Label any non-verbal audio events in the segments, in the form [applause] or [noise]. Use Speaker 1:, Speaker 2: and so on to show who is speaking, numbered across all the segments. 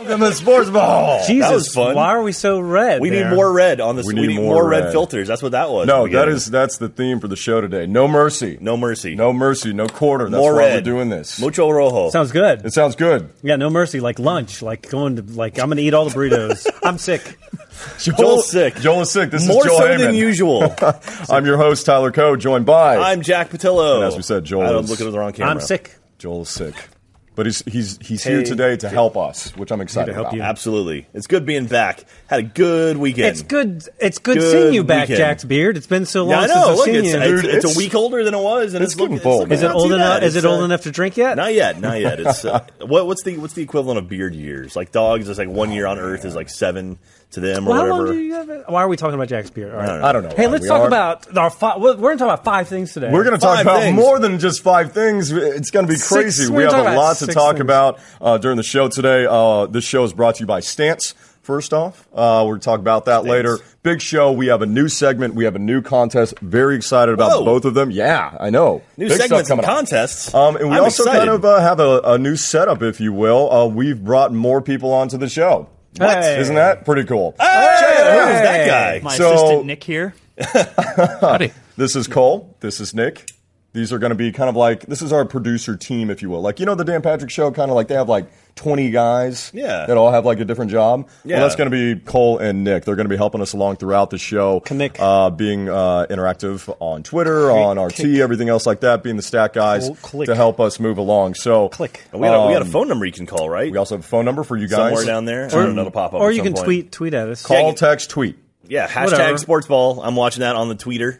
Speaker 1: Welcome to sports ball.
Speaker 2: Jesus,
Speaker 3: was fun.
Speaker 2: why are we so red?
Speaker 3: We
Speaker 2: there?
Speaker 3: need more red on this.
Speaker 1: We
Speaker 3: We
Speaker 1: need
Speaker 3: need,
Speaker 1: more
Speaker 3: more, red.
Speaker 1: red.
Speaker 3: filters. That's what that was.
Speaker 1: No,
Speaker 3: at the
Speaker 1: that
Speaker 3: beginning.
Speaker 1: is that's the theme for the show today. No mercy.
Speaker 3: no mercy.
Speaker 1: No mercy, no quarter. That's
Speaker 3: more
Speaker 1: why
Speaker 3: red.
Speaker 1: we're doing this.
Speaker 3: Mucho rojo.
Speaker 2: Sounds good.
Speaker 1: It sounds good.
Speaker 2: Yeah, no mercy. Like lunch. Like going to. Like I'm gonna eat all the burritos. [laughs] I'm sick.
Speaker 3: Joel's sick.
Speaker 1: Joel is sick. This
Speaker 3: more
Speaker 1: is Joel
Speaker 3: so
Speaker 1: Heyman. [laughs]
Speaker 3: than usual.
Speaker 1: I'm your host, Tyler Coe, joined by
Speaker 3: I'm Jack Patillo.
Speaker 1: And as we said, Joel
Speaker 3: I was
Speaker 1: is-
Speaker 3: looking at the wrong camera.
Speaker 2: I'm sick.
Speaker 1: Joel is sick. But he's he's he's here
Speaker 2: Hey.
Speaker 1: today to help us, which I'm excited
Speaker 2: help
Speaker 1: about.
Speaker 2: you.
Speaker 3: Absolutely, it's good being back. Had a good weekend.
Speaker 2: It's good. It's good,
Speaker 3: Good
Speaker 2: seeing you back,
Speaker 3: weekend.
Speaker 2: Jack's beard. It's been so long
Speaker 3: Yeah, I
Speaker 2: since
Speaker 3: know.
Speaker 2: I've
Speaker 3: Look,
Speaker 2: seen you.
Speaker 3: it's,
Speaker 1: Dude,
Speaker 3: it's, it's
Speaker 1: it's-
Speaker 3: a week older than it was, and
Speaker 1: it's
Speaker 3: it's,
Speaker 1: getting
Speaker 3: looking-
Speaker 1: full,
Speaker 3: it's
Speaker 1: man.
Speaker 2: is it
Speaker 3: not too
Speaker 2: old enough?
Speaker 3: bad.
Speaker 2: Is it
Speaker 3: It's,
Speaker 2: old
Speaker 3: uh,
Speaker 2: enough to drink yet?
Speaker 3: Not yet. Not yet.
Speaker 1: [laughs]
Speaker 3: It's uh, what, what's the what's the equivalent of beard years? Like dogs, it's like one year on Earth is like seven to them or
Speaker 2: Well, how
Speaker 3: whatever.
Speaker 2: long do you have? it- Why are we talking about Jack's beard? All right.
Speaker 1: I don't know.
Speaker 2: Hey,
Speaker 1: why
Speaker 2: let's
Speaker 1: we
Speaker 2: talk
Speaker 1: are.
Speaker 2: about our. Fi- we're going to talk about five things today.
Speaker 1: We're going to talk
Speaker 3: Five
Speaker 1: about
Speaker 3: things.
Speaker 1: more than just five things. It's going to be
Speaker 2: Six-
Speaker 1: crazy.
Speaker 2: we're
Speaker 1: we have
Speaker 2: gonna talk
Speaker 1: a
Speaker 2: about
Speaker 1: lot to
Speaker 2: six
Speaker 1: talk
Speaker 2: things.
Speaker 1: about uh, during the show today. Uh, this show is brought to you by Stance. First off, uh, we're going to talk about that later. Big show. We have a new segment. We have a new contest. Very excited about
Speaker 3: Whoa.
Speaker 1: both of them. Yeah, I know.
Speaker 3: New
Speaker 1: Big stuff
Speaker 3: segments and
Speaker 1: coming up.
Speaker 3: contests.
Speaker 1: Um, and we
Speaker 3: I'm
Speaker 1: also
Speaker 3: excited.
Speaker 1: kind of uh, have a, a new setup, if you will. Uh, we've brought more people onto the show.
Speaker 2: What? Hey.
Speaker 1: Isn't that pretty cool?
Speaker 3: Check it out. Who's
Speaker 2: Hey.
Speaker 3: that guy?
Speaker 4: My
Speaker 1: So-
Speaker 4: assistant Nick here. Howdy.
Speaker 1: This is Cole. This is Nick. These are going to be kind of like this is our producer team, if you will. Like you know the Dan Patrick Show, kind of like they have like twenty guys,
Speaker 3: Yeah.
Speaker 1: that all have like a different job.
Speaker 3: Yeah.
Speaker 1: well, that's going to be Cole and Nick. They're going to be helping us along throughout the show,
Speaker 2: Knick.
Speaker 1: uh, being uh, interactive on Twitter, on RT, everything else like that, being the stat guys
Speaker 2: Cole, click.
Speaker 1: to help us move along. So
Speaker 2: Click.
Speaker 3: We got, a, we got a
Speaker 1: um,
Speaker 3: phone number you can call, right?
Speaker 1: We also have a phone number for you guys.
Speaker 3: Somewhere down there. I don't know, it'll pop up
Speaker 2: or
Speaker 3: at
Speaker 2: you
Speaker 3: some
Speaker 2: can
Speaker 3: point.
Speaker 2: tweet tweet at us.
Speaker 1: Call, text, tweet.
Speaker 3: Yeah,
Speaker 2: Whatever.
Speaker 3: hashtag sports ball. I'm watching that on the tweeter.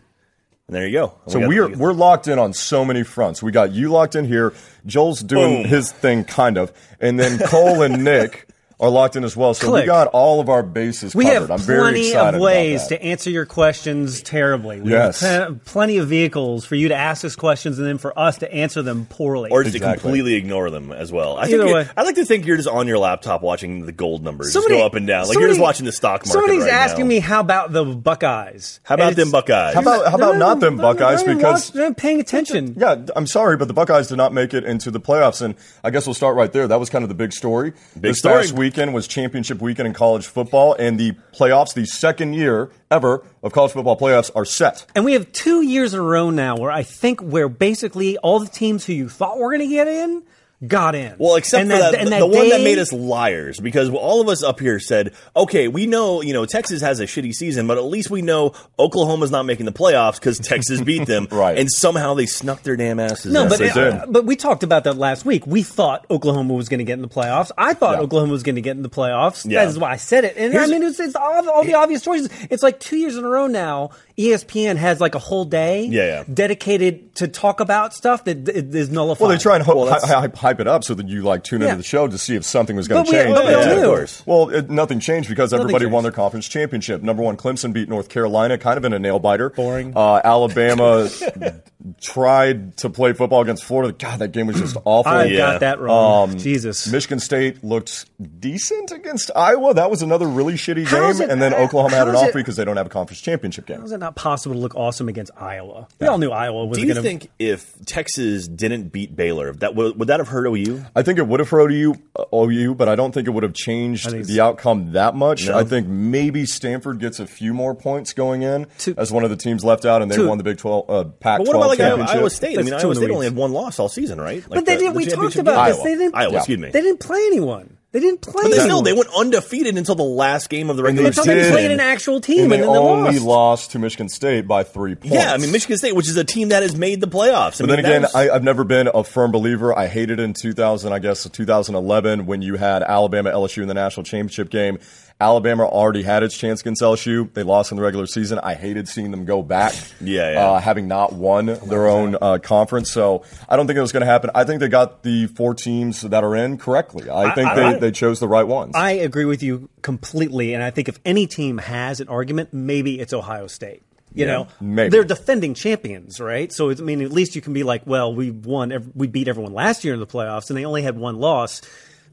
Speaker 3: And there you go. And
Speaker 1: So
Speaker 3: got-
Speaker 1: we are we're locked in on so many fronts. We got you locked in here. Joel's doing
Speaker 3: Boom.
Speaker 1: his thing, kind of, and
Speaker 2: [laughs]
Speaker 1: then Cole and Nick are locked in as well. So we
Speaker 2: Click.
Speaker 1: got all of our bases
Speaker 2: We
Speaker 1: covered.
Speaker 2: have
Speaker 1: I'm very
Speaker 2: plenty
Speaker 1: excited
Speaker 2: of ways
Speaker 1: about that.
Speaker 2: to answer your questions terribly. We
Speaker 1: Yes.
Speaker 2: have pl- plenty of vehicles for you to ask us questions and then for us to answer them poorly.
Speaker 3: or just
Speaker 1: Exactly.
Speaker 3: to completely ignore them as well. I
Speaker 2: Either
Speaker 3: think
Speaker 2: way.
Speaker 3: I like to think you're just on your laptop watching the gold numbers
Speaker 2: Somebody-
Speaker 3: just go up and down. Like you're
Speaker 2: somebody-
Speaker 3: just watching the stock market.
Speaker 2: Somebody's
Speaker 3: right
Speaker 2: asking
Speaker 3: now.
Speaker 2: me how about the Buckeyes?
Speaker 3: How about
Speaker 2: And it's-
Speaker 3: them Buckeyes?
Speaker 1: How about how about
Speaker 2: They're
Speaker 1: not them
Speaker 2: they're
Speaker 1: Buckeyes?
Speaker 2: they're not
Speaker 1: Because
Speaker 2: watching- they're not paying attention.
Speaker 1: yeah, I'm sorry, but the Buckeyes did not make it into the playoffs, and I guess we'll start right there. That was kind of the big story.
Speaker 3: Big
Speaker 1: this
Speaker 3: story.
Speaker 1: past weekend was championship weekend in college football, and the playoffs, the second year ever of college football playoffs, are set.
Speaker 2: And we have two years in a row now where I think where basically all the teams who you thought were going to get in got in.
Speaker 3: Well, except
Speaker 2: And
Speaker 3: for that,
Speaker 2: and
Speaker 3: the one that
Speaker 2: day-
Speaker 3: made us liars, because all of us up here said, "Okay, we know you know Texas has a shitty season, but at least we know Oklahoma's not making the playoffs because Texas beat [laughs] them,
Speaker 1: Right.
Speaker 3: And somehow they snuck their damn asses.
Speaker 2: No,
Speaker 3: in.
Speaker 2: but uh,
Speaker 1: Yes, they did.
Speaker 2: but we talked about that last week. We thought Oklahoma was going to get in the playoffs. I thought
Speaker 1: Yeah.
Speaker 2: Oklahoma was going to get in the playoffs.
Speaker 3: Yeah.
Speaker 2: That is why I said it. And
Speaker 3: Here's-
Speaker 2: I mean, it's, it's all, all the obvious choices. It's like two years in a row now. E ESPN has like a whole day
Speaker 3: Yeah, yeah.
Speaker 2: dedicated to talk about stuff that d- is nullified.
Speaker 1: Well, they try and ho-
Speaker 3: Well, that's-
Speaker 1: hy- hy- hype it up so that you like tune
Speaker 2: Yeah.
Speaker 1: into the show to see if something was going
Speaker 2: But
Speaker 1: to
Speaker 2: we-
Speaker 1: change.
Speaker 2: but
Speaker 3: we all Yeah, knew. of
Speaker 2: course.
Speaker 1: Well, it, nothing changed because everybody
Speaker 2: changed.
Speaker 1: won their conference championship. Number one, Clemson beat North Carolina, kind of in a nail biter. Boring. Uh, Alabama [laughs] tried to play football against Florida. God, that game was
Speaker 2: [clears throat]
Speaker 1: just awful. Um,
Speaker 2: I
Speaker 3: Yeah. Um,
Speaker 2: got that wrong. Jesus.
Speaker 1: Michigan State looked decent against Iowa. That was another really shitty
Speaker 2: How is
Speaker 1: game.
Speaker 2: it-
Speaker 1: and then
Speaker 2: uh,
Speaker 1: Oklahoma had
Speaker 2: how
Speaker 1: an
Speaker 2: is
Speaker 1: off
Speaker 2: it-
Speaker 1: because they don't have a conference championship game.
Speaker 2: How is it not possible to look awesome against Iowa? We all knew Iowa was
Speaker 3: do you
Speaker 2: going to.
Speaker 3: think if Texas didn't beat Baylor, that would, would that have hurt OU?
Speaker 1: I think it would have hurt OU, uh, OU, but I don't think it would have changed
Speaker 2: think
Speaker 1: the outcome that much.
Speaker 3: No?
Speaker 1: I think maybe Stanford gets a few more points going in
Speaker 2: To-
Speaker 1: as one of the teams left out, and they
Speaker 2: to-
Speaker 1: won the Big Twelve uh, Pac-12
Speaker 3: But what about like Iowa,
Speaker 1: championship.
Speaker 3: Iowa State? I
Speaker 2: That's
Speaker 3: mean,
Speaker 2: two
Speaker 3: Iowa
Speaker 2: in the
Speaker 3: State only
Speaker 2: weeds.
Speaker 3: had one loss all season, right? Like
Speaker 2: But they
Speaker 3: the-
Speaker 2: didn't.
Speaker 3: the
Speaker 2: We talked
Speaker 3: championship
Speaker 2: about
Speaker 3: game.
Speaker 2: this. They didn't.
Speaker 3: Iowa,
Speaker 1: Yeah.
Speaker 3: excuse me.
Speaker 2: They didn't play anyone. They didn't play.
Speaker 3: but they still
Speaker 2: anyone.
Speaker 3: they went undefeated until the last game of the regular
Speaker 2: They thought they
Speaker 3: season.
Speaker 2: played an actual team
Speaker 1: and
Speaker 2: and,
Speaker 1: they
Speaker 2: then they
Speaker 1: only
Speaker 2: lost.
Speaker 1: lost to Michigan State by three points.
Speaker 3: Yeah, I mean Michigan State, which is a team that has made the playoffs. I
Speaker 1: But
Speaker 3: mean,
Speaker 1: then again,
Speaker 3: that's-
Speaker 1: I, I've never been a firm believer. I hated in 2000, I guess 2011, when you had Alabama LSU in the national championship game. Alabama already had its chance against LSU. They lost in the regular season. I hated seeing them go back.
Speaker 3: Yeah, yeah.
Speaker 1: Uh, having not won their own uh, conference, so I don't think it was going to happen. I think they got the four teams that are in correctly. I, think
Speaker 2: I-
Speaker 1: they,
Speaker 2: I-
Speaker 1: they chose the right ones.
Speaker 2: I agree with you completely, and I think if any team has an argument, maybe it's Ohio State. You
Speaker 1: Yeah,
Speaker 2: know,
Speaker 1: maybe.
Speaker 2: they're defending champions, right? So it's, I mean, at least you can be like, well, we won, ev- we beat everyone last year in the playoffs, and they only had one loss.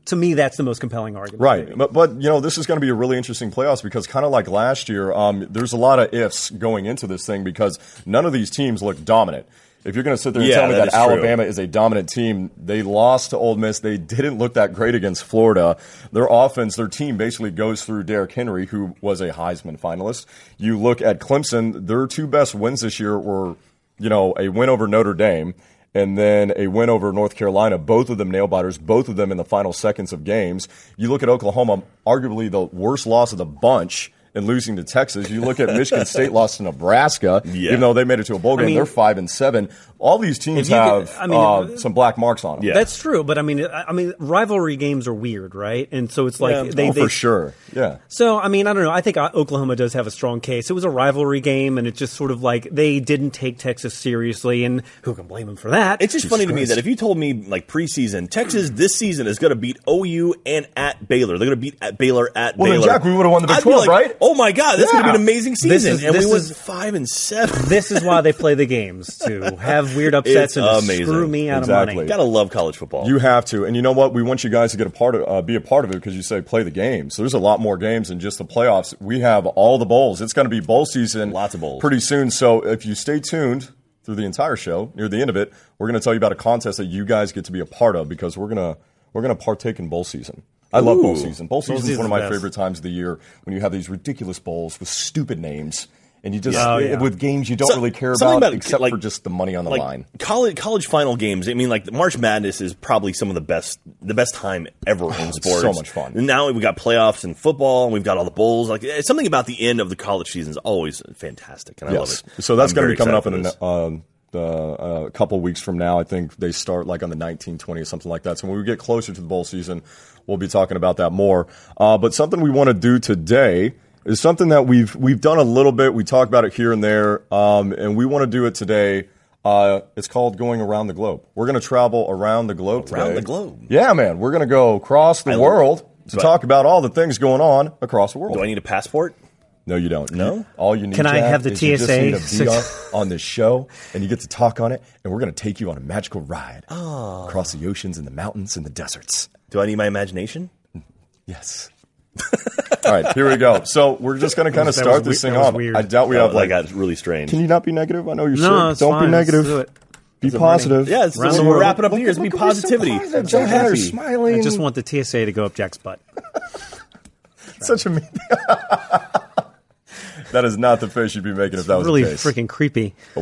Speaker 2: To me, that's the most compelling argument.
Speaker 1: Right, but but you know this is going to be a really interesting playoffs because kind of like last year, um, there's a lot of ifs going into this thing because none of these teams look dominant. If you're going to sit there and
Speaker 3: Yeah,
Speaker 1: tell me
Speaker 3: that
Speaker 1: that,
Speaker 3: is true.
Speaker 1: Alabama is a dominant team, they lost to Ole Miss. They didn't look that great against Florida. Their offense, their team basically goes through Derrick Henry, who was a Heisman finalist. You look at Clemson, their two best wins this year were, you know, a win over Notre Dame and then a win over North Carolina, both of them nail biters, both of them in the final seconds of games. You look at Oklahoma, arguably the worst loss of the bunch. And losing to Texas, you look at Michigan State [laughs] lost to Nebraska,
Speaker 3: Yeah.
Speaker 1: even though they made it to a bowl game.
Speaker 2: mean-
Speaker 1: they're five and seven. All these teams
Speaker 2: If you
Speaker 1: have
Speaker 2: could- I mean,
Speaker 1: uh, some black marks on them.
Speaker 3: Yeah.
Speaker 2: That's true, but I mean, I I mean, rivalry games are weird, right? And so it's like
Speaker 3: Yeah.
Speaker 2: they,
Speaker 1: Oh,
Speaker 2: they
Speaker 1: for sure. Yeah.
Speaker 2: So I mean, I don't know. I think uh, Oklahoma does have a strong case. It was a rivalry game, and it just sort of like they didn't take Texas seriously, and who can blame them for that?
Speaker 3: It's just funny to me that if you told me like preseason, Texas this season is going to beat OU and at Baylor. They're going to beat at Baylor at
Speaker 1: Well, then,
Speaker 3: Baylor.
Speaker 1: Jack, we would've won the Big
Speaker 3: I'd be
Speaker 1: 12,
Speaker 3: like,
Speaker 1: right?
Speaker 3: Oh my God, that's going to
Speaker 1: Yeah.
Speaker 3: be an amazing
Speaker 2: This
Speaker 3: season,
Speaker 2: is-
Speaker 3: and we
Speaker 2: this
Speaker 3: went
Speaker 2: is-
Speaker 3: five and seven.
Speaker 2: this is why they play the games to have weird
Speaker 3: It's
Speaker 2: upsets and to
Speaker 3: amazing.
Speaker 2: screw me out
Speaker 1: Exactly.
Speaker 2: of money.
Speaker 3: Gotta love college football.
Speaker 1: You have to, and you know what? We want you guys to get a part of, uh, be a part of it because you say play the games. There's a lot more games than just the playoffs. We have all the bowls. It's going to be bowl season,
Speaker 3: Lots of bowls.
Speaker 1: pretty soon. So if you stay tuned through the entire show, near the end of it, we're going to tell you about a contest that you guys get to be a part of because we're gonna we're gonna partake in bowl season. I love bowl
Speaker 3: Ooh.
Speaker 1: season. Bowl season is
Speaker 2: season's
Speaker 1: one of my
Speaker 2: the best.
Speaker 1: favorite times of the year when you have these ridiculous bowls with stupid names. And you just
Speaker 2: Oh, yeah.
Speaker 1: with games you don't
Speaker 3: So-
Speaker 1: really care
Speaker 3: something
Speaker 1: about,
Speaker 3: about it,
Speaker 1: except
Speaker 3: like-
Speaker 1: for just the money on the
Speaker 3: like
Speaker 1: line.
Speaker 3: college college final games. I mean, like March Madness is probably some of the best the best time ever in sports.
Speaker 1: Oh, so much fun.
Speaker 3: And now we got playoffs in football, and we've got all the bowls. Like eh, something about the end of the college season is always fantastic, and I love it.
Speaker 1: So that's going
Speaker 3: I'm
Speaker 1: to
Speaker 3: very
Speaker 1: be coming up
Speaker 3: excited
Speaker 1: in
Speaker 3: for
Speaker 1: a
Speaker 3: this.
Speaker 1: um, uh, a couple weeks from now. I think they start like on the 19th, 20th, something like that. So when we get closer to the bowl season, we'll be talking about that more. Uh, but something we want to do today is something that we've we've done a little bit. We talk about it here and there, um, and we want to do it today. Uh, it's called going around the globe. We're going to travel around the globe
Speaker 3: Around
Speaker 1: today.
Speaker 3: the globe.
Speaker 1: Yeah, man. We're going to go across the
Speaker 3: love
Speaker 1: world
Speaker 3: it.
Speaker 1: to
Speaker 3: Do I-
Speaker 1: talk about all the things going on across the world.
Speaker 3: Do I need a passport?
Speaker 1: No, you don't. No. all you need.
Speaker 2: Can I
Speaker 1: Jack,
Speaker 2: have the
Speaker 1: is you just
Speaker 2: TSA?
Speaker 1: need to be on, on this show, and you get to talk on it, and we're going to take you on a magical ride across the oceans and the mountains and the deserts.
Speaker 3: Do I need my imagination?
Speaker 1: Yes. all right, here we go. So we're just going to kind of
Speaker 2: That was
Speaker 1: start
Speaker 2: we-
Speaker 1: this thing
Speaker 2: that was
Speaker 1: off.
Speaker 2: weird.
Speaker 1: I doubt we
Speaker 3: Oh,
Speaker 1: have
Speaker 3: that
Speaker 1: like.
Speaker 3: got really strange.
Speaker 1: Can you not be negative? I know you're
Speaker 2: No,
Speaker 1: sick.
Speaker 2: it's
Speaker 1: Don't
Speaker 2: fine.
Speaker 1: be
Speaker 2: Let's
Speaker 1: negative.
Speaker 2: do it.
Speaker 1: Be positive.
Speaker 3: Yeah, it's-
Speaker 2: Round
Speaker 3: so
Speaker 2: the
Speaker 3: we're
Speaker 2: world.
Speaker 3: wrapping up the year. It's
Speaker 1: Look
Speaker 3: be
Speaker 1: at- look at- we're so
Speaker 3: positivity.
Speaker 1: positive.
Speaker 3: So
Speaker 1: Jack Hatter
Speaker 3: happy.
Speaker 1: smiling.
Speaker 2: I just want the TSA to go up Jack's butt.
Speaker 1: such a mean. that is not the face you'd be making if that was
Speaker 2: Really
Speaker 1: the case.
Speaker 2: freaking creepy.
Speaker 1: Ooh.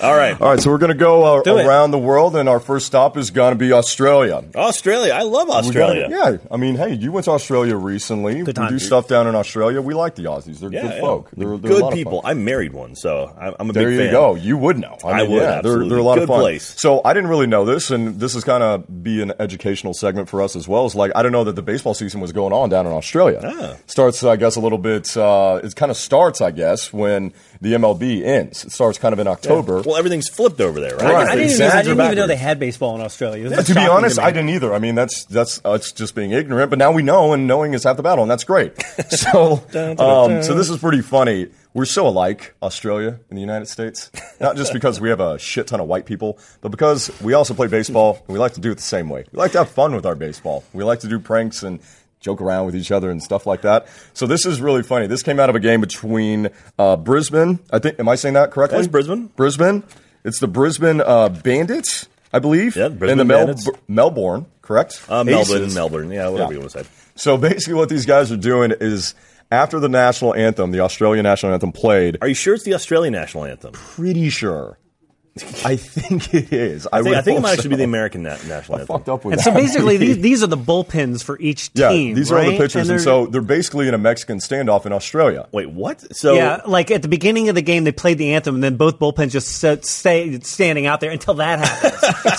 Speaker 3: All right,
Speaker 1: All right, so we're going to go uh,
Speaker 2: Do it.
Speaker 1: around the world, and our first stop is going to be Australia.
Speaker 3: Australia. I love
Speaker 1: We gotta-
Speaker 3: Australia.
Speaker 1: yeah. I mean, hey, you went to Australia recently. we
Speaker 2: time,
Speaker 1: do
Speaker 2: dude.
Speaker 1: stuff down in Australia. We like the Aussies. They're
Speaker 3: Yeah,
Speaker 1: good
Speaker 3: yeah.
Speaker 1: folk.
Speaker 3: They're
Speaker 1: They're, they're a lot
Speaker 3: good
Speaker 1: of
Speaker 3: people.
Speaker 1: fun.
Speaker 3: I'm married one, so I'm, I'm a
Speaker 1: There
Speaker 3: big
Speaker 1: you
Speaker 3: fan.
Speaker 1: go. You would know. I,
Speaker 3: I
Speaker 1: mean,
Speaker 3: would,
Speaker 1: Yeah, they're,
Speaker 3: absolutely.
Speaker 1: they're a lot
Speaker 3: Good
Speaker 1: of fun.
Speaker 3: place.
Speaker 1: So I didn't really know this, and this is kind of be an educational segment for us as well. It's like I didn't know that the baseball season was going on down in Australia.
Speaker 3: Ah.
Speaker 1: Starts, I guess, a little bit. Uh, it kind of starts, I guess, when the MLB ends. It starts kind of in October.
Speaker 3: Well, everything's flipped over there, right?
Speaker 1: Right.
Speaker 2: I
Speaker 1: The
Speaker 2: didn't, even,
Speaker 1: exact-
Speaker 2: I didn't even know
Speaker 1: backwards.
Speaker 2: they had baseball in Australia. It was
Speaker 1: to be
Speaker 2: shocking
Speaker 1: honest,
Speaker 2: me.
Speaker 1: I didn't either. I mean, that's that's uh, it's just being ignorant. But now we know, and knowing is half the battle, and that's great. So, um, so this is pretty funny. We're so alike, Australia and the United States, not just because we have a shit ton of white people, but because we also play baseball and we like to do it the same way. We like to have fun with our baseball. We like to do pranks and joke around with each other and stuff like that. So this is really funny. This came out of a game between uh, Brisbane. I think. Am I saying that correctly?
Speaker 3: That's Brisbane.
Speaker 1: Brisbane. It's the Brisbane uh, Bandits, I believe.
Speaker 3: Yeah, the Brisbane
Speaker 1: and the Mel-
Speaker 3: Bandits.
Speaker 1: B- Melbourne, correct?
Speaker 3: Uh, Melbourne,
Speaker 1: Aces.
Speaker 3: Melbourne. Yeah, whatever
Speaker 1: Yeah.
Speaker 3: you want to say.
Speaker 1: So basically, what these guys are doing is after the national anthem, the Australian national anthem played.
Speaker 3: Are you sure it's the Australian national anthem?
Speaker 1: pretty sure. I think it is. I,
Speaker 3: I think,
Speaker 1: would
Speaker 3: I think it
Speaker 1: hope
Speaker 3: might actually be
Speaker 1: so.
Speaker 3: the American na-
Speaker 1: [laughs]
Speaker 3: national anthem.
Speaker 1: fucked up with
Speaker 2: And
Speaker 1: that.
Speaker 2: so
Speaker 1: [laughs]
Speaker 2: basically, these, these are the bullpens for each
Speaker 1: yeah,
Speaker 2: team.
Speaker 1: these are all
Speaker 2: right?
Speaker 1: the pictures, and,
Speaker 2: they're-
Speaker 1: so they're basically in a Mexican standoff in Australia.
Speaker 3: Wait, what? So
Speaker 2: yeah, like at the beginning of the game, they played the anthem, and then both bullpens just sat, stay standing out there until that happens.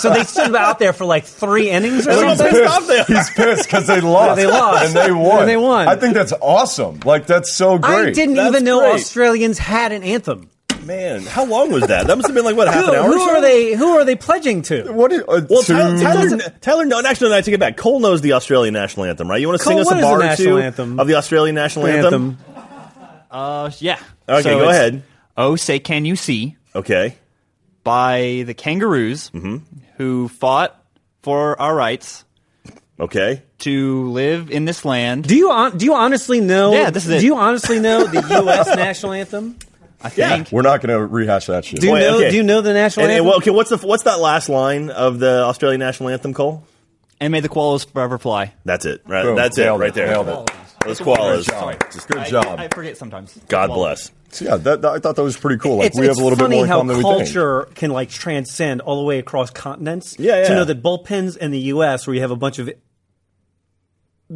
Speaker 1: [laughs]
Speaker 2: so they stood out there for like three innings or
Speaker 3: Look at
Speaker 1: He's
Speaker 3: They
Speaker 2: something.
Speaker 3: that. stopped there.
Speaker 1: pissed. He's pissed because
Speaker 3: [laughs]
Speaker 1: they lost.
Speaker 2: They lost.
Speaker 1: and they won.
Speaker 2: And they won.
Speaker 1: I think that's awesome. Like that's so great.
Speaker 2: I didn't
Speaker 3: That's
Speaker 2: even know
Speaker 3: great.
Speaker 2: Australians had an anthem.
Speaker 3: man, how long was that? That must have been like what half
Speaker 2: Who,
Speaker 3: an hour.
Speaker 2: who
Speaker 3: or
Speaker 2: are
Speaker 3: so?
Speaker 2: they? Who are they pledging to?
Speaker 1: What? Is, uh,
Speaker 3: Well,
Speaker 1: to-
Speaker 3: Tyler, Tyler, kn- Tyler, no, actually, no, I take it back. Cole knows the Australian national anthem, right? You want to
Speaker 2: Cole,
Speaker 3: sing us
Speaker 2: what
Speaker 3: a
Speaker 2: is the
Speaker 3: bar or
Speaker 2: national
Speaker 3: two
Speaker 2: anthem?
Speaker 3: of the Australian national anthem?
Speaker 4: Uh, yeah.
Speaker 3: Okay, go
Speaker 4: it's
Speaker 3: ahead.
Speaker 4: Oh, say can you see
Speaker 3: Okay,
Speaker 4: by the kangaroos who fought for our rights
Speaker 3: okay.
Speaker 4: to live in this land.
Speaker 2: Do you hon- do you honestly know?
Speaker 4: Yeah, this is it.
Speaker 2: Do you honestly know the U.S. national anthem?
Speaker 4: I
Speaker 3: Yeah.
Speaker 4: think.
Speaker 1: We're not going to rehash that shit.
Speaker 2: Do you
Speaker 3: Wait,
Speaker 2: know?
Speaker 3: okay.
Speaker 2: Do you know the national
Speaker 3: And, and,
Speaker 2: anthem?
Speaker 3: well, okay, what's the what's that last line of the Australian national anthem, Cole?
Speaker 4: And may the koalas forever fly.
Speaker 3: That's it. Right,
Speaker 1: Boom.
Speaker 3: that's it.
Speaker 1: Nailed
Speaker 3: Right there.
Speaker 1: Nailed it.
Speaker 3: Those koalas.
Speaker 1: Sorry.
Speaker 3: Just
Speaker 1: Good
Speaker 4: I-
Speaker 1: job.
Speaker 4: I, forget sometimes.
Speaker 3: God
Speaker 4: Koalas.
Speaker 3: bless.
Speaker 1: So yeah, that, that- I thought that was pretty cool. Like
Speaker 2: it's,
Speaker 1: we have
Speaker 2: it's
Speaker 1: a little bit
Speaker 2: funny
Speaker 1: more in
Speaker 2: how
Speaker 1: common than we think.
Speaker 2: culture can like transcend all the way across continents.
Speaker 3: Yeah, yeah.
Speaker 2: To know that bullpens in the U.S. where you have a bunch of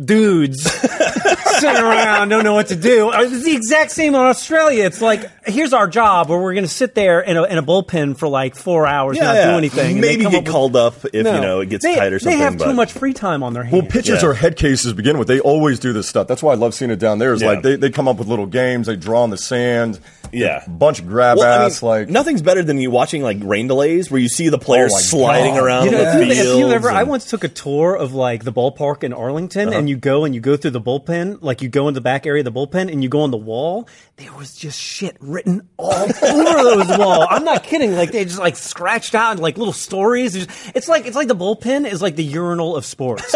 Speaker 2: dudes [laughs] sitting around, don't know what to do. Uh, It's the exact same in Australia. It's like here's our job where we're going to sit there in a, in a bullpen for like four hours, not do anything. and they
Speaker 3: Maybe
Speaker 2: come
Speaker 3: get
Speaker 2: up with-
Speaker 3: called up if
Speaker 2: No.
Speaker 3: you know it gets
Speaker 2: they,
Speaker 3: tight or something.
Speaker 2: They have
Speaker 3: but-
Speaker 2: too much free time on their hands.
Speaker 1: Well, pitches
Speaker 3: Yeah.
Speaker 1: or head cases to begin with. They always do this stuff. That's why I love seeing it down there. Is
Speaker 3: Yeah.
Speaker 1: like they, they come up with little games. They draw on the sand.
Speaker 3: Yeah.
Speaker 1: a bunch of grab
Speaker 3: Well, I mean,
Speaker 1: ass. like
Speaker 3: nothing's better than you watching like rain delays where you see the players
Speaker 1: Oh my
Speaker 3: sliding
Speaker 1: God.
Speaker 3: around
Speaker 2: You know, if,
Speaker 3: the
Speaker 2: you,
Speaker 3: field.
Speaker 2: if
Speaker 3: Uh-huh.
Speaker 2: you ever, I once took a tour of like the ballpark in Arlington, and you go and you go through the bullpen, like you go in the back area of the bullpen, and you go on the wall. There was just shit written all [laughs] over those wall. I'm not kidding. Like they just like scratched out like little stories. It's, just- it's like it's like the bullpen is like the urinal of
Speaker 3: [laughs]
Speaker 2: sports,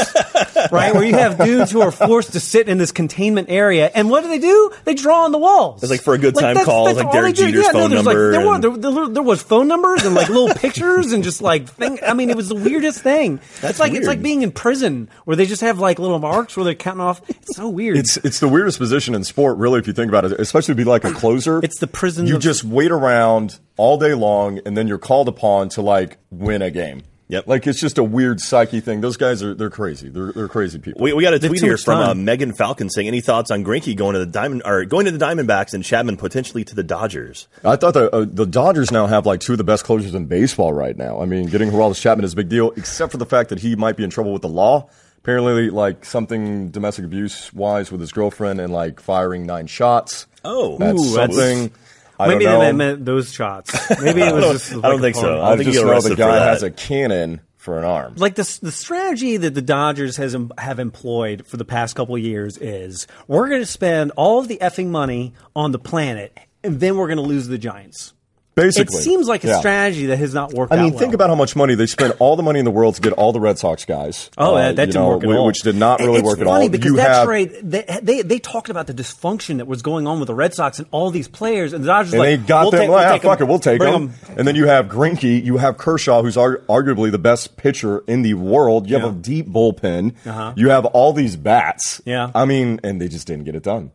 Speaker 2: right? Where you have dudes who are forced to sit in this containment area, and what do they do? They draw on the walls. It's
Speaker 3: like for a good time call, like Derek Jeter's phone number
Speaker 2: there,
Speaker 3: and-
Speaker 2: were, there, there, there was phone numbers and like little pictures and just like thing. I mean, it was the weirdest thing.
Speaker 3: That's
Speaker 2: it's like
Speaker 3: weird.
Speaker 2: it's like being in prison where they just have like little marks where they're counting off. It's so weird.
Speaker 1: It's it's the weirdest position in sport, really, if you think about it. Especially to be
Speaker 2: [clears throat]
Speaker 1: like a closer.
Speaker 2: It's the prison
Speaker 1: You
Speaker 2: of-
Speaker 1: just wait around all day long, and then you're called upon to like win a game.
Speaker 3: Yep.
Speaker 1: Like it's just a weird psyche thing. Those guys are they're crazy. They're they're crazy people.
Speaker 3: we, we got a
Speaker 2: They're
Speaker 3: tweet
Speaker 2: too
Speaker 3: here
Speaker 2: much
Speaker 3: from uh,
Speaker 2: time.
Speaker 3: Megan Falcon saying, "Any thoughts on Grinky going to the Diamond or going to the Diamondbacks and Chapman potentially to the Dodgers?" [laughs]
Speaker 1: I thought the uh, the Dodgers now have like two of the best closers in baseball right now. I mean, getting Geraldus Chapman is a big deal, except for the fact that he might be in trouble with the law. Apparently, like something domestic abuse wise with his girlfriend and like firing nine shots.
Speaker 3: Oh.
Speaker 1: that's
Speaker 2: Ooh, that's-
Speaker 1: something. I
Speaker 2: maybe
Speaker 1: don't know.
Speaker 2: they meant those
Speaker 3: [laughs]
Speaker 2: shots. Maybe it was just.
Speaker 3: don't-
Speaker 2: Like
Speaker 3: I don't
Speaker 2: a
Speaker 3: think so.
Speaker 2: porn-
Speaker 3: I
Speaker 1: I,
Speaker 3: don't think
Speaker 1: just
Speaker 3: you get
Speaker 1: know
Speaker 3: arrested
Speaker 1: the
Speaker 3: for
Speaker 1: guy
Speaker 3: that.
Speaker 1: has a cannon for an arm.
Speaker 2: Like the s- the strategy that the Dodgers has em- have employed for the past couple of years is we're going to spend all of the effing money on the planet, and then we're going to lose the Giants.
Speaker 1: Basically,
Speaker 2: It seems like a
Speaker 1: Yeah.
Speaker 2: strategy that has not worked.
Speaker 1: I mean,
Speaker 2: out
Speaker 1: think
Speaker 2: well.
Speaker 1: about how much money they spent all the money in the world to get all the Red Sox guys.
Speaker 2: Oh,
Speaker 1: Uh,
Speaker 2: that, that
Speaker 1: you
Speaker 2: didn't
Speaker 1: know,
Speaker 2: work at
Speaker 1: whi-
Speaker 2: all.
Speaker 1: Which did not
Speaker 2: It-
Speaker 1: really
Speaker 2: it's
Speaker 1: work at all.
Speaker 2: funny because
Speaker 1: you
Speaker 2: that
Speaker 1: have,
Speaker 2: trade, they, they they talked about the dysfunction that was going on with the Red Sox and all these players, and the Dodgers
Speaker 1: and
Speaker 2: like,
Speaker 1: they got
Speaker 2: we'll
Speaker 1: them.
Speaker 2: Take,
Speaker 1: well,
Speaker 2: we'll
Speaker 1: yeah,
Speaker 2: take
Speaker 1: fuck
Speaker 2: 'em.
Speaker 1: it, we'll take
Speaker 2: Bring
Speaker 1: them. And then you have Grinky, you have Kershaw, who's ar- arguably the best pitcher in the world. You have a deep bullpen. You have all these bats.
Speaker 2: Uh-huh. Yeah.
Speaker 1: I mean, and they just didn't get it done.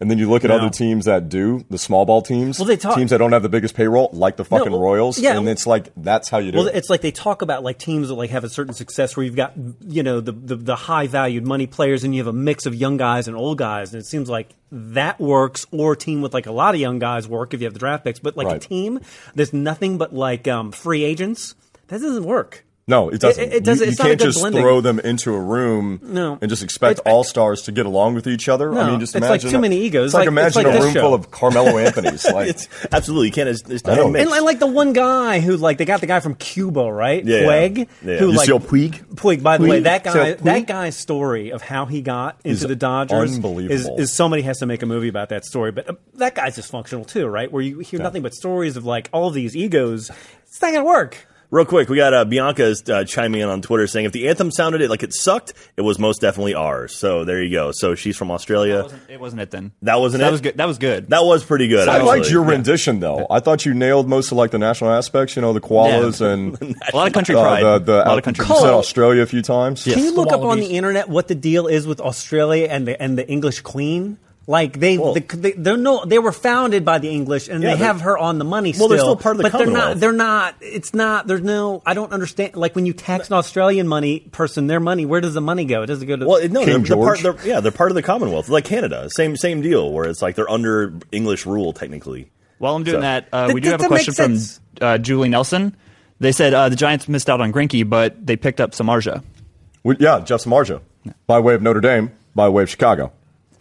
Speaker 1: And then you look at
Speaker 2: No.
Speaker 1: other teams that do, the small ball teams,
Speaker 2: Well, they talk-
Speaker 1: teams that don't have the biggest payroll, like the fucking
Speaker 2: well,
Speaker 1: Royals.
Speaker 2: yeah,
Speaker 1: and
Speaker 2: well-
Speaker 1: it's like that's how you do.
Speaker 2: Well,
Speaker 1: it.
Speaker 2: it's like they talk about like teams that like have a certain success where you've got you know the the, the high valued money players and you have a mix of young guys and old guys, and it seems like that works. Or a team with like a lot of young guys work if you have the draft picks, but like
Speaker 1: Right.
Speaker 2: a team that's nothing but like um, free agents, that doesn't work.
Speaker 1: No, it doesn't.
Speaker 2: It- it doesn't-
Speaker 1: You, you
Speaker 2: it's not a
Speaker 1: can't
Speaker 2: good
Speaker 1: just
Speaker 2: blending.
Speaker 1: throw them into a room
Speaker 2: No.
Speaker 1: and just expect
Speaker 2: It's-
Speaker 1: all stars to get along with each other. I
Speaker 2: No,
Speaker 1: mean, just
Speaker 2: it's like
Speaker 1: imagine
Speaker 2: too many egos.
Speaker 1: It's like,
Speaker 2: Like-
Speaker 1: imagine
Speaker 2: it's like
Speaker 1: a
Speaker 2: this
Speaker 1: room
Speaker 2: show.
Speaker 1: full of
Speaker 2: [laughs]
Speaker 1: Carmelo Anthony's. Like
Speaker 3: It's absolutely you can't. It's, it's
Speaker 1: I know.
Speaker 3: not
Speaker 1: And
Speaker 2: And like, like the one guy who like they got the guy from Cuba, right?
Speaker 3: Yeah.
Speaker 2: Puig.
Speaker 3: Yeah.
Speaker 2: Who like
Speaker 1: Yasiel Puig?
Speaker 2: Puig. By the way,
Speaker 1: Puig?
Speaker 2: that guy,
Speaker 1: Yasiel Puig?
Speaker 2: that guy's story of how he got into
Speaker 1: Is
Speaker 2: the Dodgers
Speaker 1: unbelievable.
Speaker 2: Is, is somebody has to make a movie about that story. But uh, that guy's dysfunctional too, right? Where you hear nothing but stories of like all these egos. It's not gonna work.
Speaker 3: Real quick, we got uh, Bianca's uh, chiming in on Twitter saying if the anthem sounded it like it sucked, it was most definitely ours. So there you go. So she's from Australia.
Speaker 4: It wasn't- It wasn't it then.
Speaker 3: That wasn't
Speaker 4: that
Speaker 3: it?
Speaker 4: Was good. That was good.
Speaker 3: That was pretty good.
Speaker 1: I liked
Speaker 3: actually.
Speaker 1: your rendition though. I thought you nailed most of like the national aspects. You know, the koalas and
Speaker 4: a lot of country
Speaker 1: uh,
Speaker 4: pride.
Speaker 1: the, the
Speaker 4: a lot of country
Speaker 1: you said
Speaker 2: Cole.
Speaker 1: Australia a few times.
Speaker 2: Can you
Speaker 4: the
Speaker 2: look up on
Speaker 4: Wallabies.
Speaker 2: the internet what the deal is with Australia and the and the English Queen? Like they,
Speaker 3: Well-
Speaker 2: the, they, they're no, they were founded by the English, and
Speaker 3: Yeah,
Speaker 2: they
Speaker 3: they're-
Speaker 2: have her on the money.
Speaker 3: Well,
Speaker 2: Still,
Speaker 3: they're still part of the
Speaker 2: but they're
Speaker 3: Commonwealth.
Speaker 2: not. They're not. It's not. There's no. I don't understand. Like when you tax an Australian money person, their money, where does the money go? It doesn't go to.
Speaker 3: Well, no,
Speaker 1: King
Speaker 3: they're, they're part,
Speaker 1: George.
Speaker 3: they're, yeah, they're part of the Commonwealth, like Canada. Same same deal, where it's like they're under English rule technically.
Speaker 4: While I'm doing
Speaker 3: So-
Speaker 4: that, uh,
Speaker 2: That-
Speaker 4: we do
Speaker 2: that-
Speaker 4: have a
Speaker 2: that makes
Speaker 4: question from
Speaker 2: sense.
Speaker 4: uh, Julie Nelson. They said uh, the Giants missed out on Grinky, but they picked up Samarja.
Speaker 1: We- yeah, Jeff Samarja by way of Notre Dame, by way of Chicago,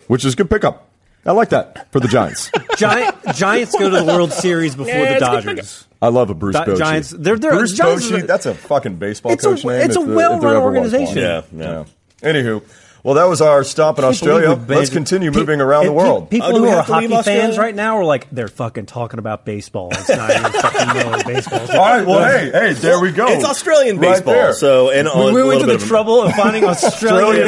Speaker 1: which is a good pickup. I like that for the Giants.
Speaker 2: [laughs] Giant, Giants go to the World Series before the Dodgers.
Speaker 1: I love a Bruce
Speaker 2: Di-
Speaker 1: Bochy.
Speaker 2: Giants- they're- they're-
Speaker 1: Bruce
Speaker 2: Giants-
Speaker 1: Bochy. That's a fucking baseball
Speaker 2: It's a-
Speaker 1: coach name.
Speaker 2: it's a
Speaker 1: if the- if there
Speaker 2: well-run
Speaker 1: ever was one.
Speaker 2: organization.
Speaker 3: Yeah, yeah.
Speaker 1: Anywho, Well, that was our stop in Australia.
Speaker 2: Unbelievable,
Speaker 1: Let's
Speaker 2: babe.
Speaker 1: continue
Speaker 2: Pe-
Speaker 1: moving around the
Speaker 2: pe-
Speaker 1: world.
Speaker 2: People
Speaker 3: Oh, do
Speaker 2: who
Speaker 3: we
Speaker 2: are
Speaker 3: have to leave
Speaker 2: hockey fans
Speaker 3: Australia?
Speaker 2: right now are like, they're fucking talking about baseball. It's not even fucking really baseball.
Speaker 1: All right, well, hey, hey, there we go.
Speaker 3: It's Australian
Speaker 1: Right
Speaker 3: baseball.
Speaker 1: there.
Speaker 3: so and
Speaker 2: We,
Speaker 3: on
Speaker 2: we
Speaker 3: a
Speaker 2: went
Speaker 3: little
Speaker 2: to
Speaker 3: bit
Speaker 2: the
Speaker 3: of a-
Speaker 2: trouble of [laughs] finding Australian
Speaker 1: Australian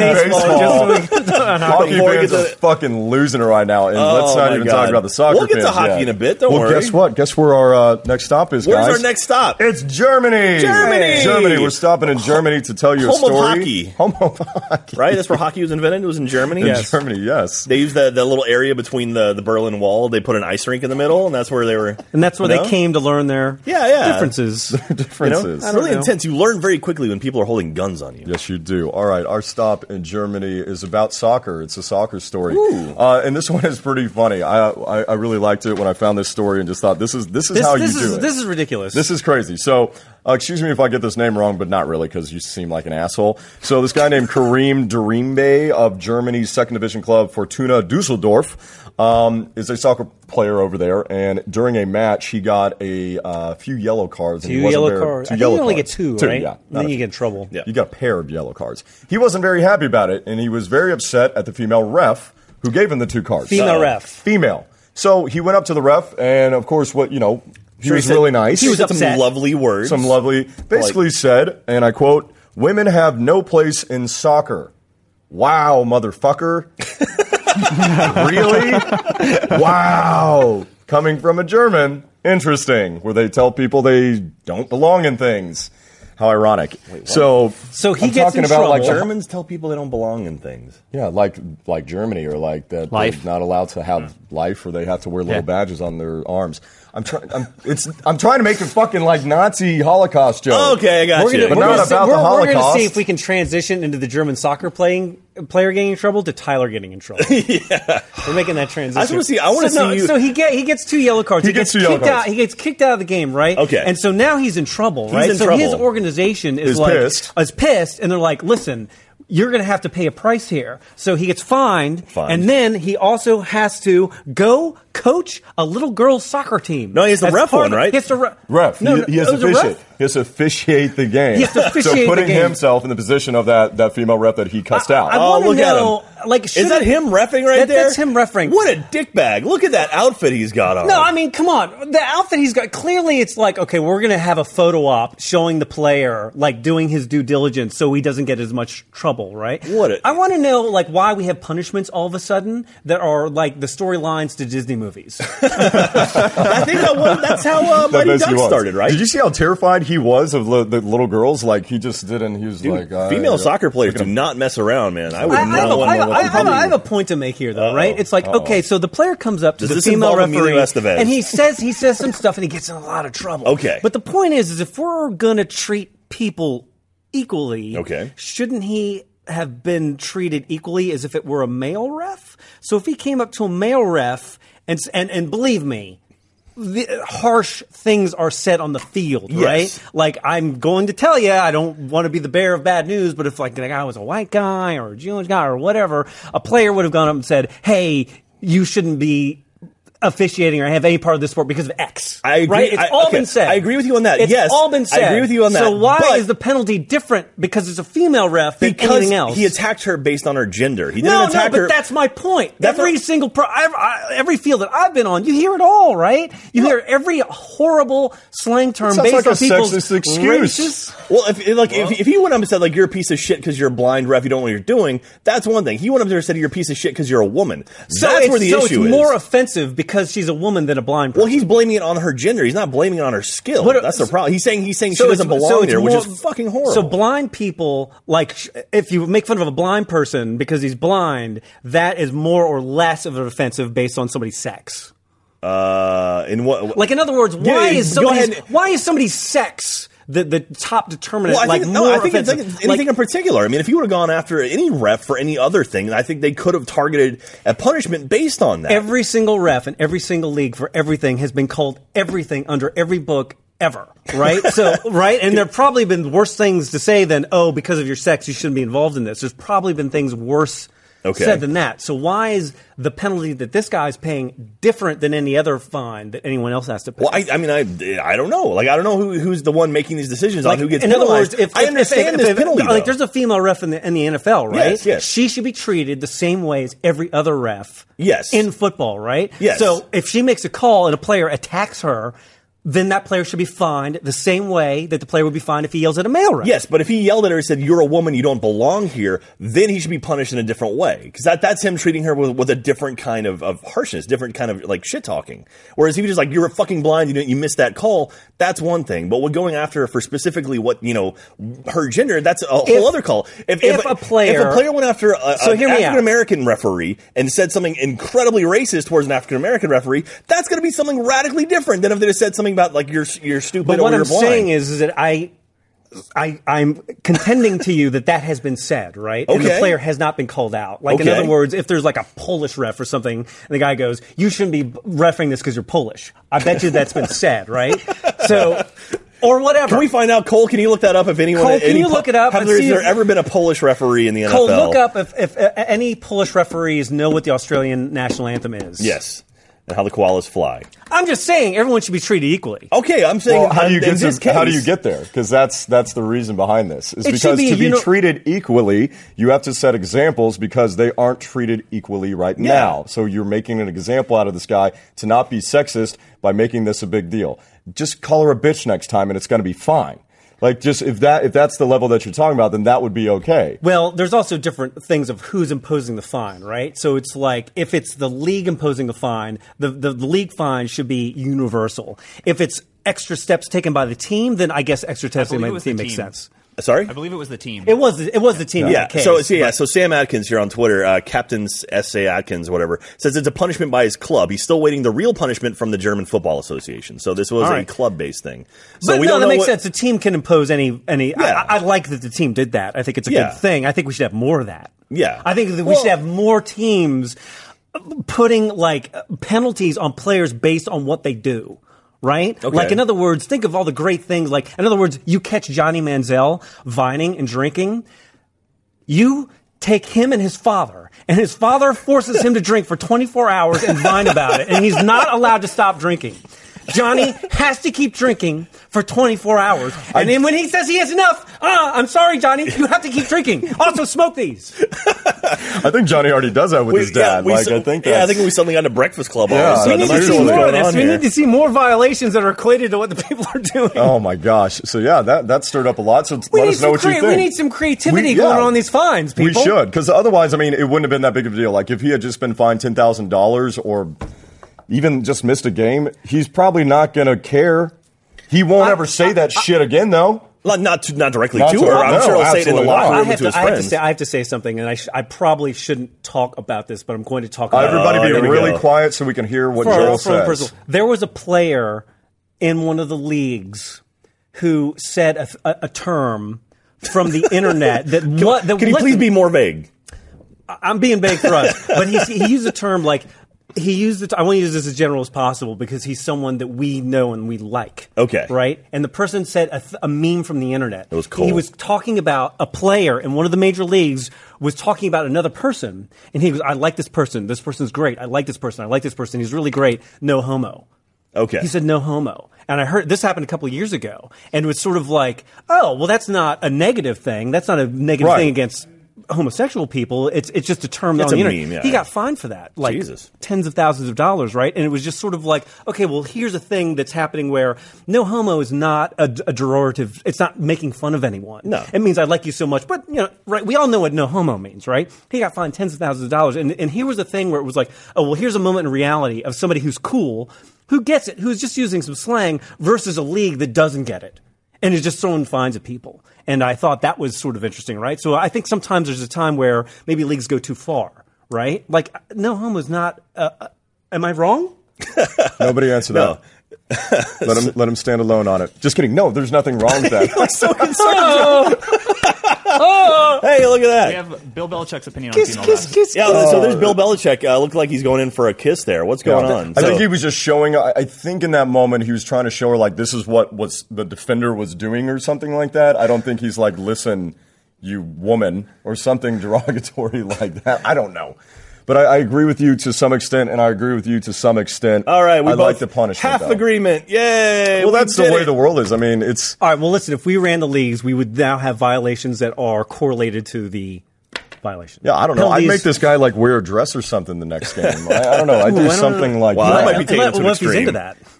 Speaker 1: [laughs]
Speaker 2: baseball. Just so we-
Speaker 3: [laughs]
Speaker 1: hockey
Speaker 3: Before we
Speaker 1: fans
Speaker 3: get
Speaker 1: are
Speaker 3: to-
Speaker 1: fucking losing it right now, and let's
Speaker 3: Oh,
Speaker 1: not
Speaker 3: my
Speaker 1: even
Speaker 3: God.
Speaker 1: talk about the soccer.
Speaker 3: We'll get to
Speaker 1: fans
Speaker 3: hockey
Speaker 1: yet.
Speaker 3: in a bit, don't
Speaker 1: well,
Speaker 3: worry.
Speaker 1: guess what? Guess where our uh, next stop is,
Speaker 3: [laughs] Where's
Speaker 1: guys?
Speaker 3: our next stop?
Speaker 1: It's Germany.
Speaker 3: Germany!
Speaker 1: Germany. We're stopping in Germany to tell you a
Speaker 3: Home of
Speaker 1: story.
Speaker 3: hockey.
Speaker 1: Home of hockey.
Speaker 3: Right? That's where hockey was invented. It was in Germany.
Speaker 1: In Germany, yes. [laughs]
Speaker 3: They used the, the little area between the, the Berlin Wall. They put an ice rink in the middle, and that's where they were.
Speaker 2: and that's where
Speaker 3: you
Speaker 2: they
Speaker 3: know?
Speaker 2: came to learn their
Speaker 3: Yeah,
Speaker 2: [laughs]
Speaker 3: yeah.
Speaker 2: differences.
Speaker 3: You know?
Speaker 1: Differences.
Speaker 3: It's really
Speaker 2: know.
Speaker 3: intense. You learn very quickly when people are holding guns on you.
Speaker 1: Yes, you do. All right, our stop in Germany is about soccer. It's a soccer story, uh, and this [laughs] one is pretty funny. I, I I really liked it when I found this story and just thought this is this is
Speaker 2: This,
Speaker 1: how
Speaker 2: this
Speaker 1: you
Speaker 2: is
Speaker 1: do it.
Speaker 2: this is ridiculous.
Speaker 1: This is crazy. So, uh, excuse me if I get this name wrong, but not really because you seem like an asshole. So, this guy named Karim Dreambe of Germany's second division club Fortuna Dusseldorf um, is a soccer player over there. And during a match, he got a uh, few yellow cards. and he
Speaker 2: two
Speaker 1: wasn't
Speaker 2: yellow
Speaker 1: very-
Speaker 2: cards.
Speaker 1: two
Speaker 2: I think
Speaker 1: yellow
Speaker 2: you only get
Speaker 1: cards.
Speaker 2: two, right?
Speaker 1: Yeah, not
Speaker 2: And then
Speaker 1: a-
Speaker 2: you get in trouble.
Speaker 3: Yeah.
Speaker 1: you got a pair of yellow cards. He wasn't very happy about it, and he was very upset at the female ref who gave him the two cards.
Speaker 2: Female
Speaker 3: Uh-oh.
Speaker 2: ref.
Speaker 1: Female. So he went up to the ref, and of course, what you know, he
Speaker 3: Sure,
Speaker 1: was
Speaker 3: said-
Speaker 1: really nice.
Speaker 2: He was
Speaker 3: said
Speaker 2: upset.
Speaker 3: some lovely words.
Speaker 1: Some lovely, basically said, and I quote: "Women have no place in soccer." Wow, motherfucker! [laughs] really? wow! Coming from a German, interesting. Where they tell people they don't belong in things. How ironic! so,
Speaker 2: So he
Speaker 1: I'm
Speaker 2: gets
Speaker 1: talking
Speaker 2: in
Speaker 1: about like
Speaker 2: trouble.
Speaker 1: the
Speaker 3: Germans tell people they don't belong in things.
Speaker 1: yeah, like like Germany or like that they're
Speaker 4: Life.
Speaker 1: not allowed to
Speaker 2: Mm.
Speaker 1: have life or they have to wear little
Speaker 4: Yeah.
Speaker 1: badges on their arms. I'm trying I'm it's I'm trying to make a fucking like Nazi Holocaust
Speaker 2: Oh,
Speaker 1: joke.
Speaker 3: Okay, I got
Speaker 2: We're
Speaker 3: you.
Speaker 2: gonna-
Speaker 1: But
Speaker 2: we're
Speaker 1: not
Speaker 2: gonna
Speaker 1: about the
Speaker 2: see- we're- We're going
Speaker 1: Holocaust.
Speaker 2: to see if we can transition into the German soccer playing player getting in trouble to Tyler getting in trouble. We're making that transition.
Speaker 3: wanna see- I wanna
Speaker 2: so, no,
Speaker 3: see you-
Speaker 2: So he get he gets two yellow cards.
Speaker 1: He gets two yellow
Speaker 2: kicked
Speaker 1: cards.
Speaker 2: Out, he gets kicked out of the game, right?
Speaker 3: Okay.
Speaker 2: And so now he's in trouble, right?
Speaker 3: in
Speaker 2: so his
Speaker 3: trouble.
Speaker 2: organization is
Speaker 1: Is
Speaker 2: like
Speaker 1: pissed.
Speaker 2: is pissed, and they're like, listen. You're going to have to pay a price here. So he gets fined,
Speaker 3: Fined.
Speaker 2: and then he also has to go coach a little girls' soccer team.
Speaker 3: No, he has to
Speaker 2: As
Speaker 3: ref
Speaker 2: part
Speaker 3: one,
Speaker 2: of-
Speaker 3: right?
Speaker 2: He has to ref.
Speaker 1: Ref.
Speaker 2: No,
Speaker 1: he,
Speaker 2: no,
Speaker 1: he has
Speaker 2: it
Speaker 1: to
Speaker 2: was a
Speaker 1: officiate.
Speaker 2: ref?
Speaker 1: He has to officiate the game.
Speaker 2: He has to
Speaker 1: [laughs] so
Speaker 2: officiate
Speaker 1: putting
Speaker 2: the game.
Speaker 1: himself in the position of that, that female rep that he cussed out.
Speaker 2: I
Speaker 3: Oh,
Speaker 2: want to
Speaker 3: look at
Speaker 2: know,
Speaker 3: him.
Speaker 2: like,
Speaker 3: Is
Speaker 2: should
Speaker 3: that him refing right
Speaker 2: That-
Speaker 3: there?
Speaker 2: That's him refing.
Speaker 3: What a dickbag! Look at that outfit he's got on.
Speaker 2: No, I mean, come on. The outfit he's got, clearly it's like, okay, we're going to have a photo op showing the player, like, doing his due diligence so he doesn't get as much trouble, right?
Speaker 3: What a-
Speaker 2: I want to know, like, why we have punishments all of a sudden that are, like, the storylines to Disney movies. [laughs]
Speaker 3: I think that was, that's how uh,
Speaker 1: That
Speaker 3: Mighty
Speaker 1: basically
Speaker 3: Duck
Speaker 1: was.
Speaker 3: started, right?
Speaker 1: Did you see how terrified he was of li- the little girls? Like he just didn't. He was like I- uh,
Speaker 3: Female soccer players do not mess around, man. I would
Speaker 2: I, I,
Speaker 3: not
Speaker 2: have a,
Speaker 3: want
Speaker 2: I,
Speaker 3: to
Speaker 2: have a- I
Speaker 3: let
Speaker 2: have a- I have
Speaker 3: them
Speaker 2: a point to make here, though, right? It's like,
Speaker 1: Uh-oh.
Speaker 2: okay, so the player comes up to
Speaker 3: Does
Speaker 2: the
Speaker 3: this
Speaker 2: female
Speaker 3: involve Emilio
Speaker 2: referee,
Speaker 3: Estevez?
Speaker 2: and he says he says some stuff, and he gets in a lot of trouble.
Speaker 3: Okay.
Speaker 2: but the point is, is if we're gonna treat people equally,
Speaker 3: Okay.
Speaker 2: shouldn't he? Have been treated equally as if it were a male ref. So if he came up to a male ref, and s- and and believe me, the, harsh things are said on the field,
Speaker 3: Yes.
Speaker 2: right? Like I'm going to tell you, I don't want to be the bearer of bad news, but if like the guy was a white guy or a Jewish guy or whatever, a player would have gone up and said, "Hey, you shouldn't be officiating or have any part of this sport because of X."
Speaker 3: I agree-
Speaker 2: Right? It's
Speaker 3: I-
Speaker 2: all
Speaker 3: okay.
Speaker 2: been said.
Speaker 3: I agree with you on that.
Speaker 2: It's
Speaker 3: Yes.
Speaker 2: all been
Speaker 3: I
Speaker 2: said.
Speaker 3: agree with you on that.
Speaker 2: So why
Speaker 3: But-
Speaker 2: is the penalty different because it's a female ref than
Speaker 3: because
Speaker 2: anything else?
Speaker 3: he attacked her based on her gender. He didn't
Speaker 2: no, no,
Speaker 3: attack
Speaker 2: but
Speaker 3: her.
Speaker 2: that's my point.
Speaker 3: That's
Speaker 2: every
Speaker 3: not-
Speaker 2: single pro, I, I, every field that I've been on, you hear it all, right? You hear every horrible slang term
Speaker 1: Sounds
Speaker 2: based
Speaker 1: like
Speaker 2: on
Speaker 1: a
Speaker 2: people's
Speaker 1: sexist excuse.
Speaker 2: racist-
Speaker 3: Well, if if, like if, if he went up and said like you're a piece of shit because you're a blind ref, you don't know what you're doing. That's one thing. He went up there and said you're a piece of shit because you're a woman.
Speaker 2: So
Speaker 3: that's
Speaker 2: it's,
Speaker 3: where the
Speaker 2: so
Speaker 3: issue
Speaker 2: it's
Speaker 3: is.
Speaker 2: more offensive because she's a woman than a blind person.
Speaker 3: well, he's blaming it on her gender. He's not blaming it on her skill.
Speaker 2: What-
Speaker 3: that's the problem. He's saying he's saying she
Speaker 2: it's-
Speaker 3: doesn't belong
Speaker 2: uh, so it's
Speaker 3: there, which
Speaker 2: more-
Speaker 3: is fucking horrible.
Speaker 2: So blind people, like, sh- if you make fun of a blind person because he's blind, that is more or less of an offensive based on somebody's sex.
Speaker 3: uh, in what
Speaker 2: Like, in other words, why
Speaker 3: Yeah,
Speaker 2: is
Speaker 3: go
Speaker 2: somebody's,
Speaker 3: ahead.
Speaker 2: why is somebody's sex the, the top determinant?
Speaker 3: Well, I
Speaker 2: like,
Speaker 3: think,
Speaker 2: more
Speaker 3: no, I think it's like
Speaker 2: offensive?
Speaker 3: anything in particular. I mean, if you would have gone after any ref for any other thing, I think they could have targeted a punishment based on that.
Speaker 2: every single ref in every single league for everything has been called everything under every book ever
Speaker 3: [laughs]
Speaker 2: right so right and there have probably been worse things to say than oh because of your sex you shouldn't be involved in this there's probably been things worse
Speaker 3: Okay.
Speaker 2: said than that. So why is the penalty that this guy's paying different than any other fine that anyone else has to pay?
Speaker 3: Well, I, I mean, I, I don't know. Like, I don't know who, who's the one making these decisions
Speaker 2: Like,
Speaker 3: on who gets
Speaker 2: in other
Speaker 3: penalized.
Speaker 2: words, if
Speaker 3: I
Speaker 2: if-
Speaker 3: understand
Speaker 2: if,
Speaker 3: this
Speaker 2: if,
Speaker 3: penalty,
Speaker 2: like
Speaker 3: though.
Speaker 2: there's a female ref in the in the NFL, right?
Speaker 3: Yes, yes.
Speaker 2: She should be treated the same way as every other ref.
Speaker 3: Yes.
Speaker 2: in football, right?
Speaker 3: Yes.
Speaker 2: So if she makes a call and a player attacks her, then that player should be fined the same way that the player would be fined if he yells at a male ref.
Speaker 3: Yes, but if he yelled at her and said, "You're a woman, you don't belong here," then he should be punished in a different way because that, that's him treating her with, with a different kind of, of harshness, different kind of like shit talking. Whereas he was just like, "You're fucking blind, you didn't, you missed that call." That's one thing, but when going after her for specifically what you know her gender, that's a whole
Speaker 2: If-
Speaker 3: other call.
Speaker 2: if a player-
Speaker 3: if a player went after a,
Speaker 2: So
Speaker 3: an
Speaker 2: hear me out.
Speaker 3: African American referee and said something incredibly racist towards an African American referee, that's going to be something radically different than if they just said something about like you're you're stupid
Speaker 2: But
Speaker 3: or
Speaker 2: what
Speaker 3: you're
Speaker 2: I'm
Speaker 3: blind.
Speaker 2: saying is, is that I. I, I'm contending to you that that has been said, right? And the
Speaker 3: Okay.
Speaker 2: player has not been called out. Like, in
Speaker 3: Okay.
Speaker 2: other words, if there's like a Polish ref or something, and the guy goes, you shouldn't be refereeing this because you're Polish. I bet you that's been said, right? So, or whatever.
Speaker 3: Can we find out, Cole? Can you look that up? If anyone,
Speaker 2: Cole, can
Speaker 3: any
Speaker 2: you look it up
Speaker 3: Have
Speaker 2: and
Speaker 3: there,
Speaker 2: see
Speaker 3: has there
Speaker 2: if-
Speaker 3: ever been a Polish referee in the
Speaker 2: Cole,
Speaker 3: NFL?
Speaker 2: look up if, if uh, any Polish referees know what the Australian national anthem is.
Speaker 3: Yes, and how the koalas fly.
Speaker 2: I'm just saying everyone should be treated equally.
Speaker 3: Okay, I'm saying.
Speaker 1: Well, how do you
Speaker 3: in
Speaker 1: get
Speaker 3: this
Speaker 1: to, how do
Speaker 3: case-
Speaker 1: you get there? Because that's that's the reason behind this. Is
Speaker 2: It
Speaker 1: because
Speaker 2: should be
Speaker 1: to
Speaker 2: a
Speaker 1: be
Speaker 2: uni-
Speaker 1: treated equally, you have to set examples because they aren't treated equally right now. So you're making an example out of this guy to not be sexist by making this a big deal. Just call her a bitch next time, and it's going to be fine. Like just if that if that's the level that you're talking about, then that would be okay.
Speaker 2: Well, there's also different things of who's imposing the fine, right? So it's like if it's the league imposing the fine, the, the, the league fine should be universal. If it's extra steps taken by the team, then I guess extra steps taken
Speaker 4: believe
Speaker 2: by
Speaker 4: it
Speaker 2: the
Speaker 4: was
Speaker 2: team
Speaker 4: the
Speaker 2: makes
Speaker 4: team.
Speaker 2: sense.
Speaker 3: Sorry.
Speaker 4: I believe it was the team.
Speaker 2: It was it was the team. in
Speaker 3: Yeah.
Speaker 2: that case.
Speaker 3: So, so yeah. So Sam Atkins here on Twitter, uh, Captain S. A. Atkins, whatever, says it's a punishment by his club. He's still waiting the real punishment from the German Football Association. So this was
Speaker 2: All
Speaker 3: a
Speaker 2: right.
Speaker 3: club-based thing. So
Speaker 2: But
Speaker 3: we
Speaker 2: no,
Speaker 3: don't
Speaker 2: that
Speaker 3: know
Speaker 2: makes
Speaker 3: what-
Speaker 2: sense. The team can impose any any.
Speaker 3: Yeah.
Speaker 2: I, I like that the team did that. I think it's a
Speaker 3: Yeah.
Speaker 2: good thing. I think we should have more of that.
Speaker 3: Yeah.
Speaker 2: I think that we
Speaker 3: Well-
Speaker 2: should have more teams putting like penalties on players based on what they do. Right?
Speaker 3: Okay.
Speaker 2: Like, in other words, think of all the great things. Like, in other words, you catch Johnny Manziel vining and drinking. You take him and his father, and his father forces him to drink for 24 hours and whine about it, and he's not allowed to stop drinking. Johnny has to keep drinking for 24 hours. And then when he says he has enough, ah, I'm sorry, Johnny, you have to keep drinking. Also, smoke these.
Speaker 1: I think Johnny already does that with
Speaker 3: We-
Speaker 1: his dad.
Speaker 3: we
Speaker 1: like
Speaker 3: so-
Speaker 1: I think that's,
Speaker 3: yeah, I think we suddenly got a Breakfast Club. all
Speaker 1: Yeah,
Speaker 3: of a
Speaker 1: we
Speaker 3: sudden.
Speaker 1: need
Speaker 3: I'm
Speaker 1: to
Speaker 3: not
Speaker 1: see
Speaker 3: sure what's
Speaker 1: more of
Speaker 3: going on here.
Speaker 2: see more violations that are equated to what the people are doing.
Speaker 1: Oh my gosh! So yeah, that that stirred up a lot. So
Speaker 2: [laughs] We
Speaker 1: let
Speaker 2: need
Speaker 1: us know
Speaker 2: some
Speaker 1: what you
Speaker 2: crea-
Speaker 1: think.
Speaker 2: we need some creativity going on these fines, people.
Speaker 1: We should, because otherwise, I mean, it wouldn't have been that big of a deal. Like if he had just been fined ten thousand dollars or even just missed a game, he's probably not going to care. He won't ever say that shit again, though.
Speaker 3: Not not, to, not directly
Speaker 1: Not
Speaker 3: to
Speaker 1: to
Speaker 3: her.
Speaker 1: her,
Speaker 3: I'm
Speaker 1: no,
Speaker 3: sure he'll say it in the
Speaker 1: absolutely
Speaker 3: locker
Speaker 1: not.
Speaker 2: I
Speaker 3: room
Speaker 2: have,
Speaker 3: to his
Speaker 2: to, I have to
Speaker 3: friends.
Speaker 2: say I have to say something, and I, sh- I probably shouldn't talk about this, but I'm going to talk about it.
Speaker 1: Uh, Everybody
Speaker 3: here
Speaker 1: be
Speaker 3: we
Speaker 1: really
Speaker 3: go.
Speaker 1: quiet so we can hear what
Speaker 2: for our-
Speaker 1: Joel
Speaker 2: for our
Speaker 1: says.
Speaker 2: personal- There was a player in one of the leagues who said a, a, a term from the [laughs] internet that what that
Speaker 3: Can you
Speaker 2: what-
Speaker 3: please be more vague?
Speaker 2: I'm being vague for us, but he he used a term like he used the. T- I want to use this as general as possible because he's someone that we know and we like.
Speaker 3: Okay.
Speaker 2: right? And the person said a, th- a meme from the internet. It
Speaker 3: was cool.
Speaker 2: He was talking about a player in one of the major leagues was talking about another person, and he goes, "I like this person. This person's great. I like this person. I like this person. He's really great. No homo."
Speaker 3: Okay.
Speaker 2: He said no homo. And I heard this happened a couple of years ago. And it was sort of like, oh, well, that's not a negative thing. That's not a negative
Speaker 1: Right.
Speaker 2: thing against homosexual people. It's it's just a term
Speaker 3: It's
Speaker 2: on the
Speaker 3: a
Speaker 2: internet.
Speaker 3: meme, yeah.
Speaker 2: He got fined for that. Like
Speaker 3: Jesus.
Speaker 2: tens of thousands of dollars, right? And it was just sort of like, okay, well, here's a thing that's happening where no homo is not a, a derogative. It's not making fun of anyone.
Speaker 3: No.
Speaker 2: It means I like you so much. But, you know, right, we all know what no homo means, right? He got fined tens of thousands of dollars. And, and here was a thing where it was like, oh, well, here's a moment in reality of somebody who's cool, who gets it, who's just using some slang versus a league that doesn't get it and is just throwing fines at people. And I thought that was sort of interesting, right? So I think sometimes there's a time where maybe leagues go too far, right? Like, no homo's not. Uh, uh, am I wrong?
Speaker 1: Nobody answer
Speaker 3: [laughs]
Speaker 1: that. let him let him stand alone on it. Just kidding. No, there's nothing wrong with
Speaker 2: [laughs]
Speaker 1: that.
Speaker 3: so concerned. [laughs]
Speaker 2: Oh,
Speaker 3: hey, look at that.
Speaker 4: we have Bill Belichick's opinion
Speaker 2: Kiss,
Speaker 4: on female
Speaker 2: kiss,
Speaker 4: refs.
Speaker 2: kiss,
Speaker 3: yeah,
Speaker 2: kiss.
Speaker 3: so there's Bill Belichick. Uh, looked like he's going in for a kiss there. What's going on?
Speaker 1: I
Speaker 3: So-
Speaker 1: think he was just showing. I, I think in that moment he was trying to show her like this is what was the defender was doing or something like that. I don't think he's like listen. you woman, or something [laughs] derogatory like that. I don't know. But I, I agree with you to some extent, and I agree with you to some extent.
Speaker 3: All right, we
Speaker 1: I
Speaker 3: both
Speaker 1: like the punishment.
Speaker 3: Half
Speaker 1: though.
Speaker 3: agreement, yay!
Speaker 1: Well,
Speaker 3: we
Speaker 1: that's the
Speaker 3: did
Speaker 1: way
Speaker 3: it.
Speaker 1: the world is. I mean, it's
Speaker 2: All right. Well, listen. If we ran the leagues, we would now have violations that are correlated to the violation.
Speaker 1: yeah. I don't know. I'd
Speaker 2: Penalties-
Speaker 1: make this guy like wear a dress or something the next
Speaker 3: [laughs]
Speaker 1: game. I, I don't know. I
Speaker 2: Ooh, I
Speaker 1: do
Speaker 2: don't
Speaker 1: something
Speaker 2: know.
Speaker 1: like
Speaker 3: Wow,
Speaker 1: that.
Speaker 3: that might be taking it
Speaker 2: Unless-
Speaker 3: to an
Speaker 2: unless he's
Speaker 3: extreme.
Speaker 2: into that.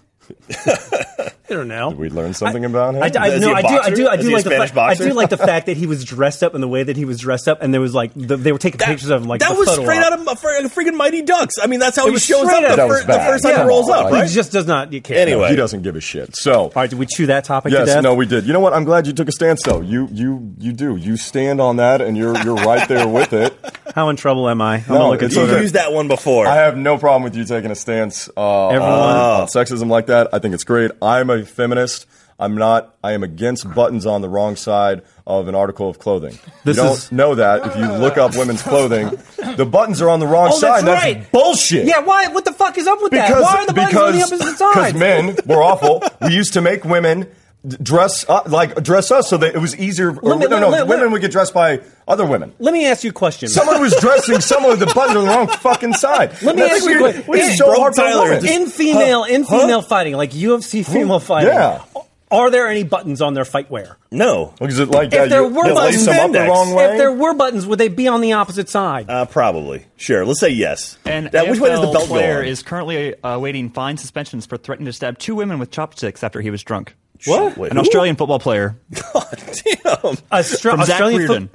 Speaker 2: [laughs] I don't know.
Speaker 1: we learned something about him.
Speaker 2: I, I,
Speaker 3: Is
Speaker 2: no,
Speaker 3: he a
Speaker 2: I do, I
Speaker 3: boxer?
Speaker 2: do, I
Speaker 3: Is
Speaker 2: do
Speaker 3: he a
Speaker 2: like the
Speaker 3: Spanish
Speaker 2: fact, I do
Speaker 3: boxer?
Speaker 2: like
Speaker 3: [laughs]
Speaker 2: the fact that he was dressed up in the way that he was dressed up, and there was like the, they were taking pictures of him. Like
Speaker 3: that
Speaker 2: the
Speaker 3: was
Speaker 2: photo
Speaker 3: straight
Speaker 2: op.
Speaker 3: out of a fr- a freaking Mighty Ducks. I mean, that's how
Speaker 2: It
Speaker 3: he
Speaker 2: was
Speaker 3: shows up
Speaker 2: straight
Speaker 3: the,
Speaker 2: out of-
Speaker 3: fir-
Speaker 1: That was
Speaker 3: the first time
Speaker 1: bad.
Speaker 3: he rolls
Speaker 1: Yeah.
Speaker 3: up,
Speaker 1: Like-
Speaker 2: He
Speaker 3: right?
Speaker 2: just does not you care.
Speaker 3: Anyway.
Speaker 1: He doesn't give a shit. So
Speaker 2: All right, did we chew that topic to
Speaker 1: Yes,
Speaker 2: death?
Speaker 1: no, we did. You know what? I'm glad you took a stance though. You you you do. You stand on that and you're you're right there with it.
Speaker 2: How in trouble am I? I'm
Speaker 1: No,
Speaker 2: gonna look at
Speaker 1: it's
Speaker 3: You've
Speaker 1: okay.
Speaker 2: Twitter.
Speaker 3: used that one before.
Speaker 1: I have no problem with you taking a stance uh,
Speaker 2: Everyone.
Speaker 1: on, on sexism like that. I think it's great. I'm a feminist. I'm not. I am against buttons on the wrong side of an article of clothing.
Speaker 2: This
Speaker 1: you don't
Speaker 2: is-
Speaker 1: know that if you look up women's clothing, the buttons are on the wrong
Speaker 2: Oh, that's
Speaker 1: side.
Speaker 2: right.
Speaker 1: bullshit.
Speaker 2: Yeah, why? What the fuck is up with that? Why are the buttons on the
Speaker 1: Because
Speaker 2: opposite side?
Speaker 1: men were awful. We used to make women d- dress up, like dress us so that it was easier. Or,
Speaker 2: Let me-
Speaker 1: no, no,
Speaker 2: let- let-
Speaker 1: women would get dressed by other women.
Speaker 2: Let me ask you a question.
Speaker 1: Someone was dressing someone with the buttons on the wrong fucking side.
Speaker 2: Let me
Speaker 1: That's
Speaker 2: ask you a
Speaker 1: weird.
Speaker 2: question.
Speaker 1: It's
Speaker 2: Yeah,
Speaker 1: so
Speaker 3: Bro
Speaker 1: hard for a
Speaker 3: Tyler
Speaker 1: woman.
Speaker 3: just-
Speaker 2: in female, in
Speaker 3: Huh?
Speaker 2: female fighting, like UFC female fighting,
Speaker 1: Yeah.
Speaker 2: are there any buttons on their fight wear?
Speaker 3: no,
Speaker 1: Is it like that?
Speaker 2: if there
Speaker 1: you,
Speaker 2: were
Speaker 1: you lace
Speaker 2: buttons,
Speaker 1: them up the
Speaker 3: Spandex.
Speaker 1: wrong way.
Speaker 2: if there were buttons, would they be on the opposite side?
Speaker 3: uh, probably. Sure, let's say yes.
Speaker 4: An
Speaker 3: that, which way does the
Speaker 4: NFL
Speaker 3: belt go?
Speaker 4: player
Speaker 3: on?
Speaker 4: is currently uh, awaiting fine suspensions for threatening to stab two women with chopsticks after he was drunk.
Speaker 3: What? Wait,
Speaker 4: An
Speaker 3: who?
Speaker 4: Australian football player
Speaker 3: [laughs] God damn.
Speaker 2: Austra-
Speaker 4: from Zach
Speaker 2: Australian fo-
Speaker 4: Reardon.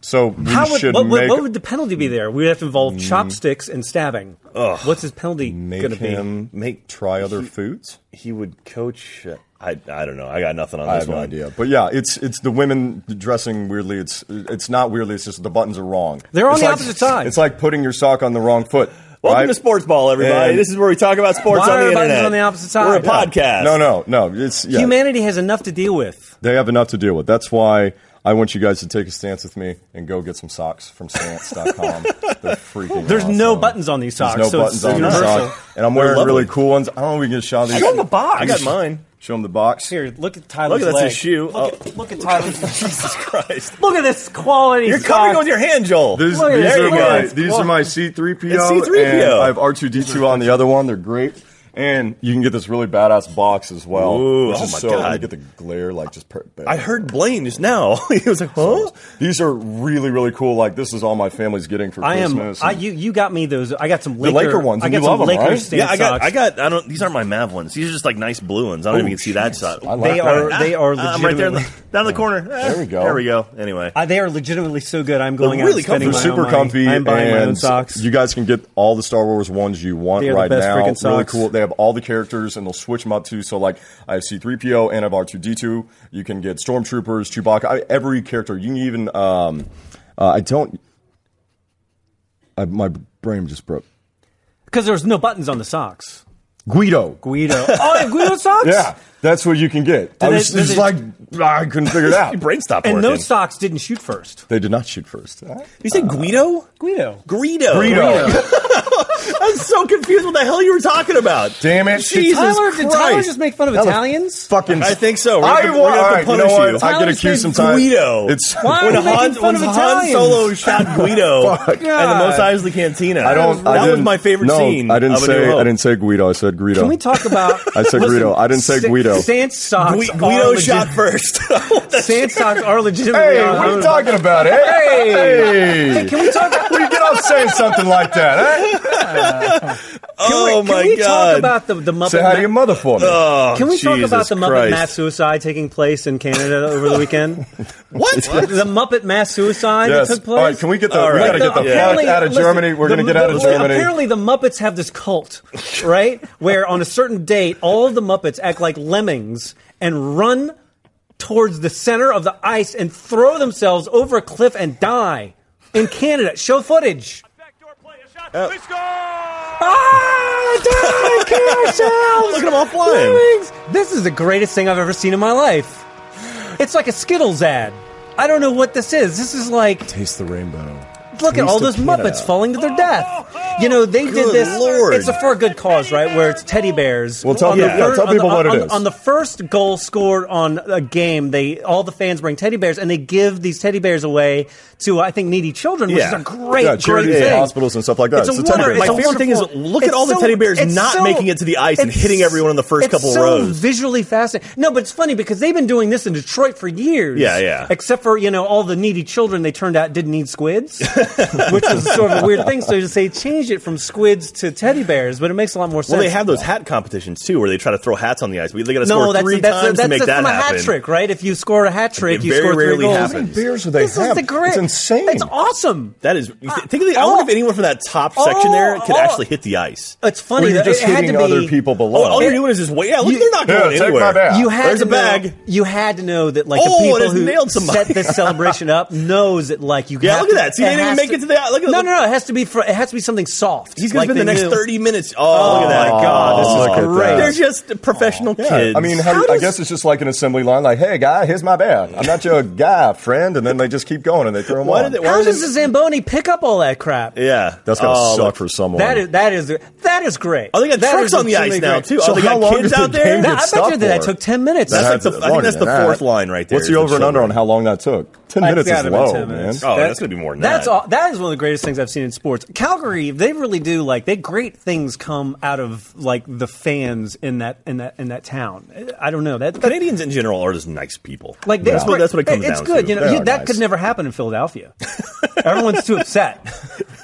Speaker 1: so we
Speaker 2: How would,
Speaker 1: should
Speaker 2: what, what,
Speaker 1: make Mm.
Speaker 2: what would the penalty be there? We'd have to involve chopsticks and stabbing. What's his penalty going
Speaker 1: make
Speaker 2: to be?
Speaker 1: him make try other foods.
Speaker 3: He would coach. I I don't know. I got nothing on
Speaker 1: uh, I
Speaker 3: this
Speaker 1: have no
Speaker 3: one.
Speaker 1: idea, but yeah, it's it's the women dressing weirdly. It's it's not weirdly. It's just the buttons are wrong.
Speaker 2: They're on
Speaker 1: It's
Speaker 2: the
Speaker 1: like-
Speaker 2: opposite side.
Speaker 1: It's like putting your sock on the wrong foot.
Speaker 3: Welcome
Speaker 1: right?
Speaker 3: to Sports Ball, everybody.
Speaker 1: And-
Speaker 3: this is where we talk about sports
Speaker 2: Why
Speaker 3: on
Speaker 2: are
Speaker 3: the
Speaker 2: buttons
Speaker 3: internet.
Speaker 2: on the opposite
Speaker 3: We're a
Speaker 2: side? Yeah.
Speaker 3: podcast.
Speaker 1: No, no, no. It's yeah.
Speaker 2: Humanity has enough to deal with.
Speaker 1: they have enough to deal with. That's why I want you guys to take a stance with me and go get some socks from
Speaker 2: [laughs]
Speaker 1: stance.com. They're freaking.
Speaker 2: There's no
Speaker 1: awesome.
Speaker 2: buttons on these socks,
Speaker 1: There's no
Speaker 2: so
Speaker 1: buttons
Speaker 2: it's
Speaker 1: on these
Speaker 2: universal.
Speaker 1: socks, and I'm wearing
Speaker 3: lovely.
Speaker 1: really cool ones. I don't know if we can show these.
Speaker 3: Show 'em the box.
Speaker 1: can
Speaker 3: I got mine.
Speaker 1: Show them the box.
Speaker 2: Here, look at Tyler's
Speaker 3: Look at- that's
Speaker 2: leg.
Speaker 3: his shoe.
Speaker 2: Look,
Speaker 3: [laughs] Oh.
Speaker 2: at, look at Tyler's.
Speaker 3: Jesus Christ.
Speaker 2: look at this quality.
Speaker 3: You're covering
Speaker 2: sock.
Speaker 3: with your hand, Joel.
Speaker 1: These,
Speaker 2: Look at
Speaker 1: these
Speaker 2: this.
Speaker 1: are
Speaker 2: Look at
Speaker 1: my
Speaker 2: this.
Speaker 1: these
Speaker 2: Wow.
Speaker 1: are my C3PO.
Speaker 3: It's C3PO.
Speaker 1: And I have R2D2 on the other one. They're great. And you can get this really badass box as well.
Speaker 3: Ooh,
Speaker 1: which
Speaker 3: oh
Speaker 1: is
Speaker 3: my
Speaker 1: so,
Speaker 3: God.
Speaker 1: You get the glare like just. Per-
Speaker 3: I heard Blaine just now. [laughs] he was like, huh?
Speaker 1: these are really really cool. Like this is all my family's getting for
Speaker 2: I am.
Speaker 1: Christmas.
Speaker 2: I,
Speaker 1: And-
Speaker 2: you you got me those. I got some Laker,
Speaker 1: Laker ones,
Speaker 2: I
Speaker 1: and
Speaker 2: got
Speaker 1: you
Speaker 2: some
Speaker 1: love 'em,
Speaker 2: Laker
Speaker 1: right?
Speaker 2: stance
Speaker 3: Yeah, I got,
Speaker 2: socks.
Speaker 3: I got, I don't, these aren't my Mav ones. These are just like nice blue ones. I don't even get to see that side.
Speaker 1: Oh,
Speaker 3: Uh,
Speaker 1: I like
Speaker 2: They
Speaker 1: that.
Speaker 2: are. They [laughs] are
Speaker 3: I'm right there, in the,
Speaker 2: legitimately.
Speaker 3: down in the corner. There
Speaker 1: we go.
Speaker 3: There we go. Anyway,
Speaker 2: Uh, they are legitimately so good. I'm going out
Speaker 3: really
Speaker 2: and spending
Speaker 1: They're
Speaker 3: comfy.
Speaker 2: my own
Speaker 1: super
Speaker 2: money.
Speaker 1: comfy.
Speaker 2: I'm buying
Speaker 1: and
Speaker 2: my own socks.
Speaker 1: You guys can get all the Star Wars ones you want
Speaker 2: They are the
Speaker 1: right
Speaker 2: best
Speaker 1: now.
Speaker 2: freaking
Speaker 1: Really
Speaker 2: socks.
Speaker 1: cool. They have all the characters and they'll switch them up too. So like I have C3PO and I have R2D2. You can get Stormtroopers, Chewbacca, I, every character. You can even um, uh, I don't. I, my brain just broke.
Speaker 2: Because there's no buttons on the socks.
Speaker 1: Guido.
Speaker 2: Guido. [laughs] Oh, and Guido socks?
Speaker 1: Yeah, that's what you can get. I
Speaker 2: they-
Speaker 1: was
Speaker 2: do
Speaker 1: just
Speaker 2: they-
Speaker 1: like I couldn't
Speaker 2: [laughs]
Speaker 1: figure it out.
Speaker 3: your brain stopped
Speaker 2: And
Speaker 3: working.
Speaker 2: those socks didn't shoot first.
Speaker 1: They did not shoot first.
Speaker 3: you say Guido?
Speaker 2: Guido.
Speaker 3: Greedo.
Speaker 1: Guido.
Speaker 3: [laughs] I'm so confused. What the hell you were talking about?
Speaker 1: Damn it.
Speaker 3: Jesus
Speaker 2: Tyler, did Tyler
Speaker 3: Christ.
Speaker 2: just make fun of
Speaker 1: That was
Speaker 2: Italians?
Speaker 1: Fucking.
Speaker 3: I think so. We're
Speaker 1: I
Speaker 3: gonna-
Speaker 1: want.
Speaker 3: we're gonna have
Speaker 1: alright,
Speaker 3: to
Speaker 1: you know
Speaker 3: punish
Speaker 1: what?
Speaker 3: you.
Speaker 1: I get
Speaker 2: Tyler's
Speaker 1: accused
Speaker 2: name's
Speaker 1: sometimes.
Speaker 3: Guido.
Speaker 1: It's
Speaker 2: Why are
Speaker 3: when
Speaker 2: you making
Speaker 3: Han,
Speaker 2: fun
Speaker 3: when
Speaker 2: of
Speaker 3: Han
Speaker 2: Italians?
Speaker 3: Solo [laughs] shot Guido
Speaker 1: Fuck.
Speaker 3: and the Mos Eisley Cantina.
Speaker 1: I don't.
Speaker 3: That
Speaker 1: I
Speaker 3: was
Speaker 1: didn't-
Speaker 3: my favorite
Speaker 1: no,
Speaker 3: scene.
Speaker 1: I didn't
Speaker 3: of A
Speaker 1: say.
Speaker 3: New Hope.
Speaker 1: I didn't say Guido. I said Guido.
Speaker 2: Can we talk about.
Speaker 1: [laughs] I said
Speaker 2: Listen,
Speaker 1: Guido. I didn't say
Speaker 2: Sa-
Speaker 1: Guido.
Speaker 2: Sans socks.
Speaker 3: Gui-
Speaker 2: are
Speaker 3: Guido
Speaker 2: legit-
Speaker 3: shot first. [laughs] Oh,
Speaker 2: Sans socks are legitimately.
Speaker 1: Hey,
Speaker 2: on-
Speaker 1: what are you talking about? eh? Hey, hey.
Speaker 2: Can we talk? Can
Speaker 1: [laughs] Will you get off saying something like that? eh?
Speaker 3: oh
Speaker 2: we,
Speaker 3: my
Speaker 2: can we
Speaker 3: god!
Speaker 2: talk about the, the Muppet?
Speaker 1: Say hi to your
Speaker 2: Ma-
Speaker 1: mother for me.
Speaker 2: can we talk about
Speaker 3: Jesus
Speaker 2: the Muppet
Speaker 3: Christ.
Speaker 2: mass suicide taking place in Canada over
Speaker 1: [laughs]
Speaker 2: the weekend?
Speaker 3: what?
Speaker 2: the Muppet mass suicide
Speaker 1: yes.
Speaker 2: that took place.
Speaker 1: All right. Can we get the?
Speaker 3: All
Speaker 1: We
Speaker 3: right.
Speaker 1: gotta get the
Speaker 3: Yeah.
Speaker 1: fuck
Speaker 2: apparently-
Speaker 1: out of
Speaker 2: listen,
Speaker 1: Germany. We're
Speaker 2: the-
Speaker 1: gonna get out of
Speaker 2: listen,
Speaker 1: Germany.
Speaker 2: Apparently, the Muppets have this cult, right? Where on a certain date, all of the Muppets act like lemmings and run towards the center of the ice and throw themselves over a cliff and die in Canada. Show footage.
Speaker 5: Backdoor play, a shot, we score!
Speaker 2: Ah, die, kill yourselves!
Speaker 3: Look at 'em all flying.
Speaker 2: Lemmings. This is the greatest thing I've ever seen in my life. It's like a Skittles ad. I don't know what this is. This is like
Speaker 1: Taste the rainbow.
Speaker 2: look at all
Speaker 1: Taste
Speaker 2: those
Speaker 1: of Canada.
Speaker 2: Muppets falling to their death. You know, they did
Speaker 3: Good
Speaker 2: this.
Speaker 3: Lord.
Speaker 2: It's a for a good cause, right? Where it's teddy bears.
Speaker 1: Well, tell
Speaker 2: On the
Speaker 1: people- yeah,
Speaker 2: fir-
Speaker 1: tell
Speaker 2: on the-
Speaker 1: people what it
Speaker 2: on-
Speaker 1: is.
Speaker 2: On the first goal scored on a game, they all the fans bring teddy bears, and they give these teddy bears away to I think needy children, which
Speaker 3: Yeah.
Speaker 2: is a great,
Speaker 1: yeah,
Speaker 2: great
Speaker 1: charities
Speaker 2: thing.
Speaker 1: and hospitals and stuff like that.
Speaker 2: It's a
Speaker 1: teddy
Speaker 2: wonder-
Speaker 1: bear.
Speaker 2: it's
Speaker 3: My
Speaker 2: a
Speaker 3: favorite thing is
Speaker 2: wonderful-
Speaker 3: look at
Speaker 2: it's
Speaker 3: all the
Speaker 2: so-
Speaker 3: teddy bears
Speaker 2: it's
Speaker 3: not
Speaker 2: so-
Speaker 3: making it to the ice and
Speaker 2: it's
Speaker 3: hitting everyone in the first
Speaker 2: it's
Speaker 3: couple
Speaker 2: so
Speaker 3: rows.
Speaker 2: Visually fascinating. No, but it's funny because they've been doing this in Detroit for years.
Speaker 3: Yeah, yeah.
Speaker 2: Except for you know all the needy children they turned out didn't need
Speaker 3: [laughs]
Speaker 2: squids, which was sort of a weird thing. So they changed it from squids to teddy bears, but it makes a lot more sense.
Speaker 3: Well, they have those hat competitions too, where they try to throw hats on the ice. But they got to score three times to make that
Speaker 2: from
Speaker 3: happen.
Speaker 2: a hat trick, right? If you score a hat trick,
Speaker 3: It
Speaker 2: you
Speaker 3: very
Speaker 2: score three
Speaker 3: rarely
Speaker 2: goals.
Speaker 1: How many
Speaker 3: happens.
Speaker 1: beers do they
Speaker 2: this
Speaker 1: have?
Speaker 2: is the great.
Speaker 1: It's insane.
Speaker 2: It's awesome.
Speaker 3: That is. you th- Think of the. I wonder if anyone from that top section there could
Speaker 2: Uh, oh.
Speaker 3: actually hit the ice.
Speaker 2: It's funny.
Speaker 1: Where you're
Speaker 2: that
Speaker 1: just
Speaker 2: it had to
Speaker 1: hitting
Speaker 2: be,
Speaker 1: other people below.
Speaker 3: Oh, all you're
Speaker 2: it-
Speaker 3: doing is just wait. Yeah, look,
Speaker 2: you-
Speaker 3: they're not
Speaker 1: Yeah,
Speaker 3: going
Speaker 1: take my
Speaker 3: anywhere.
Speaker 1: bat.
Speaker 2: You had
Speaker 3: There's
Speaker 2: to
Speaker 3: a
Speaker 2: know,
Speaker 3: bag.
Speaker 2: You had to know that like
Speaker 3: Oh,
Speaker 2: the
Speaker 3: it
Speaker 2: people
Speaker 3: has
Speaker 2: who
Speaker 3: nailed somebody.
Speaker 2: set this celebration
Speaker 3: [laughs]
Speaker 2: up knows that like you.
Speaker 3: Yeah,
Speaker 2: have
Speaker 3: look at
Speaker 2: to-
Speaker 3: that. See, they didn't even
Speaker 2: has
Speaker 3: make
Speaker 2: to-
Speaker 3: it to the- look at-
Speaker 2: no,
Speaker 3: look-
Speaker 2: no, no. It has to be. For, it has to be something soft.
Speaker 3: He's going
Speaker 2: like
Speaker 3: to spend the
Speaker 2: they
Speaker 3: next
Speaker 2: knew.
Speaker 3: 30 minutes. Oh, look at that.
Speaker 2: my God, this is
Speaker 1: look at
Speaker 2: great.
Speaker 1: that.
Speaker 3: They're just
Speaker 2: Oh,
Speaker 3: professional
Speaker 1: Yeah,
Speaker 3: kids.
Speaker 1: I mean, how,
Speaker 2: How
Speaker 1: I
Speaker 2: does-
Speaker 1: guess it's just like an assembly line, like, "Hey, guy, here's my bat. I'm not your guy, friend," and then they just keep going and they throw them
Speaker 3: Why
Speaker 1: on.
Speaker 3: did they-
Speaker 2: How
Speaker 3: Why
Speaker 2: does
Speaker 3: did-
Speaker 2: the Zamboni pick up all that crap?
Speaker 3: yeah.
Speaker 1: That's gonna
Speaker 3: Oh,
Speaker 1: suck
Speaker 3: look.
Speaker 1: for someone.
Speaker 2: That is that is that is great.
Speaker 3: Oh, they got
Speaker 2: That
Speaker 3: trucks
Speaker 2: is
Speaker 3: on the ice
Speaker 2: extremely
Speaker 3: now
Speaker 2: great.
Speaker 3: too.
Speaker 1: So
Speaker 3: oh, they
Speaker 1: how
Speaker 3: got
Speaker 1: long
Speaker 3: kids
Speaker 1: does the
Speaker 3: out there.
Speaker 1: game
Speaker 2: No,
Speaker 1: get
Speaker 2: I bet you
Speaker 1: stopped
Speaker 2: that
Speaker 1: for?
Speaker 2: took ten minutes.
Speaker 3: That's
Speaker 1: That
Speaker 3: like the-
Speaker 1: had-
Speaker 3: I think
Speaker 1: longer
Speaker 3: that's
Speaker 1: than
Speaker 3: the
Speaker 1: that.
Speaker 3: fourth line right there
Speaker 1: What's
Speaker 3: is
Speaker 1: the
Speaker 3: the
Speaker 1: over and under
Speaker 3: children.
Speaker 1: on how long that took? Ten
Speaker 2: I
Speaker 1: minutes
Speaker 2: forgot
Speaker 1: is
Speaker 2: about
Speaker 1: low,
Speaker 2: 10
Speaker 1: man.
Speaker 2: minutes.
Speaker 3: Oh,
Speaker 2: That-
Speaker 3: that's going to be more than
Speaker 2: That's
Speaker 3: that.
Speaker 2: all, that is one of the greatest things I've seen in sports. Calgary, they really do like they great things come out of like the fans in that in that in that town. I don't know that, that
Speaker 3: Canadians in general are just nice people.
Speaker 2: like
Speaker 3: that's, what, that's what it comes
Speaker 2: it's
Speaker 3: down
Speaker 2: good,
Speaker 3: to.
Speaker 2: you know.
Speaker 1: They
Speaker 2: you-
Speaker 1: are
Speaker 2: that
Speaker 1: nice.
Speaker 2: could never happen in Philadelphia. Everyone's too upset.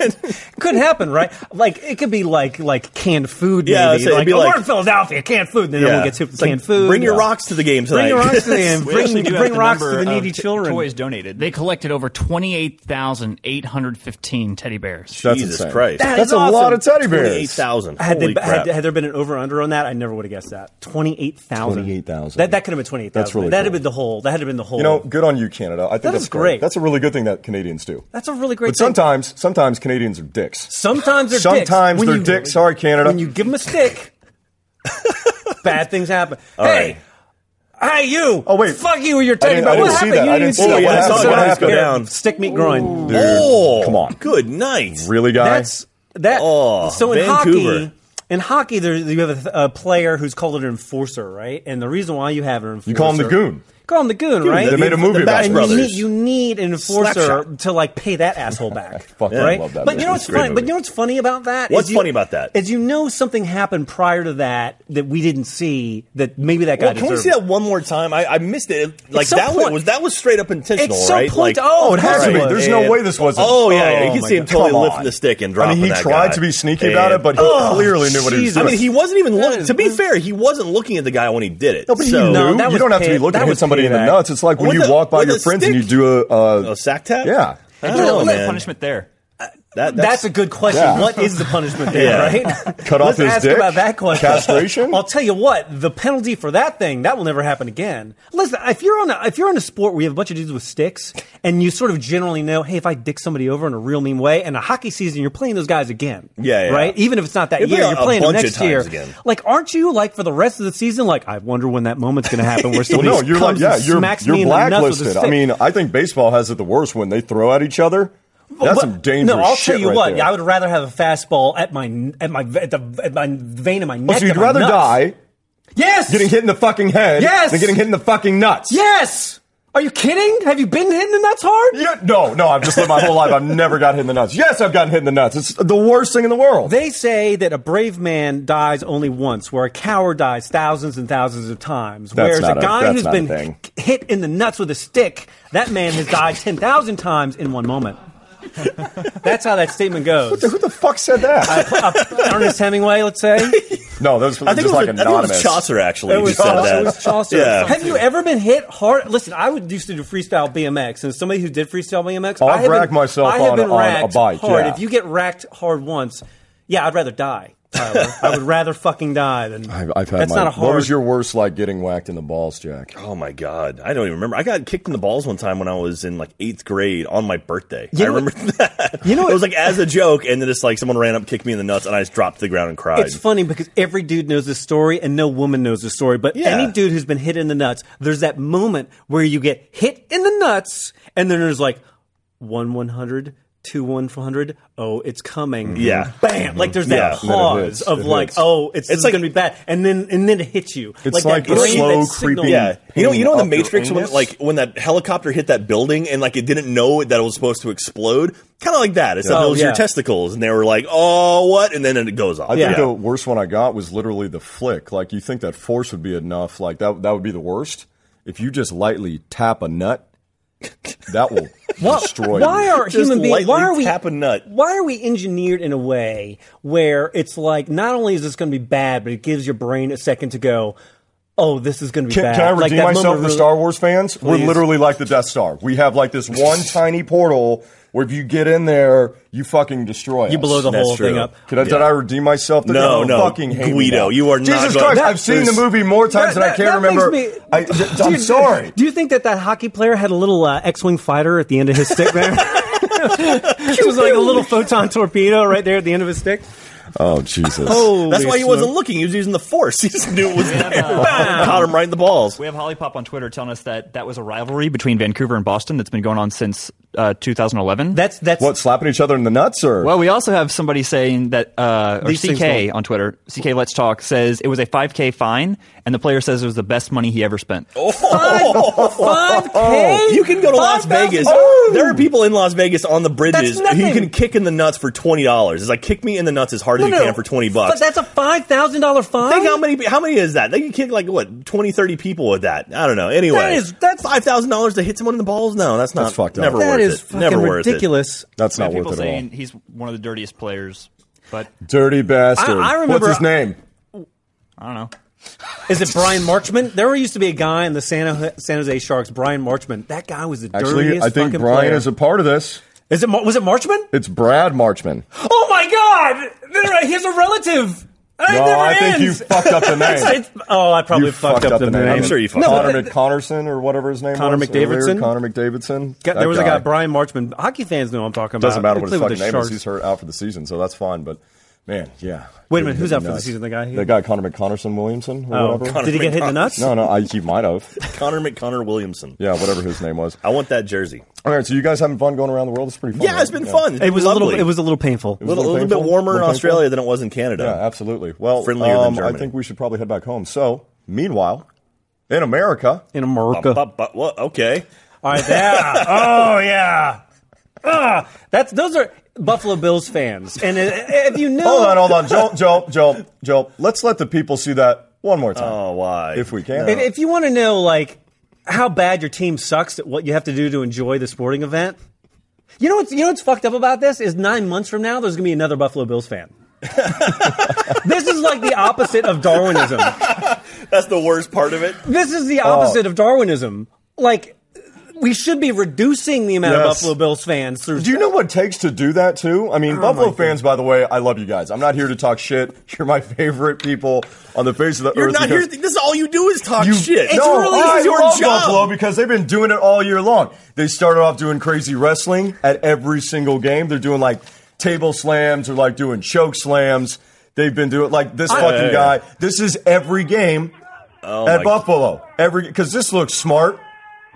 Speaker 2: [laughs] Couldn't happen, right? Like it could be like like canned food.
Speaker 3: Yeah, I was
Speaker 2: maybe.
Speaker 3: saying, it'd
Speaker 2: like,
Speaker 3: be
Speaker 2: oh,
Speaker 3: like-
Speaker 2: we're in Philadelphia, canned food, and then everyone gets hit with
Speaker 3: It's like,
Speaker 2: canned food.
Speaker 3: Bring your
Speaker 2: Yeah.
Speaker 3: rocks to the game tonight.
Speaker 2: Bring your rocks
Speaker 3: [laughs]
Speaker 2: to the game.
Speaker 4: We actually
Speaker 2: bring
Speaker 4: do have
Speaker 2: bring
Speaker 4: the
Speaker 2: rocks to
Speaker 4: number
Speaker 2: the needy
Speaker 4: of t-
Speaker 2: children.
Speaker 4: Toys donated.
Speaker 6: They collected over 28,815 teddy bears.
Speaker 1: That's
Speaker 3: Jesus
Speaker 1: insane.
Speaker 3: Christ.
Speaker 2: That
Speaker 1: That's
Speaker 2: is
Speaker 1: a
Speaker 2: awesome.
Speaker 1: lot of teddy bears.
Speaker 3: 28,000.
Speaker 2: Had,
Speaker 3: Holy
Speaker 2: they, had,
Speaker 3: crap.
Speaker 2: had there been an over under on that, I never would have guessed that. 28,000.
Speaker 1: 28,000.
Speaker 2: That, that could have been 28,000.
Speaker 1: That's really
Speaker 2: That had
Speaker 1: cool.
Speaker 2: been the whole. That had been the whole.
Speaker 1: You know, good on you, Canada. I think
Speaker 2: That
Speaker 1: that's
Speaker 2: is great.
Speaker 1: That's a really good thing that Canadians do.
Speaker 2: that's a really great
Speaker 1: But sometimes, sometimes Canadians are dicks.
Speaker 2: thing. Sometimes they're dicks.
Speaker 1: Sometimes
Speaker 2: When
Speaker 1: they're
Speaker 2: you-
Speaker 1: dicks. Sorry, Canada.
Speaker 2: When you give them
Speaker 1: [laughs]
Speaker 2: a stick, bad things happen.
Speaker 3: right.
Speaker 2: hey, hey, you.
Speaker 1: Oh, wait.
Speaker 2: Fuck you with your
Speaker 1: I
Speaker 2: teddy
Speaker 1: didn't-
Speaker 2: bear.
Speaker 1: I
Speaker 2: What
Speaker 1: didn't see
Speaker 2: happened?
Speaker 1: that.
Speaker 2: You
Speaker 1: I didn't see
Speaker 2: see
Speaker 1: that. What
Speaker 2: it. Yeah,
Speaker 1: happened?
Speaker 2: saw
Speaker 1: What
Speaker 2: it.
Speaker 1: happened?
Speaker 2: Here,
Speaker 3: Down.
Speaker 2: Stick meat groin.
Speaker 1: Dude,
Speaker 3: Oh,
Speaker 1: come on.
Speaker 3: Good night.
Speaker 1: Really, guy?
Speaker 2: That's that.
Speaker 3: Oh,
Speaker 2: so in
Speaker 3: Vancouver.
Speaker 2: hockey, in hockey, there you have a, th- a player who's called an enforcer, right? And the reason why you have an enforcer,
Speaker 1: you call him the goon.
Speaker 2: Call him the goon, right?
Speaker 1: They made a
Speaker 3: The
Speaker 1: movie about
Speaker 3: Bash
Speaker 1: it.
Speaker 2: and
Speaker 3: Brothers.
Speaker 2: you need, you need an enforcer
Speaker 3: Slapshot.
Speaker 2: to like pay that asshole
Speaker 1: [laughs]
Speaker 2: back,
Speaker 1: fucking
Speaker 2: right?
Speaker 1: love that
Speaker 2: but
Speaker 1: movie.
Speaker 2: you know
Speaker 1: It's
Speaker 2: what's
Speaker 1: a great
Speaker 2: funny? But
Speaker 1: movie.
Speaker 2: you know what's funny about that?
Speaker 3: What's
Speaker 2: Is you-
Speaker 3: funny about that?
Speaker 2: Is you know something happened prior to that that we didn't see that maybe that guy.
Speaker 3: Well, can we
Speaker 2: deserved
Speaker 3: see
Speaker 2: it.
Speaker 3: that one more time? I, I missed it. Like
Speaker 2: so
Speaker 3: that
Speaker 2: point-
Speaker 3: was that was straight up intentional,
Speaker 2: It's so
Speaker 3: right?
Speaker 2: point-
Speaker 3: like,
Speaker 2: oh, it has
Speaker 1: to be.
Speaker 3: right.
Speaker 1: There's no
Speaker 3: And-
Speaker 1: way this wasn't.
Speaker 3: Oh yeah, yeah.
Speaker 2: Oh,
Speaker 3: you can
Speaker 2: my
Speaker 3: see him
Speaker 2: God.
Speaker 3: totally
Speaker 1: Come on.
Speaker 3: lifting the stick and
Speaker 1: I
Speaker 3: dropping.
Speaker 1: mean, he
Speaker 3: that
Speaker 1: tried
Speaker 3: guy.
Speaker 1: to be sneaky about it,
Speaker 3: And-
Speaker 1: but he clearly knew what he was
Speaker 2: Jesus.
Speaker 1: doing.
Speaker 3: I mean, he wasn't even
Speaker 2: That
Speaker 3: looking.
Speaker 2: is-
Speaker 3: To be fair, he wasn't looking at the guy when he did it.
Speaker 1: No, but
Speaker 3: so,
Speaker 1: you
Speaker 2: No,
Speaker 1: knew.
Speaker 2: that
Speaker 1: you
Speaker 2: was
Speaker 1: don't have to
Speaker 2: pay-
Speaker 1: be looking
Speaker 2: that
Speaker 1: to hit
Speaker 2: was
Speaker 1: somebody in the
Speaker 2: payback.
Speaker 1: nuts. It's like when
Speaker 3: With
Speaker 1: you
Speaker 3: a-
Speaker 1: walk by
Speaker 3: with
Speaker 1: your
Speaker 3: a
Speaker 1: friends and you
Speaker 3: stick?
Speaker 1: do a. Uh,
Speaker 3: a sack tap.
Speaker 1: yeah.
Speaker 3: I
Speaker 4: I
Speaker 3: don't
Speaker 4: don't
Speaker 3: know,
Speaker 4: know,
Speaker 3: man.
Speaker 4: punishment there.
Speaker 3: That,
Speaker 2: That's, a good question.
Speaker 1: Yeah.
Speaker 2: What is the punishment there,
Speaker 3: Yeah.
Speaker 1: [laughs]
Speaker 2: right?
Speaker 1: Cut off
Speaker 2: Let's
Speaker 1: his
Speaker 2: ask
Speaker 1: dick?
Speaker 2: about that question.
Speaker 1: Castration?
Speaker 2: [laughs] I'll tell you what, the penalty for that thing, that will never happen again. Listen, if you're on a if you're in a sport where you have a bunch of dudes with sticks and you sort of generally know, hey, if I dick somebody over in a real mean way, and a hockey season, you're playing those guys again.
Speaker 3: Yeah, yeah.
Speaker 2: Right? Even if it's not that
Speaker 3: You're
Speaker 2: year,
Speaker 3: playing
Speaker 2: you're
Speaker 3: a
Speaker 2: playing them
Speaker 3: bunch of
Speaker 2: next
Speaker 3: times
Speaker 2: year.
Speaker 3: again.
Speaker 2: Like, aren't you like for the rest of the season, like, I wonder when that moment's gonna happen
Speaker 1: [laughs]
Speaker 2: where
Speaker 1: Well,
Speaker 2: somebody
Speaker 1: no, you're like,
Speaker 2: comes
Speaker 1: yeah,
Speaker 2: and
Speaker 1: you're,
Speaker 2: smacks
Speaker 1: you're
Speaker 2: me in the nuts with a
Speaker 1: blacklisted. I
Speaker 2: stick?
Speaker 1: mean, I think baseball has it the worst when they throw at each other. That's
Speaker 2: But-
Speaker 1: some dangerous
Speaker 2: No, I'll
Speaker 1: shit
Speaker 2: tell you
Speaker 1: right
Speaker 2: what.
Speaker 1: there.
Speaker 2: I would rather have a fastball at my at my at, the, at my vein in my neck.
Speaker 1: Oh, so you'd
Speaker 2: than my
Speaker 1: rather
Speaker 2: nuts.
Speaker 1: die
Speaker 2: Yes.
Speaker 1: getting hit in the fucking head
Speaker 2: Yes!
Speaker 1: than getting hit in the fucking nuts.
Speaker 2: Yes. Are you kidding? Have you been hit in the nuts hard?
Speaker 1: You don't- no, no, I've just lived my whole life. I've never got hit in the nuts. Yes, I've gotten hit in the nuts. It's the worst thing in the world.
Speaker 2: They say that a brave man dies only once, where a coward dies thousands and thousands of times.
Speaker 1: That's
Speaker 2: Whereas
Speaker 1: not a-
Speaker 2: a guy
Speaker 1: that's
Speaker 2: who's
Speaker 1: not a
Speaker 2: been
Speaker 1: thing.
Speaker 2: hit in the nuts with a stick, that man has died 10,000 times in one moment. [laughs] That's how that statement goes.
Speaker 1: Who the fuck said that?
Speaker 2: Ernest Hemingway, let's say.
Speaker 1: no, that was,
Speaker 3: I think,
Speaker 1: just
Speaker 3: it was,
Speaker 1: like
Speaker 3: I think it
Speaker 1: anonymous.
Speaker 3: was Chaucer actually.
Speaker 2: It was,
Speaker 3: who said
Speaker 2: Chaucer.
Speaker 3: that.
Speaker 2: It was Chaucer.
Speaker 3: Yeah.
Speaker 2: Have you ever been hit hard? Listen, I would used to do freestyle BMX, and somebody who did freestyle BMX,
Speaker 1: Oh,
Speaker 2: I
Speaker 1: I've
Speaker 2: have been-
Speaker 1: racked myself
Speaker 2: I have
Speaker 1: on-
Speaker 2: been
Speaker 1: on a
Speaker 2: racked
Speaker 1: bike,
Speaker 2: Hard.
Speaker 1: yeah.
Speaker 2: If you get racked hard once, yeah, I'd rather die.
Speaker 1: [laughs]
Speaker 2: Tyler. I would rather fucking die than.
Speaker 1: I've, I've had
Speaker 2: that's
Speaker 1: my,
Speaker 2: not a hard.
Speaker 1: What was your worst like getting whacked in the balls, Jack?
Speaker 3: Oh my god, I don't even remember. I got kicked in the balls one time when I was in like eighth grade on my birthday. I
Speaker 2: know what-
Speaker 3: remember [laughs] that.
Speaker 2: you know
Speaker 3: it
Speaker 2: what-
Speaker 3: was like as a joke, and then it's like someone ran up, kicked me in the nuts, and I just dropped to the ground and cried.
Speaker 2: It's funny because every dude knows this story and no woman knows this story. But
Speaker 3: Yeah.
Speaker 2: any dude who's been hit in the nuts, there's that moment where you get hit in the nuts and then there's like one one hundred, two one four hundred. Oh, it's coming.
Speaker 3: Mm-hmm. Yeah.
Speaker 2: bam! Like there's
Speaker 3: Yeah.
Speaker 2: that
Speaker 3: And then it
Speaker 1: hits.
Speaker 2: pause of
Speaker 1: It
Speaker 2: like,
Speaker 1: hits.
Speaker 2: oh, it's,
Speaker 3: It's
Speaker 2: it's
Speaker 3: like-
Speaker 2: gonna be bad, and then and then it hits you.
Speaker 1: It's
Speaker 2: that
Speaker 1: like the
Speaker 2: brain-
Speaker 1: slow,
Speaker 2: that signal-
Speaker 1: creepy-
Speaker 3: Yeah, you know, you know, in the
Speaker 1: Pain up your
Speaker 3: Matrix, when
Speaker 1: anus?
Speaker 3: like when that helicopter hit that building and like it didn't know that it was supposed to explode, kind of like that. It's
Speaker 2: Yeah.
Speaker 3: that
Speaker 2: Oh,
Speaker 3: those are your
Speaker 2: yeah.
Speaker 3: testicles, and they were like, "Oh, what?" And then it goes off.
Speaker 1: I
Speaker 3: yeah.
Speaker 1: think the worst one I got was literally the flick. Like you think that force would be enough? Like that that would be the worst. If you just lightly tap a nut, that
Speaker 3: [laughs]
Speaker 1: will destroy.
Speaker 2: Why
Speaker 1: you.
Speaker 2: are
Speaker 3: Just
Speaker 2: human beings? Why
Speaker 3: lightly
Speaker 2: are we
Speaker 3: tap a nut.
Speaker 2: Why are we engineered in a way where it's like not only is this going to be bad, but it gives your brain a second to go. Oh, this is going to be
Speaker 1: Can,
Speaker 2: bad.
Speaker 1: can I
Speaker 2: Like,
Speaker 1: redeem
Speaker 2: that
Speaker 1: myself
Speaker 2: moment
Speaker 1: to the
Speaker 2: really-
Speaker 1: Star Wars fans? We're
Speaker 2: Please.
Speaker 1: literally like the Death Star. We have like this
Speaker 2: [laughs]
Speaker 1: one tiny portal where if you get in there, you fucking destroy.
Speaker 2: You
Speaker 1: us.
Speaker 2: blow the
Speaker 3: That's
Speaker 2: whole thing
Speaker 3: true.
Speaker 2: up.
Speaker 1: Can I, Did
Speaker 3: Yeah.
Speaker 1: I redeem myself? They're
Speaker 3: No,
Speaker 1: gonna
Speaker 3: no,
Speaker 1: fucking hate me
Speaker 3: Guido,
Speaker 1: now.
Speaker 3: you are not
Speaker 1: Jesus
Speaker 3: going-
Speaker 1: Christ!
Speaker 3: That-
Speaker 1: I've seen the
Speaker 3: there's-
Speaker 1: movie more times
Speaker 2: That-
Speaker 1: than I
Speaker 2: that-
Speaker 1: can't
Speaker 2: that
Speaker 1: remember.
Speaker 2: makes [laughs] me-
Speaker 1: I, am
Speaker 2: Dude, [laughs]
Speaker 1: sorry.
Speaker 2: Do you think that that hockey player had a little uh, X-wing fighter at the end of his
Speaker 1: [laughs]
Speaker 2: stick there? it was like a little photon torpedo right there at the end of his stick.
Speaker 1: Oh Jesus!
Speaker 2: Oh,
Speaker 3: That's why he wasn't looking. He was using the force. [laughs] He just knew it was there. [laughs] Caught him right in the balls.
Speaker 4: We have Hollypop on Twitter telling us that that was a rivalry between Vancouver and Boston that's been going on since uh, 2011.
Speaker 2: That's that's
Speaker 1: What slapping each other in the nuts or?
Speaker 4: well, we also have somebody saying that, uh, or
Speaker 2: These things
Speaker 4: CK
Speaker 2: don't-
Speaker 4: on Twitter, CK Let's Talk, says it was a 5K fine, and the player says it was the best money he ever spent.
Speaker 1: Oh. [laughs]
Speaker 2: five k.
Speaker 3: You can go to Las Vegas. There are people in Las Vegas on the bridges
Speaker 2: That's
Speaker 3: who you
Speaker 2: nothing.
Speaker 3: can kick in the nuts for twenty dollars. It's like kick me in the nuts as hard as you can for twenty bucks.
Speaker 2: But that's a five thousand dollar fine.
Speaker 3: Think how many how many is that? They can kick like what 20, 30 people with that. I don't know. Anyway,
Speaker 2: That is- that's-
Speaker 3: five thousand dollars to hit someone in the balls. No, that's not
Speaker 1: That's fucked up.
Speaker 3: Never
Speaker 2: That
Speaker 3: worth
Speaker 2: is
Speaker 3: it.
Speaker 2: fucking
Speaker 3: Never worth it.
Speaker 2: ridiculous.
Speaker 1: That's
Speaker 4: We
Speaker 1: not
Speaker 4: have
Speaker 1: worth
Speaker 4: people
Speaker 1: it at all.
Speaker 4: saying he's one of the dirtiest players, but
Speaker 1: Dirty bastard.
Speaker 2: I- I remember-
Speaker 1: What's his name?
Speaker 4: I don't know.
Speaker 2: Is it Brian Marchman? There used to be a guy in the San, San Jose Sharks, Brian Marchman. That guy was the
Speaker 1: Actually,
Speaker 2: dirtiest
Speaker 1: I think
Speaker 2: fucking
Speaker 1: Brian
Speaker 2: player.
Speaker 1: is a part of this.
Speaker 2: Is it Mar- was it Marchman?
Speaker 1: It's Brad Marchman.
Speaker 2: Oh my God! There- He's a relative. It
Speaker 1: no,
Speaker 2: never
Speaker 1: I think you
Speaker 2: ends.
Speaker 1: fucked up
Speaker 2: [laughs]
Speaker 1: the name.
Speaker 2: It's- it's- oh, I probably
Speaker 1: you
Speaker 2: fucked, up, the name.
Speaker 3: I'm sure you fucked up.
Speaker 1: Connor McConnerson or whatever his name
Speaker 2: Connor
Speaker 1: was. earlier,
Speaker 2: McDavidson?
Speaker 1: Connor McDavidson.
Speaker 2: Got-
Speaker 1: That
Speaker 2: there was a guy, Brian Marchman. Hockey fans know what I'm talking about.
Speaker 1: Doesn't matter
Speaker 2: He
Speaker 1: what his
Speaker 2: played
Speaker 1: fucking
Speaker 2: with the
Speaker 1: name
Speaker 2: Sharks.
Speaker 1: is. He's hurt out for the season, so that's fine. But man, yeah.
Speaker 2: Wait a minute,
Speaker 1: Dude,
Speaker 2: who's
Speaker 1: he's
Speaker 2: out for the
Speaker 1: nuts.
Speaker 2: season? The guy here?
Speaker 1: That guy, Connor McConnerson Williamson or
Speaker 2: Oh,
Speaker 1: whatever.
Speaker 2: did he get hit in the nuts?
Speaker 1: No, no, I, he might have.
Speaker 3: Connor McConnor Williamson.
Speaker 1: Yeah, whatever his name was.
Speaker 3: I want that jersey.
Speaker 1: All right, so you guys having fun going around the world? It's pretty fun.
Speaker 3: Yeah,
Speaker 1: right?
Speaker 3: it's been fun. It's
Speaker 2: It
Speaker 3: been
Speaker 2: was a little.
Speaker 3: lovely.
Speaker 2: It was a little painful.
Speaker 3: a little,
Speaker 1: a little
Speaker 3: bit
Speaker 1: painful?
Speaker 3: warmer in
Speaker 1: Little
Speaker 3: Australia than it was in Canada.
Speaker 1: Yeah, absolutely. Well,
Speaker 3: Friendlier than
Speaker 1: um, I
Speaker 3: Germany.
Speaker 1: think we should probably head back home. So, meanwhile, in America,
Speaker 2: in America.
Speaker 3: Ba- ba- ba- what? Okay.
Speaker 2: All right, yeah. oh yeah. Ah, that's those are Buffalo Bills fans, and i- if you knew,
Speaker 1: hold on, hold on, Joel, Joel, Joel, Joel. Let's let the people see that one more time,
Speaker 3: Oh, why?
Speaker 1: if we can.
Speaker 2: if, if you want to know like how bad your team sucks at what you have to do to enjoy the sporting event, you know what's you know what's fucked up about this is nine months from now there's gonna be another Buffalo
Speaker 1: [laughs]
Speaker 2: Bills fan. this is like the opposite of Darwinism.
Speaker 3: That's the worst part of it.
Speaker 2: This is
Speaker 1: Oh.
Speaker 2: the opposite of Darwinism. Like we should be reducing the amount of
Speaker 1: Yes.
Speaker 2: Buffalo Bills fans through.
Speaker 1: Do you know what it takes to do that too? I mean,
Speaker 3: Oh,
Speaker 1: Buffalo fans, by the way, I love you guys. I'm not here to talk shit. [laughs] You're my favorite people on the face of the
Speaker 3: You're
Speaker 1: earth.
Speaker 3: not here.
Speaker 1: because
Speaker 3: This is all you do is talk
Speaker 1: you,
Speaker 3: shit.
Speaker 1: No, I
Speaker 3: this is your
Speaker 1: love
Speaker 3: job.
Speaker 1: Buffalo because they've been doing it all year long. They started off doing crazy wrestling at every single game. They're doing like table slams or like doing choke slams. They've been doing like this fucking
Speaker 3: yeah, Oh,
Speaker 1: guy. This is every game
Speaker 3: my-
Speaker 1: at Buffalo. Every because this looks smart.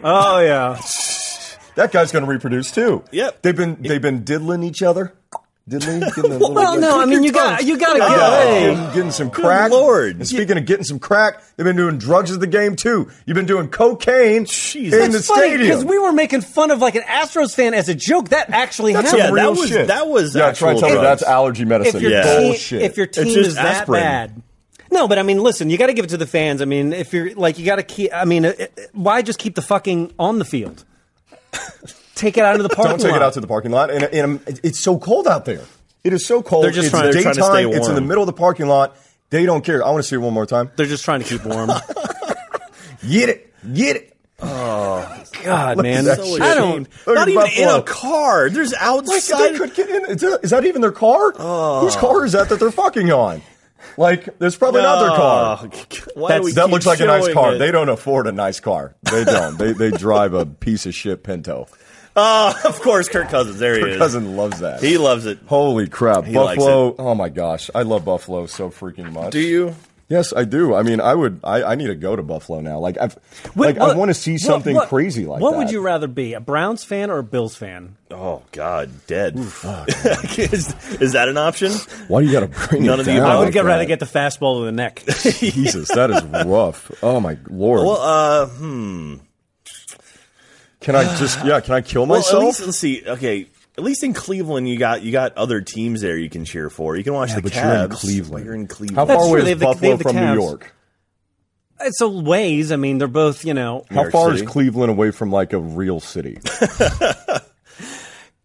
Speaker 2: Oh yeah.
Speaker 1: That guy's going to reproduce too.
Speaker 3: Yep.
Speaker 1: They've been they've been diddling each other. Diddling,
Speaker 2: [laughs]
Speaker 1: getting a little
Speaker 2: Well,
Speaker 1: bit-
Speaker 2: no, I mean you
Speaker 3: tongue.
Speaker 2: got you got to
Speaker 1: Yeah,
Speaker 2: go.
Speaker 1: getting, getting some crack.
Speaker 3: Lord.
Speaker 1: And speaking of getting some crack, they've been doing drugs at the game too. You've been doing cocaine in the
Speaker 2: That's funny because
Speaker 1: stadium.
Speaker 2: we were making fun of like an Astros fan as a joke. That actually
Speaker 1: that's
Speaker 2: happened.
Speaker 1: some
Speaker 3: Yeah, that
Speaker 1: real
Speaker 3: was-
Speaker 1: shit.
Speaker 3: that was
Speaker 1: yeah. Try and tell me
Speaker 3: actual drugs.
Speaker 1: that's allergy medicine.
Speaker 2: if your
Speaker 3: Yeah.
Speaker 2: team,
Speaker 1: Bullshit.
Speaker 2: if your team
Speaker 3: just
Speaker 2: is that
Speaker 3: aspirin.
Speaker 2: bad. No, but I mean, listen, you got to give it to the fans. I mean, if you're like, you got to keep. I mean, it, it- why just keep the fucking on the field? [laughs] take it out of the parking
Speaker 1: don't take
Speaker 2: lot.
Speaker 1: it out to the parking lot, and, and it's so cold out there. It is so cold.
Speaker 2: They're just
Speaker 1: it's
Speaker 2: trying-
Speaker 3: they're
Speaker 1: daytime.
Speaker 3: trying to stay
Speaker 1: It's in the
Speaker 3: warm.
Speaker 1: middle of the parking lot. They don't care. I want to see it one more time.
Speaker 2: They're just trying to keep
Speaker 3: [laughs]
Speaker 2: warm.
Speaker 1: Get it. Get it.
Speaker 2: God, man,
Speaker 1: at that shit.
Speaker 2: I don't.
Speaker 1: Look at
Speaker 3: Not even in
Speaker 1: Buffalo.
Speaker 3: a car. There's
Speaker 1: Like,
Speaker 3: outside.
Speaker 1: they could get in. Is that, is that even their car?
Speaker 3: Oh.
Speaker 1: Whose car is that that they're fucking on? Like, that's probably not their car.
Speaker 3: Why do we
Speaker 1: that
Speaker 3: keep
Speaker 1: looks like a nice
Speaker 3: showing
Speaker 1: car.
Speaker 3: it?
Speaker 1: They don't afford a nice car. They don't. they they drive a piece of shit Pinto.
Speaker 3: Ah, of course, Kirk Cousins. There he
Speaker 1: Her
Speaker 3: is.
Speaker 1: cousin loves that.
Speaker 3: He loves it.
Speaker 1: Holy crap,
Speaker 3: likes
Speaker 1: Buffalo! Oh my gosh, I love Buffalo so freaking much.
Speaker 3: you?
Speaker 1: Yes, I do. I mean, I would. I, I need to go to Buffalo now. Like, I've, like I want to see something crazy like
Speaker 2: what
Speaker 1: that.
Speaker 2: What would you rather be, a Browns fan or a Bills fan?
Speaker 3: Oh God, dead.
Speaker 1: [laughs]
Speaker 3: is, is that an option?
Speaker 1: Why do you got to bring it
Speaker 3: None of the
Speaker 1: down?
Speaker 3: above.
Speaker 2: I would
Speaker 1: like
Speaker 2: get, rather
Speaker 1: that?
Speaker 2: get the fastball to the neck. [laughs]
Speaker 1: Jesus, that is rough. Oh my lord.
Speaker 3: Well, uh, hmm.
Speaker 1: can I just? Yeah, can I kill
Speaker 3: well,
Speaker 1: myself?
Speaker 3: at least let's see. Okay, at least in Cleveland, you got you got other teams there you can cheer for. You can watch the
Speaker 1: but you're in
Speaker 3: Cavs.
Speaker 1: Cleveland.
Speaker 3: You're in Cleveland.
Speaker 1: How
Speaker 2: That's
Speaker 1: far
Speaker 2: true,
Speaker 1: away
Speaker 2: they
Speaker 1: is
Speaker 2: have the- they
Speaker 1: Buffalo
Speaker 2: have the
Speaker 1: from New
Speaker 2: Cavs.
Speaker 1: York?
Speaker 2: it's a ways. I mean, they're both, you know,
Speaker 1: How
Speaker 3: York
Speaker 1: far
Speaker 3: City.
Speaker 1: is Cleveland away from like a real city? [laughs]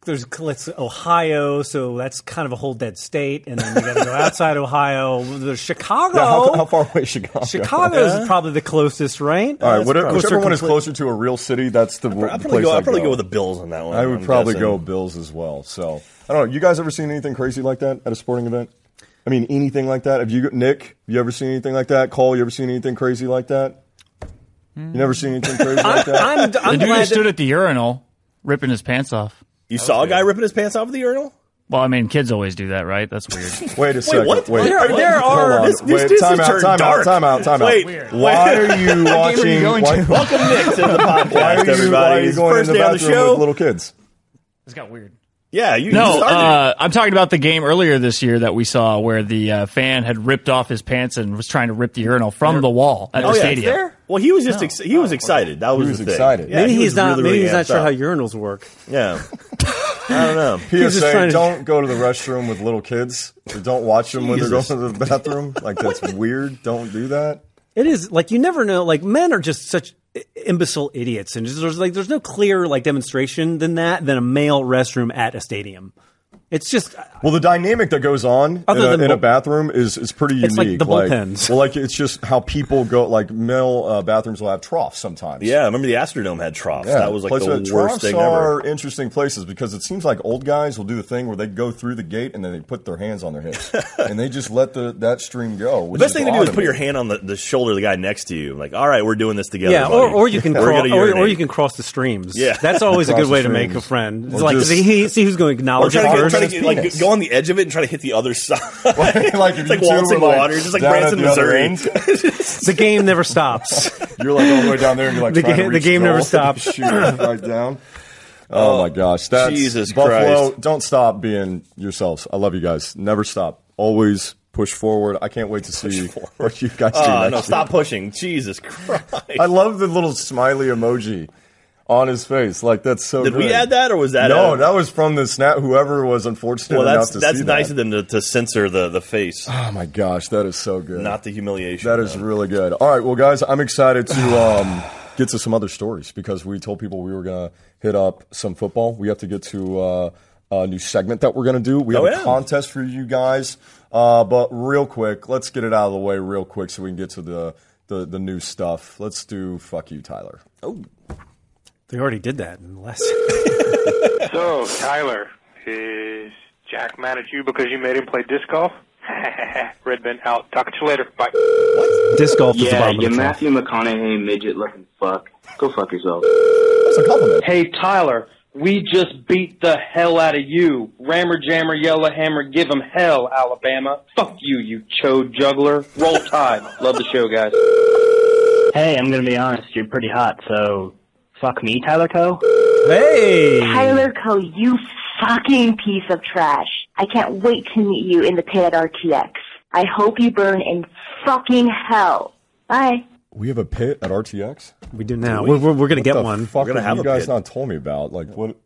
Speaker 2: there's let's Ohio, so that's kind of a whole dead state, and then you got to go outside Ohio. There's Chicago.
Speaker 1: Yeah, how, how far away is Chicago?
Speaker 2: Chicago is probably the closest, right? Uh,
Speaker 1: All right, whatever,
Speaker 3: probably-
Speaker 1: whichever one is
Speaker 3: Circumfl-
Speaker 1: closer to a real city, that's the,
Speaker 3: I'd
Speaker 1: the
Speaker 3: probably,
Speaker 1: place
Speaker 3: go,
Speaker 1: I
Speaker 3: I'd probably go with the Bills on that one.
Speaker 1: I would
Speaker 3: I'm
Speaker 1: probably
Speaker 3: guessing.
Speaker 1: go Bills as well. So I don't know. You guys ever seen anything crazy like that at a sporting event? I mean, anything like that? Have you, Nick? You ever seen anything like that? Cole, you ever seen anything crazy like that? You never seen anything crazy like that?
Speaker 2: I'm, I'm
Speaker 6: The dude
Speaker 2: glad
Speaker 6: that
Speaker 2: that,
Speaker 6: stood at the urinal ripping his pants off.
Speaker 3: You saw a guy ripping his pants off of the urinal?
Speaker 6: Well, I mean, kids always do that, right? That's
Speaker 1: [laughs]
Speaker 6: weird.
Speaker 1: Wait a second.
Speaker 3: what?
Speaker 1: Wait.
Speaker 3: There- there
Speaker 1: Hold
Speaker 3: are-
Speaker 1: on.
Speaker 3: this- this-
Speaker 1: Wait,
Speaker 3: this
Speaker 1: time
Speaker 3: has
Speaker 1: out,
Speaker 3: turned
Speaker 1: time
Speaker 3: dark.
Speaker 1: out, time out, time out.
Speaker 3: Wait.
Speaker 1: why are you
Speaker 6: were you
Speaker 1: watching? [laughs]
Speaker 6: going
Speaker 1: why,
Speaker 6: to?
Speaker 3: Welcome, Nick, to the podcast,
Speaker 1: why are you,
Speaker 3: everybody.
Speaker 1: why are you going
Speaker 3: First
Speaker 1: in the
Speaker 3: day on the
Speaker 1: bathroom
Speaker 3: show.
Speaker 1: with little kids?
Speaker 6: it's got weird.
Speaker 3: yeah, you, you
Speaker 6: No,
Speaker 3: started.
Speaker 6: uh, I'm talking about the game earlier this year that we saw where the uh, fan had ripped off his pants and was trying to rip the urinal from the wall at
Speaker 3: oh,
Speaker 6: the
Speaker 3: yeah,
Speaker 6: stadium.
Speaker 3: it's there? Well, he was just ex- he was excited. That was,
Speaker 1: Oh, was
Speaker 3: the thing.
Speaker 1: excited.
Speaker 3: Yeah,
Speaker 2: maybe
Speaker 3: he
Speaker 2: he's
Speaker 3: was
Speaker 2: not.
Speaker 3: really,
Speaker 2: maybe
Speaker 3: really
Speaker 2: he's not
Speaker 3: amped
Speaker 2: sure
Speaker 3: up.
Speaker 2: how urinals work.
Speaker 3: Yeah. I don't know.
Speaker 2: was just
Speaker 1: PSA:
Speaker 2: trying to-
Speaker 1: Don't go to the restroom with little kids. Don't watch them when they're going
Speaker 6: Jesus.
Speaker 1: to the bathroom. Like that's weird. Don't do that.
Speaker 2: It is like you never know. Like men are just such i- imbecile idiots, and just, there's like there's no clear like demonstration than that than a male restroom at a stadium. It's just uh,
Speaker 1: Well, the dynamic that goes on in
Speaker 2: Other
Speaker 1: a,
Speaker 2: than
Speaker 1: in a
Speaker 2: bull-
Speaker 1: bathroom is is pretty unique.
Speaker 2: It's like the bullpens.
Speaker 1: well, like it's just how people go. Like male uh, bathrooms will have troughs sometimes.
Speaker 3: Yeah, I remember the Astrodome had troughs.
Speaker 1: Yeah,
Speaker 3: that was like
Speaker 1: place- uh,
Speaker 3: the worst
Speaker 1: troughs
Speaker 3: thing
Speaker 1: are
Speaker 3: ever.
Speaker 1: interesting places because it seems like old guys will do the thing where they go through the gate and then they put their hands on their
Speaker 3: [laughs]
Speaker 1: hips and they just let the that stream go.
Speaker 3: The best thing to do is put your hand on the, the shoulder of the guy next to you. Like, all right, we're doing this together.
Speaker 2: yeah, or,
Speaker 3: buddy.
Speaker 2: or you can
Speaker 3: [laughs] We're
Speaker 2: crawl,
Speaker 3: gonna
Speaker 2: or, or
Speaker 3: urinate.
Speaker 2: you can cross the streams.
Speaker 3: Yeah.
Speaker 2: that's always a
Speaker 1: Cross
Speaker 2: good
Speaker 1: the
Speaker 2: way to make a
Speaker 1: streams.
Speaker 2: friend. It's
Speaker 1: Or
Speaker 2: like
Speaker 1: just-
Speaker 2: see, see who's going to
Speaker 3: Or
Speaker 2: acknowledge
Speaker 3: try
Speaker 2: it
Speaker 3: to, get,
Speaker 2: first.
Speaker 3: try to get, like
Speaker 1: Penis.
Speaker 3: go on the edge of it and try to hit the other side.
Speaker 1: [laughs] Like if
Speaker 3: it's
Speaker 1: you two
Speaker 3: like waltzing
Speaker 1: were, like,
Speaker 3: water, just like
Speaker 1: down
Speaker 3: Branson,
Speaker 1: at the other
Speaker 3: Missouri.
Speaker 1: end.
Speaker 2: the game never stops.
Speaker 1: You're like all the way down there, and
Speaker 3: [laughs]
Speaker 1: you're like
Speaker 2: The
Speaker 1: trying to
Speaker 2: ga- the
Speaker 1: reach
Speaker 2: game
Speaker 1: goal.
Speaker 2: never stops.
Speaker 1: [laughs] Shoot right down. Oh, my gosh, that's
Speaker 3: Jesus
Speaker 1: Buffalo.
Speaker 3: Christ.
Speaker 1: Don't stop being yourselves. I love you guys. Never stop. Always push forward. I can't wait to see what you guys do.
Speaker 3: Oh,
Speaker 1: next
Speaker 3: no,
Speaker 1: year.
Speaker 3: stop pushing. Jesus Christ.
Speaker 1: I love the little smiley emoji on his face. Like that's so.
Speaker 3: Did we
Speaker 1: good.
Speaker 3: add that, or was that
Speaker 1: No,
Speaker 3: a-
Speaker 1: that was from the snap. Whoever was unfortunate
Speaker 3: Well,
Speaker 1: enough
Speaker 3: that's
Speaker 1: to
Speaker 3: that's
Speaker 1: see
Speaker 3: nice of
Speaker 1: that.
Speaker 3: them to, to censor the,
Speaker 1: [sighs]
Speaker 3: the face,
Speaker 1: Oh my gosh, that is so good.
Speaker 3: not the humiliation.
Speaker 1: That is really good. All right, well, guys, I'm excited
Speaker 3: [sighs]
Speaker 1: to um, get to some other stories because we told people we were going to hit up some football. We have to get to uh, a new segment that we're going to do. We have
Speaker 3: Oh,
Speaker 1: a
Speaker 3: yeah.
Speaker 1: contest for you guys. Uh, but real quick, let's get it out of the way real quick so we can get to the, the, the new stuff. Let's do Fuck You, Tyler.
Speaker 2: [laughs] they already did that in the last.
Speaker 7: So, Tyler, is Jack mad at you because you made him play disc golf? [laughs] Redman out. Talk to you later. Bye.
Speaker 2: Disc golf is the
Speaker 8: Yeah,
Speaker 2: bottom
Speaker 8: you
Speaker 2: of the top.
Speaker 8: Matthew McConaughey midget looking fuck. Go fuck yourself.
Speaker 1: That's a compliment.
Speaker 9: Hey, Tyler, we just beat the hell out of you. Rammer Jammer, Yellow Hammer, give 'em hell, Alabama. Fuck you, you chode juggler. Roll Tide. Love the show, guys.
Speaker 10: Hey, I'm gonna be honest. You're pretty hot, so fuck me, Tyler Co.
Speaker 2: Hey,
Speaker 11: Tyler Co, you fucking piece of trash. I can't wait to meet you in the pit at RTX. I hope you burn in fucking hell. Bye.
Speaker 1: We have a pit at RTX?
Speaker 2: we do now. We're, we're, we're gonna get
Speaker 1: the
Speaker 2: one.
Speaker 1: Fuck
Speaker 3: gonna
Speaker 1: have,
Speaker 3: have
Speaker 1: you
Speaker 3: a
Speaker 1: guys
Speaker 3: pit.
Speaker 1: not told me about? Like what?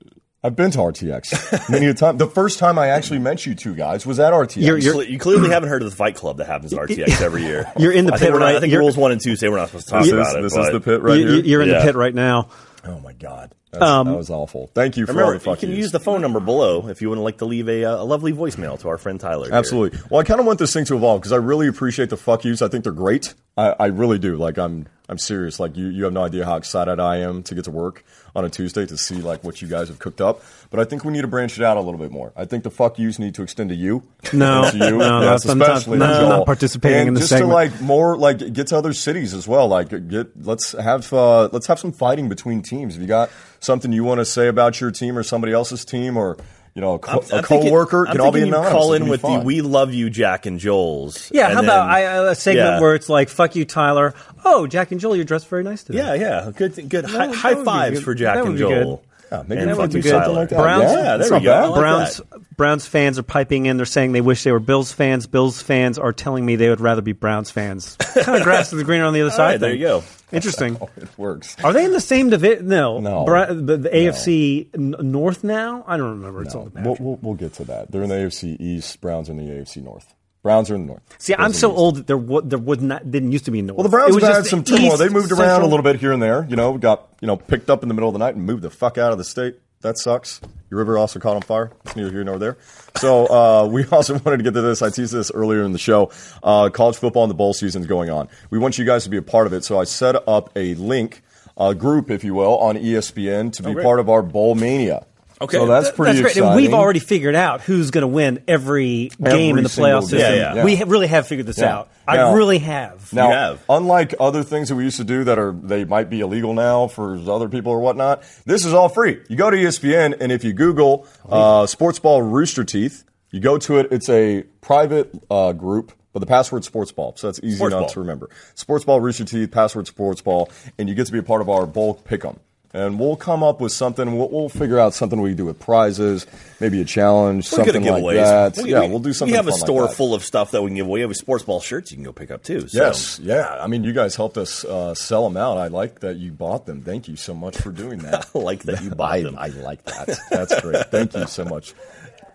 Speaker 1: I've been to RTX many a time. The first time I actually met you two guys was at RTX.
Speaker 2: You're-
Speaker 3: You cle- you clearly haven't heard of the Fight Club that happens at RTX every year.
Speaker 2: You're in the
Speaker 3: I think
Speaker 2: pit,
Speaker 3: we're not-
Speaker 2: right?
Speaker 3: I think
Speaker 2: You're-
Speaker 3: rules one and two say we're not supposed to talk
Speaker 1: this
Speaker 3: about
Speaker 1: is,
Speaker 3: it.
Speaker 1: this is
Speaker 3: but-
Speaker 1: the pit right
Speaker 2: You-
Speaker 1: here.
Speaker 2: you, are in
Speaker 3: Yeah.
Speaker 2: the pit right now.
Speaker 1: oh my god, That's- that was awful. Thank you for all
Speaker 3: Remember,
Speaker 1: the
Speaker 3: you
Speaker 1: fuck
Speaker 3: can
Speaker 1: yous.
Speaker 3: use the phone number below if you would like to leave a, uh, a lovely voicemail to our friend Tyler. here.
Speaker 1: Absolutely. Well, I kind of want this thing to evolve because I really appreciate the fuck yous. I think they're great. I, I really do. Like I'm, I'm serious. Like you, you have no idea how excited I am to get to work on a Tuesday to see like what you guys have cooked up. But I think we need to branch it out a little bit more. I think the fuck yous need to extend to you.
Speaker 2: No,
Speaker 1: And to you.
Speaker 2: no,
Speaker 1: yes,
Speaker 2: that's- I'm not-
Speaker 1: especially
Speaker 2: no, I'm
Speaker 1: Joel.
Speaker 2: not participating
Speaker 1: and
Speaker 2: in the
Speaker 1: just
Speaker 2: segment.
Speaker 1: to like more like get to other cities as well. Like get let's have uh, let's have some fighting between teams. If you got something you want to say about your team or somebody else's team or. you know, a, co-
Speaker 3: I'm
Speaker 1: a coworker
Speaker 3: thinking-
Speaker 1: can
Speaker 3: I'm
Speaker 1: all be
Speaker 3: thinking you
Speaker 1: anonymous.
Speaker 3: Call
Speaker 1: It
Speaker 3: in
Speaker 1: can be
Speaker 3: with the
Speaker 1: fun. [laughs]
Speaker 3: "We love you, Jack and Joel's."
Speaker 2: Yeah,
Speaker 3: and
Speaker 2: how about
Speaker 3: then-
Speaker 2: I, I- a segment
Speaker 3: Yeah.
Speaker 2: where it's like, "Fuck you, Tyler." Oh, Jack and Joel, you're dressed very nice today.
Speaker 3: Yeah, yeah, good, good.
Speaker 2: That
Speaker 3: Hi-
Speaker 2: would-
Speaker 3: high
Speaker 2: that would be
Speaker 3: fives
Speaker 2: good.
Speaker 3: for Jack
Speaker 2: That
Speaker 3: and
Speaker 2: would be good.
Speaker 3: Joel.
Speaker 1: Yeah,
Speaker 2: And
Speaker 3: maybe
Speaker 2: that would
Speaker 3: fuck
Speaker 2: be
Speaker 3: you,
Speaker 2: good.
Speaker 3: Tyler.
Speaker 2: Browns,
Speaker 3: yeah, there
Speaker 2: it's
Speaker 3: we
Speaker 2: not
Speaker 3: go. I
Speaker 2: bad.
Speaker 3: like
Speaker 2: Browns,
Speaker 3: that.
Speaker 2: Browns fans are piping in. They're saying they wish they were Bills fans. Bills fans are telling me they would rather be Browns fans. kind of grass is greener on the other
Speaker 3: All
Speaker 2: side.
Speaker 3: right, there
Speaker 2: thing.
Speaker 3: you go.
Speaker 2: Interesting.
Speaker 1: Oh, It works.
Speaker 2: Are they in the same division? No.
Speaker 1: No.
Speaker 2: Bra- the, the AFC n- North now? I don't remember. It's on the
Speaker 1: We'll, we'll, we'll get to that. They're in the AFC East. Browns are in the AFC North. Browns are in the North.
Speaker 2: See,
Speaker 1: Those are
Speaker 2: I'm
Speaker 1: the
Speaker 2: so old that there wa- there was not didn't used to be a North.
Speaker 1: Well, the Browns
Speaker 2: It was
Speaker 1: have had
Speaker 2: just
Speaker 1: some
Speaker 2: the
Speaker 1: turmoil.
Speaker 2: East,
Speaker 1: They moved around a
Speaker 2: Central.
Speaker 1: little bit here and there. You know, got you know picked up in the middle of the night and moved the fuck out of the state. That sucks. Your river also caught on fire. It's neither here nor there. So uh, we [laughs] also wanted to get to this. I teased this earlier in the show. Uh, college football and the bowl season is going on. We want you guys to be a part of it. So I set up a link, a group, if you will, on E ESPN to be
Speaker 2: Oh, great.
Speaker 1: part of our bowl mania.
Speaker 3: Okay.
Speaker 1: so that's
Speaker 2: Th-
Speaker 1: pretty
Speaker 2: great.
Speaker 1: exciting.
Speaker 2: And we've already figured out who's going to win every, game in the
Speaker 1: single
Speaker 2: playoff
Speaker 1: game.
Speaker 2: system.
Speaker 1: Yeah, yeah.
Speaker 2: We ha- really have figured this
Speaker 1: Yeah.
Speaker 2: out.
Speaker 1: Now-
Speaker 2: I really have.
Speaker 1: Now, unlike other things that we used to do that are they might be illegal now for other people or whatnot, this is all free. You go to E ESPN and if you Google uh, sports ball rooster teeth, you go to it. It's a private uh, group. But the password sports ball, so that's easy
Speaker 3: Sports
Speaker 1: enough
Speaker 3: ball.
Speaker 1: to remember. Sports ball, rooster teeth, password sports ball, and you get to be a part of our bulk pick'em. And we'll come up with something. We'll, we'll figure out something we do with prizes, maybe a challenge,
Speaker 3: We'll get a
Speaker 1: something like
Speaker 3: giveaways.
Speaker 1: that.
Speaker 3: We,
Speaker 1: yeah,
Speaker 3: we,
Speaker 1: we, will do something.
Speaker 3: We have a
Speaker 1: fun like
Speaker 3: store
Speaker 1: that.
Speaker 3: full of stuff that we can give away. We have sports ball shirts you can go pick up too. So.
Speaker 1: Yes, yeah. I mean, you guys helped us uh, sell them out. I like that you bought them. Thank you so much for doing [laughs] that.
Speaker 3: I like that you buy them.
Speaker 1: I like that. [laughs] That's great. Thank you so [laughs] much.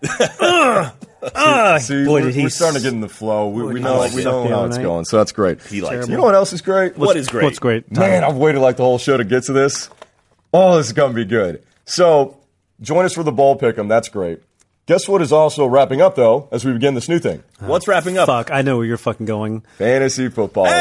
Speaker 1: See,
Speaker 2: boy,
Speaker 1: we're,
Speaker 2: did he
Speaker 1: we're starting to get in the flow. We,
Speaker 2: boy,
Speaker 1: we
Speaker 2: did
Speaker 1: know,
Speaker 2: he
Speaker 1: we
Speaker 2: suck
Speaker 1: know
Speaker 2: the
Speaker 1: how
Speaker 2: other
Speaker 1: it's
Speaker 2: night.
Speaker 1: going. So that's great.
Speaker 3: He likes
Speaker 1: You
Speaker 3: it.
Speaker 1: know what else is great?
Speaker 3: What is great?
Speaker 2: What's great?
Speaker 1: Man, I've waited like the whole show to get to this. Oh, this is going to be good. So join us for the ball pick 'em. That's great. Guess what is also wrapping up, though, as we begin this new thing?
Speaker 3: What's wrapping up?
Speaker 2: Fuck, I know where you're fucking going.
Speaker 1: Fantasy football is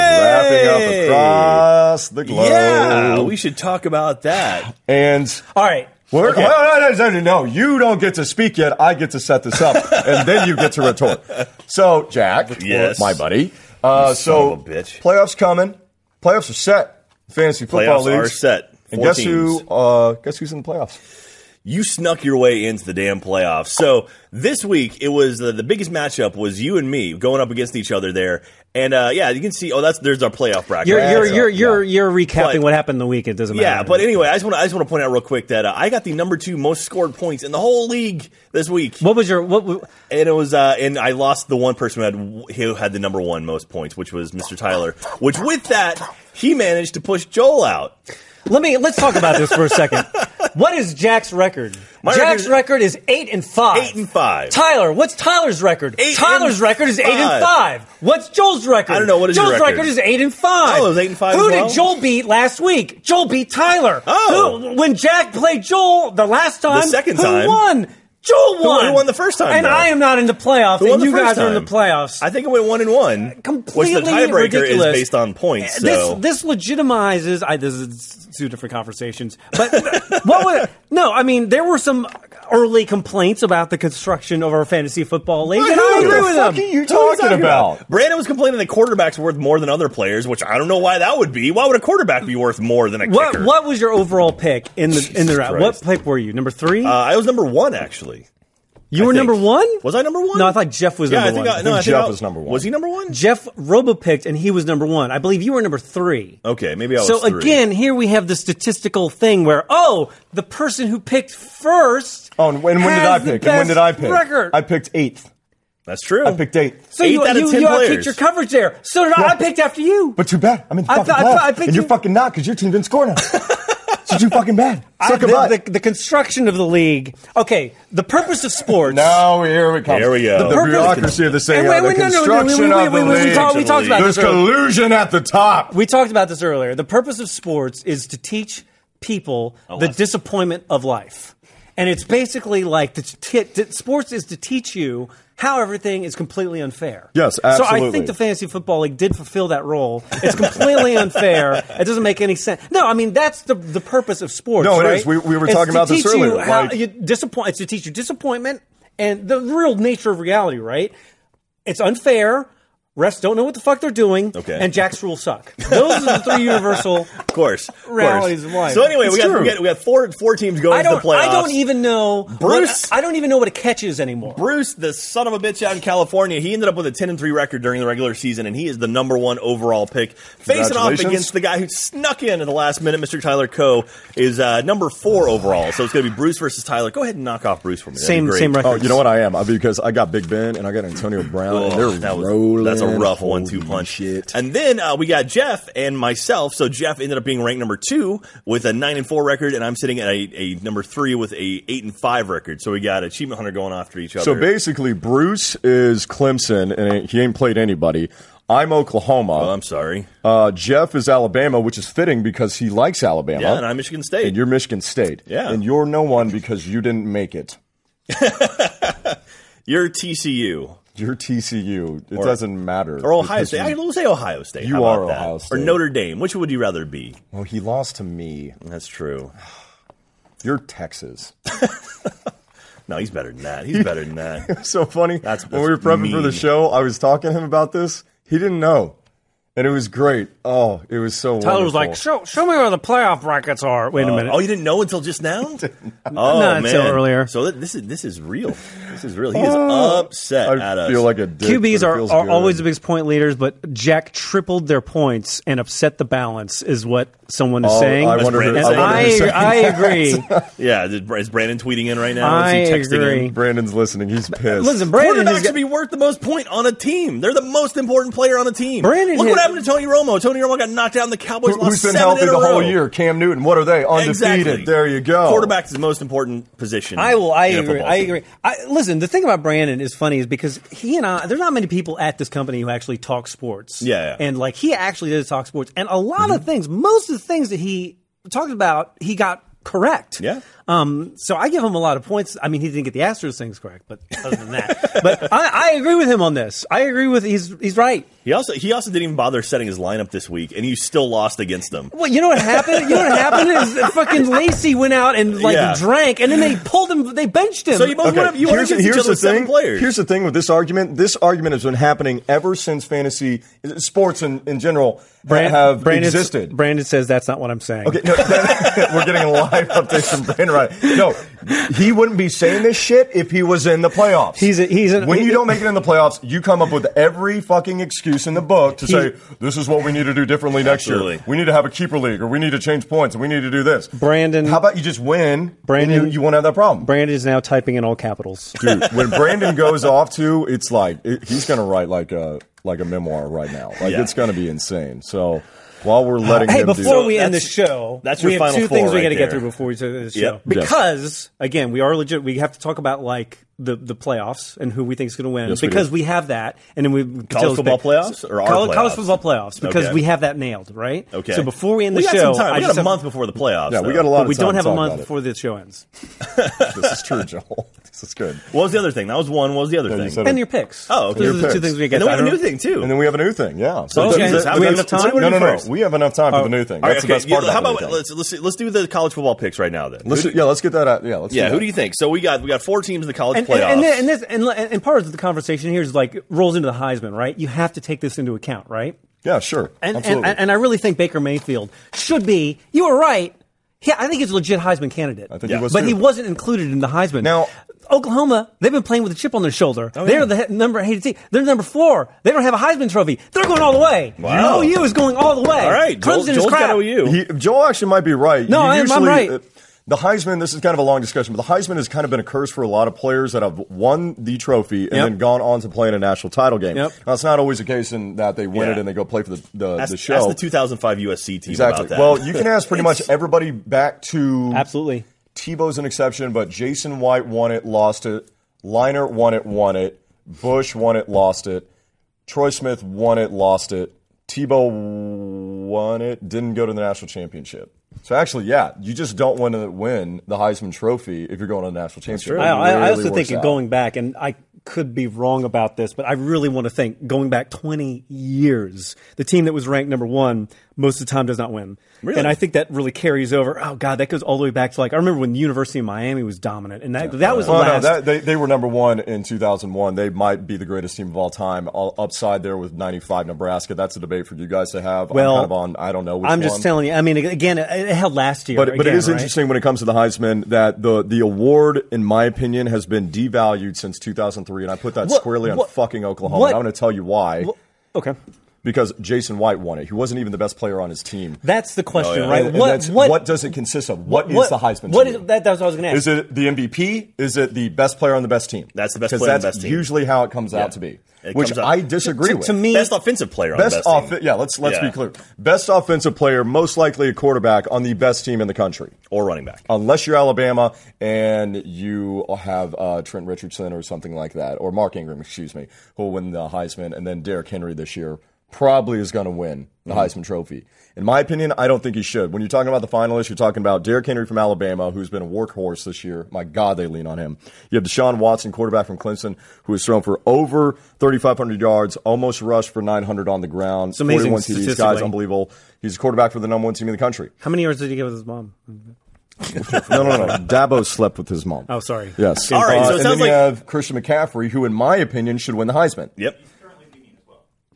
Speaker 3: Hey!
Speaker 1: wrapping up across the globe.
Speaker 3: Yeah, we should talk about that.
Speaker 1: And
Speaker 2: All right.
Speaker 1: well, well, no, no, no, no, you don't get to speak yet. I get to set this
Speaker 3: [laughs]
Speaker 1: up, and then you get to retort. So, Jack,
Speaker 3: Yes.
Speaker 1: my buddy. Uh, so,
Speaker 3: son of a bitch.
Speaker 1: playoffs coming. Playoffs are set. Fantasy football
Speaker 3: Playoffs
Speaker 1: leagues
Speaker 3: are set.
Speaker 1: And
Speaker 3: Four
Speaker 1: guess
Speaker 3: teams.
Speaker 1: who? Uh, guess who's in the playoffs?
Speaker 3: you snuck your way into the damn playoffs. So this week it was uh, the, the biggest matchup was you and me going up against each other there, and uh, yeah, you can see oh that's there's our playoff bracket.
Speaker 2: You're you're
Speaker 3: So-
Speaker 2: you're you're, you're recapping
Speaker 3: But-
Speaker 2: what happened the week. It doesn't matter.
Speaker 3: yeah, but anyway, I just want to I just want to point out real quick that uh, I got the number two most scored points in the whole league this week,
Speaker 2: what was your what? wa-
Speaker 3: and it was uh, and I lost the one person who had who had the number one most points, which was Mr. Tyler. Which with that he managed to push Joel out.
Speaker 2: Let me let's talk about this for a second. What is Jack's record?
Speaker 3: My
Speaker 2: Jack's
Speaker 3: record
Speaker 2: record is eight and five.
Speaker 3: Eight and five.
Speaker 2: Tyler, what's Tyler's record?
Speaker 3: Eight
Speaker 2: Tyler's
Speaker 3: and
Speaker 2: record is eight and
Speaker 3: five.
Speaker 2: five. What's Joel's record?
Speaker 3: I don't know. What is your
Speaker 2: Joel's
Speaker 3: record?
Speaker 2: is eight and five.
Speaker 3: Oh, it was eight and five
Speaker 2: Who
Speaker 3: as well?
Speaker 2: did Joel beat last week? Joel beat Tyler.
Speaker 3: Oh.
Speaker 2: Who- when Jack played Joel the last time,
Speaker 3: second
Speaker 2: who
Speaker 3: time.
Speaker 2: won? Joel won.
Speaker 3: who won the first time,
Speaker 2: And
Speaker 3: though?
Speaker 2: I am not in the playoffs.
Speaker 3: Who won
Speaker 2: and
Speaker 3: the
Speaker 2: you
Speaker 3: first
Speaker 2: guys are in
Speaker 3: time?
Speaker 2: the playoffs.
Speaker 3: I think it went one and one.
Speaker 2: completely
Speaker 3: which the tiebreaker
Speaker 2: ridiculous.
Speaker 3: is based on points. So.
Speaker 2: This this legitimizes. I, this is two different conversations, but [laughs] what would no? I mean, there were some early complaints about the construction of our fantasy football league, and I
Speaker 1: Who
Speaker 2: agree
Speaker 1: the
Speaker 2: with
Speaker 1: fuck
Speaker 2: them.
Speaker 1: are you
Speaker 3: Who are you
Speaker 1: talking about?
Speaker 3: Brandon was complaining that quarterbacks are worth more than other players, which I don't know why that would be. Why would a quarterback be worth more than a
Speaker 2: What
Speaker 3: kicker?
Speaker 2: what was your overall pick in the in the
Speaker 3: Jesus
Speaker 2: round? What
Speaker 3: Christ.
Speaker 2: pick were you? Number three?
Speaker 3: Uh, I was number one actually.
Speaker 2: you were
Speaker 3: think.
Speaker 2: number one.
Speaker 3: Was I number one?
Speaker 2: No, I thought Jeff was
Speaker 3: yeah,
Speaker 2: number
Speaker 3: I think
Speaker 2: one.
Speaker 3: I, no,
Speaker 1: I
Speaker 3: I
Speaker 1: think
Speaker 3: think
Speaker 1: Jeff
Speaker 3: I-
Speaker 1: was number one.
Speaker 3: Was he number one?
Speaker 2: Jeff Robo picked, and he was number one. I believe you were number three.
Speaker 3: Okay, maybe I was.
Speaker 2: So
Speaker 3: three.
Speaker 2: again, here we have the statistical thing where oh, the person who picked first.
Speaker 1: Oh, and when did
Speaker 2: has
Speaker 1: I
Speaker 2: the
Speaker 1: pick? And when
Speaker 2: best
Speaker 1: did I pick?
Speaker 2: Record.
Speaker 1: I picked eighth.
Speaker 3: that's true.
Speaker 1: I picked eighth.
Speaker 2: so
Speaker 3: eight
Speaker 2: you
Speaker 3: out of
Speaker 2: you,
Speaker 3: 10
Speaker 2: you
Speaker 3: players.
Speaker 2: outkicked your coverage there. So did I. I picked after you.
Speaker 1: But too bad. I'm in the
Speaker 2: I
Speaker 1: fucking
Speaker 2: thought- I
Speaker 1: playoffs,
Speaker 2: thought I picked
Speaker 1: and you're
Speaker 2: you-
Speaker 1: fucking not because your team didn't
Speaker 2: [laughs]
Speaker 1: score enough. so you're fucking bad.
Speaker 2: I-
Speaker 1: Suck a butt.
Speaker 2: the, the, the construction of the league. Okay, the purpose of sports.
Speaker 1: Now here we come.
Speaker 3: Here we go.
Speaker 1: The,
Speaker 3: The
Speaker 2: purpose-
Speaker 1: bureaucracy of the thing.
Speaker 2: And wait,
Speaker 1: the
Speaker 2: wait, no, no, no,
Speaker 1: construction
Speaker 2: we- we-
Speaker 1: of
Speaker 2: we-
Speaker 1: the
Speaker 2: we- we
Speaker 1: league.
Speaker 2: talked- we talked about
Speaker 1: There's
Speaker 2: this earlier.
Speaker 1: collusion at the top.
Speaker 2: We talked about this earlier. The purpose of sports is to teach people the
Speaker 3: lesson.
Speaker 2: disappointment of life. And it's basically like the t- t- sports is to teach you how everything is completely unfair.
Speaker 1: Yes,
Speaker 2: So I
Speaker 1: absolutely.
Speaker 2: think the fantasy football league did fulfill that role.
Speaker 1: [laughs]
Speaker 2: It's completely unfair. It doesn't make any sense. No, I mean that's the the purpose of sports.
Speaker 1: No, it
Speaker 2: it is.
Speaker 1: is. We- we were
Speaker 2: it's
Speaker 1: talking
Speaker 2: to
Speaker 1: about this
Speaker 2: teach you
Speaker 1: earlier,
Speaker 2: how
Speaker 1: like-
Speaker 2: you disappoint. It's to teach you disappointment and the real nature of reality. Right? It's unfair. refs don't know what the fuck they're doing, okay. and Jack's rules suck. Those are the three
Speaker 1: [laughs]
Speaker 2: universal
Speaker 3: of course, of
Speaker 2: realities of life.
Speaker 3: course. So anyway,
Speaker 2: It's
Speaker 3: we got,
Speaker 2: true.
Speaker 3: we got we got four four teams going
Speaker 2: I
Speaker 3: to the
Speaker 2: don't.
Speaker 3: playoffs.
Speaker 2: I don't even know. what-
Speaker 3: Bruce-
Speaker 2: I don't even know what a catch is anymore.
Speaker 3: Bruce, the son of a bitch out in California, he ended up with a 10 and 3 record during the regular season, and he is the number one overall pick. Facing off
Speaker 1: Congratulations.
Speaker 3: against the guy who snuck in at the last minute, Mr. Tyler Coe, is uh, number four overall. So it's going to be Bruce versus Tyler. Go ahead and knock off Bruce for me. That'd be great.
Speaker 1: Oh, you know what? I am I, because I got Big Ben and I got Antonio Brown, and
Speaker 3: Ugh,
Speaker 1: they're
Speaker 3: Oh, that was-
Speaker 1: rolling.
Speaker 3: That's a rough
Speaker 1: Holy
Speaker 3: one-two punch. And then uh, we got Jeff and myself. So Jeff ended up being ranked number two with a nine and four record, and I'm sitting at a, a number three with a eight and five record. So we got achievement hunter going after each other.
Speaker 1: So basically, Bruce is Clemson, and he ain't played anybody. I'm Oklahoma. Oh,
Speaker 3: I'm sorry.
Speaker 1: Uh, Jeff is Alabama, which is fitting because he likes Alabama.
Speaker 3: yeah, and I'm Michigan State.
Speaker 1: And you're Michigan State.
Speaker 3: Yeah.
Speaker 1: And you're no one because you didn't make it.
Speaker 3: You're TCU.
Speaker 1: You're TCU. It
Speaker 3: Or-
Speaker 1: doesn't matter.
Speaker 3: Or Ohio
Speaker 1: because
Speaker 3: State. I
Speaker 1: you-
Speaker 3: will say Ohio State.
Speaker 1: You
Speaker 3: How about
Speaker 1: are
Speaker 3: that?
Speaker 1: Ohio State.
Speaker 3: Or Notre Dame. Which would you rather be?
Speaker 1: Well, he lost to me.
Speaker 3: That's true.
Speaker 1: You're [laughs] Texas.
Speaker 3: No, he's better than that. He's better than that.
Speaker 1: so funny.
Speaker 3: That's,
Speaker 1: when we were prepping for the
Speaker 3: mean.
Speaker 1: show, I was talking to him about this. He didn't know. And it was great. Oh, it was so
Speaker 2: Tyler was like,
Speaker 1: wonderful.
Speaker 2: "Show, show me where the playoff brackets are." Wait a
Speaker 3: Uh,
Speaker 2: minute.
Speaker 3: oh, you didn't know until just
Speaker 1: [laughs]
Speaker 3: now? oh,
Speaker 2: Not
Speaker 3: man.
Speaker 2: until earlier.
Speaker 3: So th- this is this is real. This is real. He is
Speaker 1: Oh.
Speaker 3: upset
Speaker 1: I
Speaker 3: at us.
Speaker 1: feel like a dick,
Speaker 2: QBs
Speaker 1: but it
Speaker 2: are,
Speaker 1: feels
Speaker 2: are
Speaker 1: good.
Speaker 2: always the biggest point leaders, but Jack tripled their points and upset the balance, is what someone is
Speaker 1: Oh,
Speaker 2: saying.
Speaker 1: I wonder who-
Speaker 2: and
Speaker 1: I wonder
Speaker 2: I,
Speaker 1: who's saying
Speaker 2: I
Speaker 1: that. [laughs]
Speaker 2: agree.
Speaker 3: yeah, is is Brandon tweeting in right now? is he
Speaker 2: I
Speaker 3: texting
Speaker 2: agree.
Speaker 3: in?
Speaker 1: Brandon's listening. He's pissed.
Speaker 2: Listen, Brandon
Speaker 3: Quarterbacks
Speaker 2: has
Speaker 3: should
Speaker 2: got,
Speaker 3: be worth the most point on a team. They're the most important player on a team.
Speaker 2: Brandon
Speaker 3: Look
Speaker 2: hit-
Speaker 3: what happened to Tony Romo. Tony Romo got knocked down. The Cowboys
Speaker 1: Who-
Speaker 3: lost
Speaker 1: who's been
Speaker 3: seven
Speaker 1: healthy
Speaker 3: in a
Speaker 1: the whole
Speaker 3: row.
Speaker 1: year? Cam Newton. What are they? Undefeated.
Speaker 3: Exactly.
Speaker 1: There you go.
Speaker 3: Quarterback is the most important position.
Speaker 2: I will. I
Speaker 3: in a
Speaker 2: agree.
Speaker 3: football
Speaker 2: I
Speaker 3: team.
Speaker 2: agree. I, listen, the thing about Brandon is funny is because he and I, there's not many people at this company who actually talk sports.
Speaker 3: Yeah, Mm-hmm. yeah.
Speaker 2: And like he actually did talk sports, and a lot of things, most of the things that he talked about, he got correct.
Speaker 3: Yeah.
Speaker 2: Um. So I give him a lot of points. I mean, he didn't get the Astros things correct, but other than that, [laughs] but I, I agree with him on this. I agree with he's he's right.
Speaker 3: He also he also didn't even bother setting his lineup this week, and you still lost against them.
Speaker 2: Well, you know what happened? You know what happened is [laughs] that fucking Lacey went out and like
Speaker 3: Yeah.
Speaker 2: drank, and then they pulled him. They benched him.
Speaker 3: So you both
Speaker 1: Okay,
Speaker 3: went up. You went
Speaker 1: here's,
Speaker 3: against
Speaker 1: here's
Speaker 3: each other
Speaker 1: the
Speaker 3: with seven
Speaker 1: thing.
Speaker 3: players.
Speaker 1: Here's the thing with this argument. This argument has been happening ever since fantasy sports in, in general
Speaker 2: Brand-
Speaker 1: have
Speaker 2: Brandon-
Speaker 1: existed. [laughs]
Speaker 2: Brandon says that's not what I'm saying.
Speaker 1: Okay, no, we're getting live [laughs] updates from Brandon. Right? No, he wouldn't be saying this shit if he was in the playoffs.
Speaker 2: He's a- he's an-
Speaker 1: when
Speaker 2: he-
Speaker 1: you don't make it in the playoffs, you come up with every fucking excuse in the book to
Speaker 2: He-
Speaker 1: say this is what we need to do differently next
Speaker 3: Absolutely.
Speaker 1: year. We need to have a keeper league, or we need to change points, and we need to do this.
Speaker 2: Brandon-
Speaker 1: how about you just win?
Speaker 2: Brandon-
Speaker 1: and you, you won't have that problem.
Speaker 2: Brandon is now typing in all capitals.
Speaker 1: Dude, when Brandon goes off to, it's like it, he's gonna write like a like a memoir right now. Like
Speaker 3: Yeah.
Speaker 1: it's gonna be insane. So while we're letting
Speaker 2: Hey,
Speaker 1: him do
Speaker 2: before
Speaker 1: it-
Speaker 2: we end the
Speaker 3: that's-
Speaker 2: show,
Speaker 3: that's
Speaker 2: we
Speaker 3: your
Speaker 2: have
Speaker 3: final
Speaker 2: two
Speaker 3: four
Speaker 2: things we
Speaker 3: right
Speaker 2: got to get
Speaker 3: there.
Speaker 2: through before we end the show.
Speaker 3: Yep. Yes.
Speaker 2: Because again, we are legit. We have to talk about like the, the playoffs and who we think is going to win
Speaker 1: Yes, we
Speaker 2: because
Speaker 1: do.
Speaker 2: we, have that, and then we
Speaker 3: College football playoffs or our
Speaker 2: college, college
Speaker 3: playoffs?
Speaker 2: football playoffs because
Speaker 3: Okay.
Speaker 2: we have that nailed, right?
Speaker 3: okay.
Speaker 2: So before we end the
Speaker 3: got
Speaker 2: show,
Speaker 3: some time.
Speaker 2: I
Speaker 3: we
Speaker 2: just
Speaker 3: got a
Speaker 2: have-
Speaker 3: month before the playoffs.
Speaker 1: yeah, we
Speaker 3: though.
Speaker 1: got a lot.
Speaker 2: But we
Speaker 1: of time
Speaker 2: don't have
Speaker 1: to
Speaker 2: a
Speaker 1: talk
Speaker 2: month
Speaker 1: about it.
Speaker 2: before the show ends.
Speaker 1: [laughs] This is true, Joel. This is good.
Speaker 3: What was the other thing? That was one. What was the other
Speaker 1: you
Speaker 3: thing?
Speaker 1: said
Speaker 3: and
Speaker 2: And your picks.
Speaker 3: Oh, okay.
Speaker 2: Those
Speaker 3: Your
Speaker 2: are the two
Speaker 1: picks.
Speaker 2: things we
Speaker 3: then
Speaker 2: get.
Speaker 3: we have a new thing too.
Speaker 1: And then we have a new thing. Yeah. So
Speaker 3: Oh,
Speaker 1: those-
Speaker 2: okay.
Speaker 1: those-
Speaker 2: Do we have
Speaker 1: those-
Speaker 2: enough time?
Speaker 1: No, no,
Speaker 3: What do we
Speaker 1: no.
Speaker 3: do first? Oh,
Speaker 1: We have enough time for the new thing.
Speaker 3: All right,
Speaker 1: That's the
Speaker 3: okay,
Speaker 1: best part
Speaker 3: yeah, How
Speaker 1: about
Speaker 3: about
Speaker 1: the new thing.
Speaker 3: let's let's let's do the college football picks right now then.
Speaker 1: Let's do- yeah, let's get that out. Yeah, let's.
Speaker 3: yeah,
Speaker 1: do
Speaker 3: who
Speaker 1: that.
Speaker 3: do you think? So we got we got four teams in the college
Speaker 2: and, and,
Speaker 3: playoffs.
Speaker 2: and, thi- and this and, li- and part of the conversation here is like rolls into the Heisman, right? You have to take this into account, right?
Speaker 1: Yeah, sure.
Speaker 2: And and,
Speaker 1: Absolutely.
Speaker 2: and I really think Baker Mayfield should be. You were right. Yeah, I think he's a legit Heisman candidate. I
Speaker 1: think he Yeah. was
Speaker 2: but
Speaker 1: too.
Speaker 2: he wasn't included in the Heisman.
Speaker 1: Now-
Speaker 2: Oklahoma, they've been playing with a chip on their shoulder.
Speaker 3: Oh, yeah.
Speaker 2: They're the he- number hated team. They're number four. They don't have a Heisman trophy. They're going all the way.
Speaker 3: Wow.
Speaker 2: OU is going all the way.
Speaker 3: All right, Joel,
Speaker 2: Clemson
Speaker 3: Joel's
Speaker 2: is crap.
Speaker 3: got OU.
Speaker 1: He, Joel actually might be right. uh,
Speaker 2: No, I am- I'm right.
Speaker 1: the Heisman, this is kind of a long discussion, but the Heisman has kind of been a curse for a lot of players that have won the trophy and
Speaker 2: Yep.
Speaker 1: then gone on to play in a national title game.
Speaker 2: Yep.
Speaker 1: Now, it's not always the case in that they win
Speaker 3: Yeah.
Speaker 1: it and they go play for the, the,
Speaker 3: ask,
Speaker 1: the
Speaker 3: ask
Speaker 1: show.
Speaker 3: the 2005 USC team
Speaker 1: exactly.
Speaker 3: about that.
Speaker 1: Well, you can ask
Speaker 2: [laughs]
Speaker 1: pretty much everybody back to
Speaker 2: Absolutely.
Speaker 1: Tebow's an exception, but Jason White won it, lost it. Liner won it, won it. Bush won it, lost it. Troy Smith won it, lost it. Tebow won it, didn't go to the national championship. So actually, yeah, you just don't want to win the Heisman Trophy if you're going to the national championship.
Speaker 2: I, I, I
Speaker 1: It
Speaker 2: also
Speaker 1: really
Speaker 2: think
Speaker 1: works out.
Speaker 2: going back, and I could be wrong about this, but I really want to think going back 20 years, the team that was ranked number one most of the time does not win.
Speaker 3: Really?
Speaker 2: And I think that really carries over. Oh God, that goes all the way back to like I remember when the University of Miami was dominant, and that that was the
Speaker 1: Well, Oh, no,
Speaker 2: last.
Speaker 1: that- they, they were number one in 2001. They might be the greatest team of all time. All upside there with 95 Nebraska. That's a debate for you guys to have.
Speaker 2: Well,
Speaker 1: I'm kind of on. I don't know. Which
Speaker 2: I'm just
Speaker 1: one.
Speaker 2: telling you. I mean, again, it, it held last year,
Speaker 1: But, but it
Speaker 2: again,
Speaker 1: is
Speaker 2: right?
Speaker 1: interesting when it comes to the Heisman that the, the award, in my opinion, has been devalued since 2003, and I put that
Speaker 2: What-
Speaker 1: squarely on
Speaker 2: what-
Speaker 1: fucking Oklahoma.
Speaker 2: what-
Speaker 1: and I'm going to tell you why.
Speaker 2: okay.
Speaker 1: Because Jason White won it. He wasn't even the best player on his team.
Speaker 2: That's the
Speaker 1: Oh,
Speaker 2: question,
Speaker 1: yeah.
Speaker 2: right?
Speaker 1: And- and that's- what, does it consist of? what is the Heisman?
Speaker 2: What
Speaker 1: to
Speaker 2: is
Speaker 1: you?
Speaker 2: that? That's what I was going to ask.
Speaker 1: Is it the MVP? Is it the best player on the best team?
Speaker 3: That's the best
Speaker 1: 'Cause
Speaker 3: player on the
Speaker 1: that's
Speaker 3: best team.
Speaker 1: Usually, how it comes
Speaker 3: Yeah.
Speaker 1: out to be,
Speaker 3: It
Speaker 1: which
Speaker 3: comes out-
Speaker 1: I disagree
Speaker 3: To-
Speaker 1: with.
Speaker 3: to me- Best offensive player on the
Speaker 1: best
Speaker 3: best team.
Speaker 1: offe- Yeah, let's let's
Speaker 3: Yeah.
Speaker 1: be clear. Best offensive player, most likely a quarterback on the best team in the country,
Speaker 3: or running back,
Speaker 1: unless you're Alabama and you have uh, Trent Richardson or something like that, or Mark Ingram, excuse me, who will win the Heisman, and then Derrick Henry this year. Probably is going to win the
Speaker 2: Mm-hmm.
Speaker 1: Heisman Trophy. In my opinion, I don't think he should. When you're talking about the finalists, you're talking about Derrick Henry from Alabama, who's been a workhorse this year. My God, they lean on him. You have Deshaun Watson, quarterback from Clemson, who has thrown for over 3,500 yards, almost rushed for 900 on the ground. It's
Speaker 2: amazing
Speaker 1: 41 TDs, guys,
Speaker 2: statistically.
Speaker 1: unbelievable. He's a quarterback for the number one team in the country.
Speaker 2: How many yards did he give his mom?
Speaker 1: No, no,
Speaker 2: [laughs]
Speaker 1: no. Dabo slept with his mom.
Speaker 2: Oh, sorry.
Speaker 1: Yes.
Speaker 2: All right,
Speaker 1: Uh,
Speaker 2: so it
Speaker 1: and
Speaker 2: sounds
Speaker 1: then you
Speaker 2: like-
Speaker 1: have Christian McCaffrey, who, in my opinion, should win the Heisman.
Speaker 3: Yep.
Speaker 1: Who?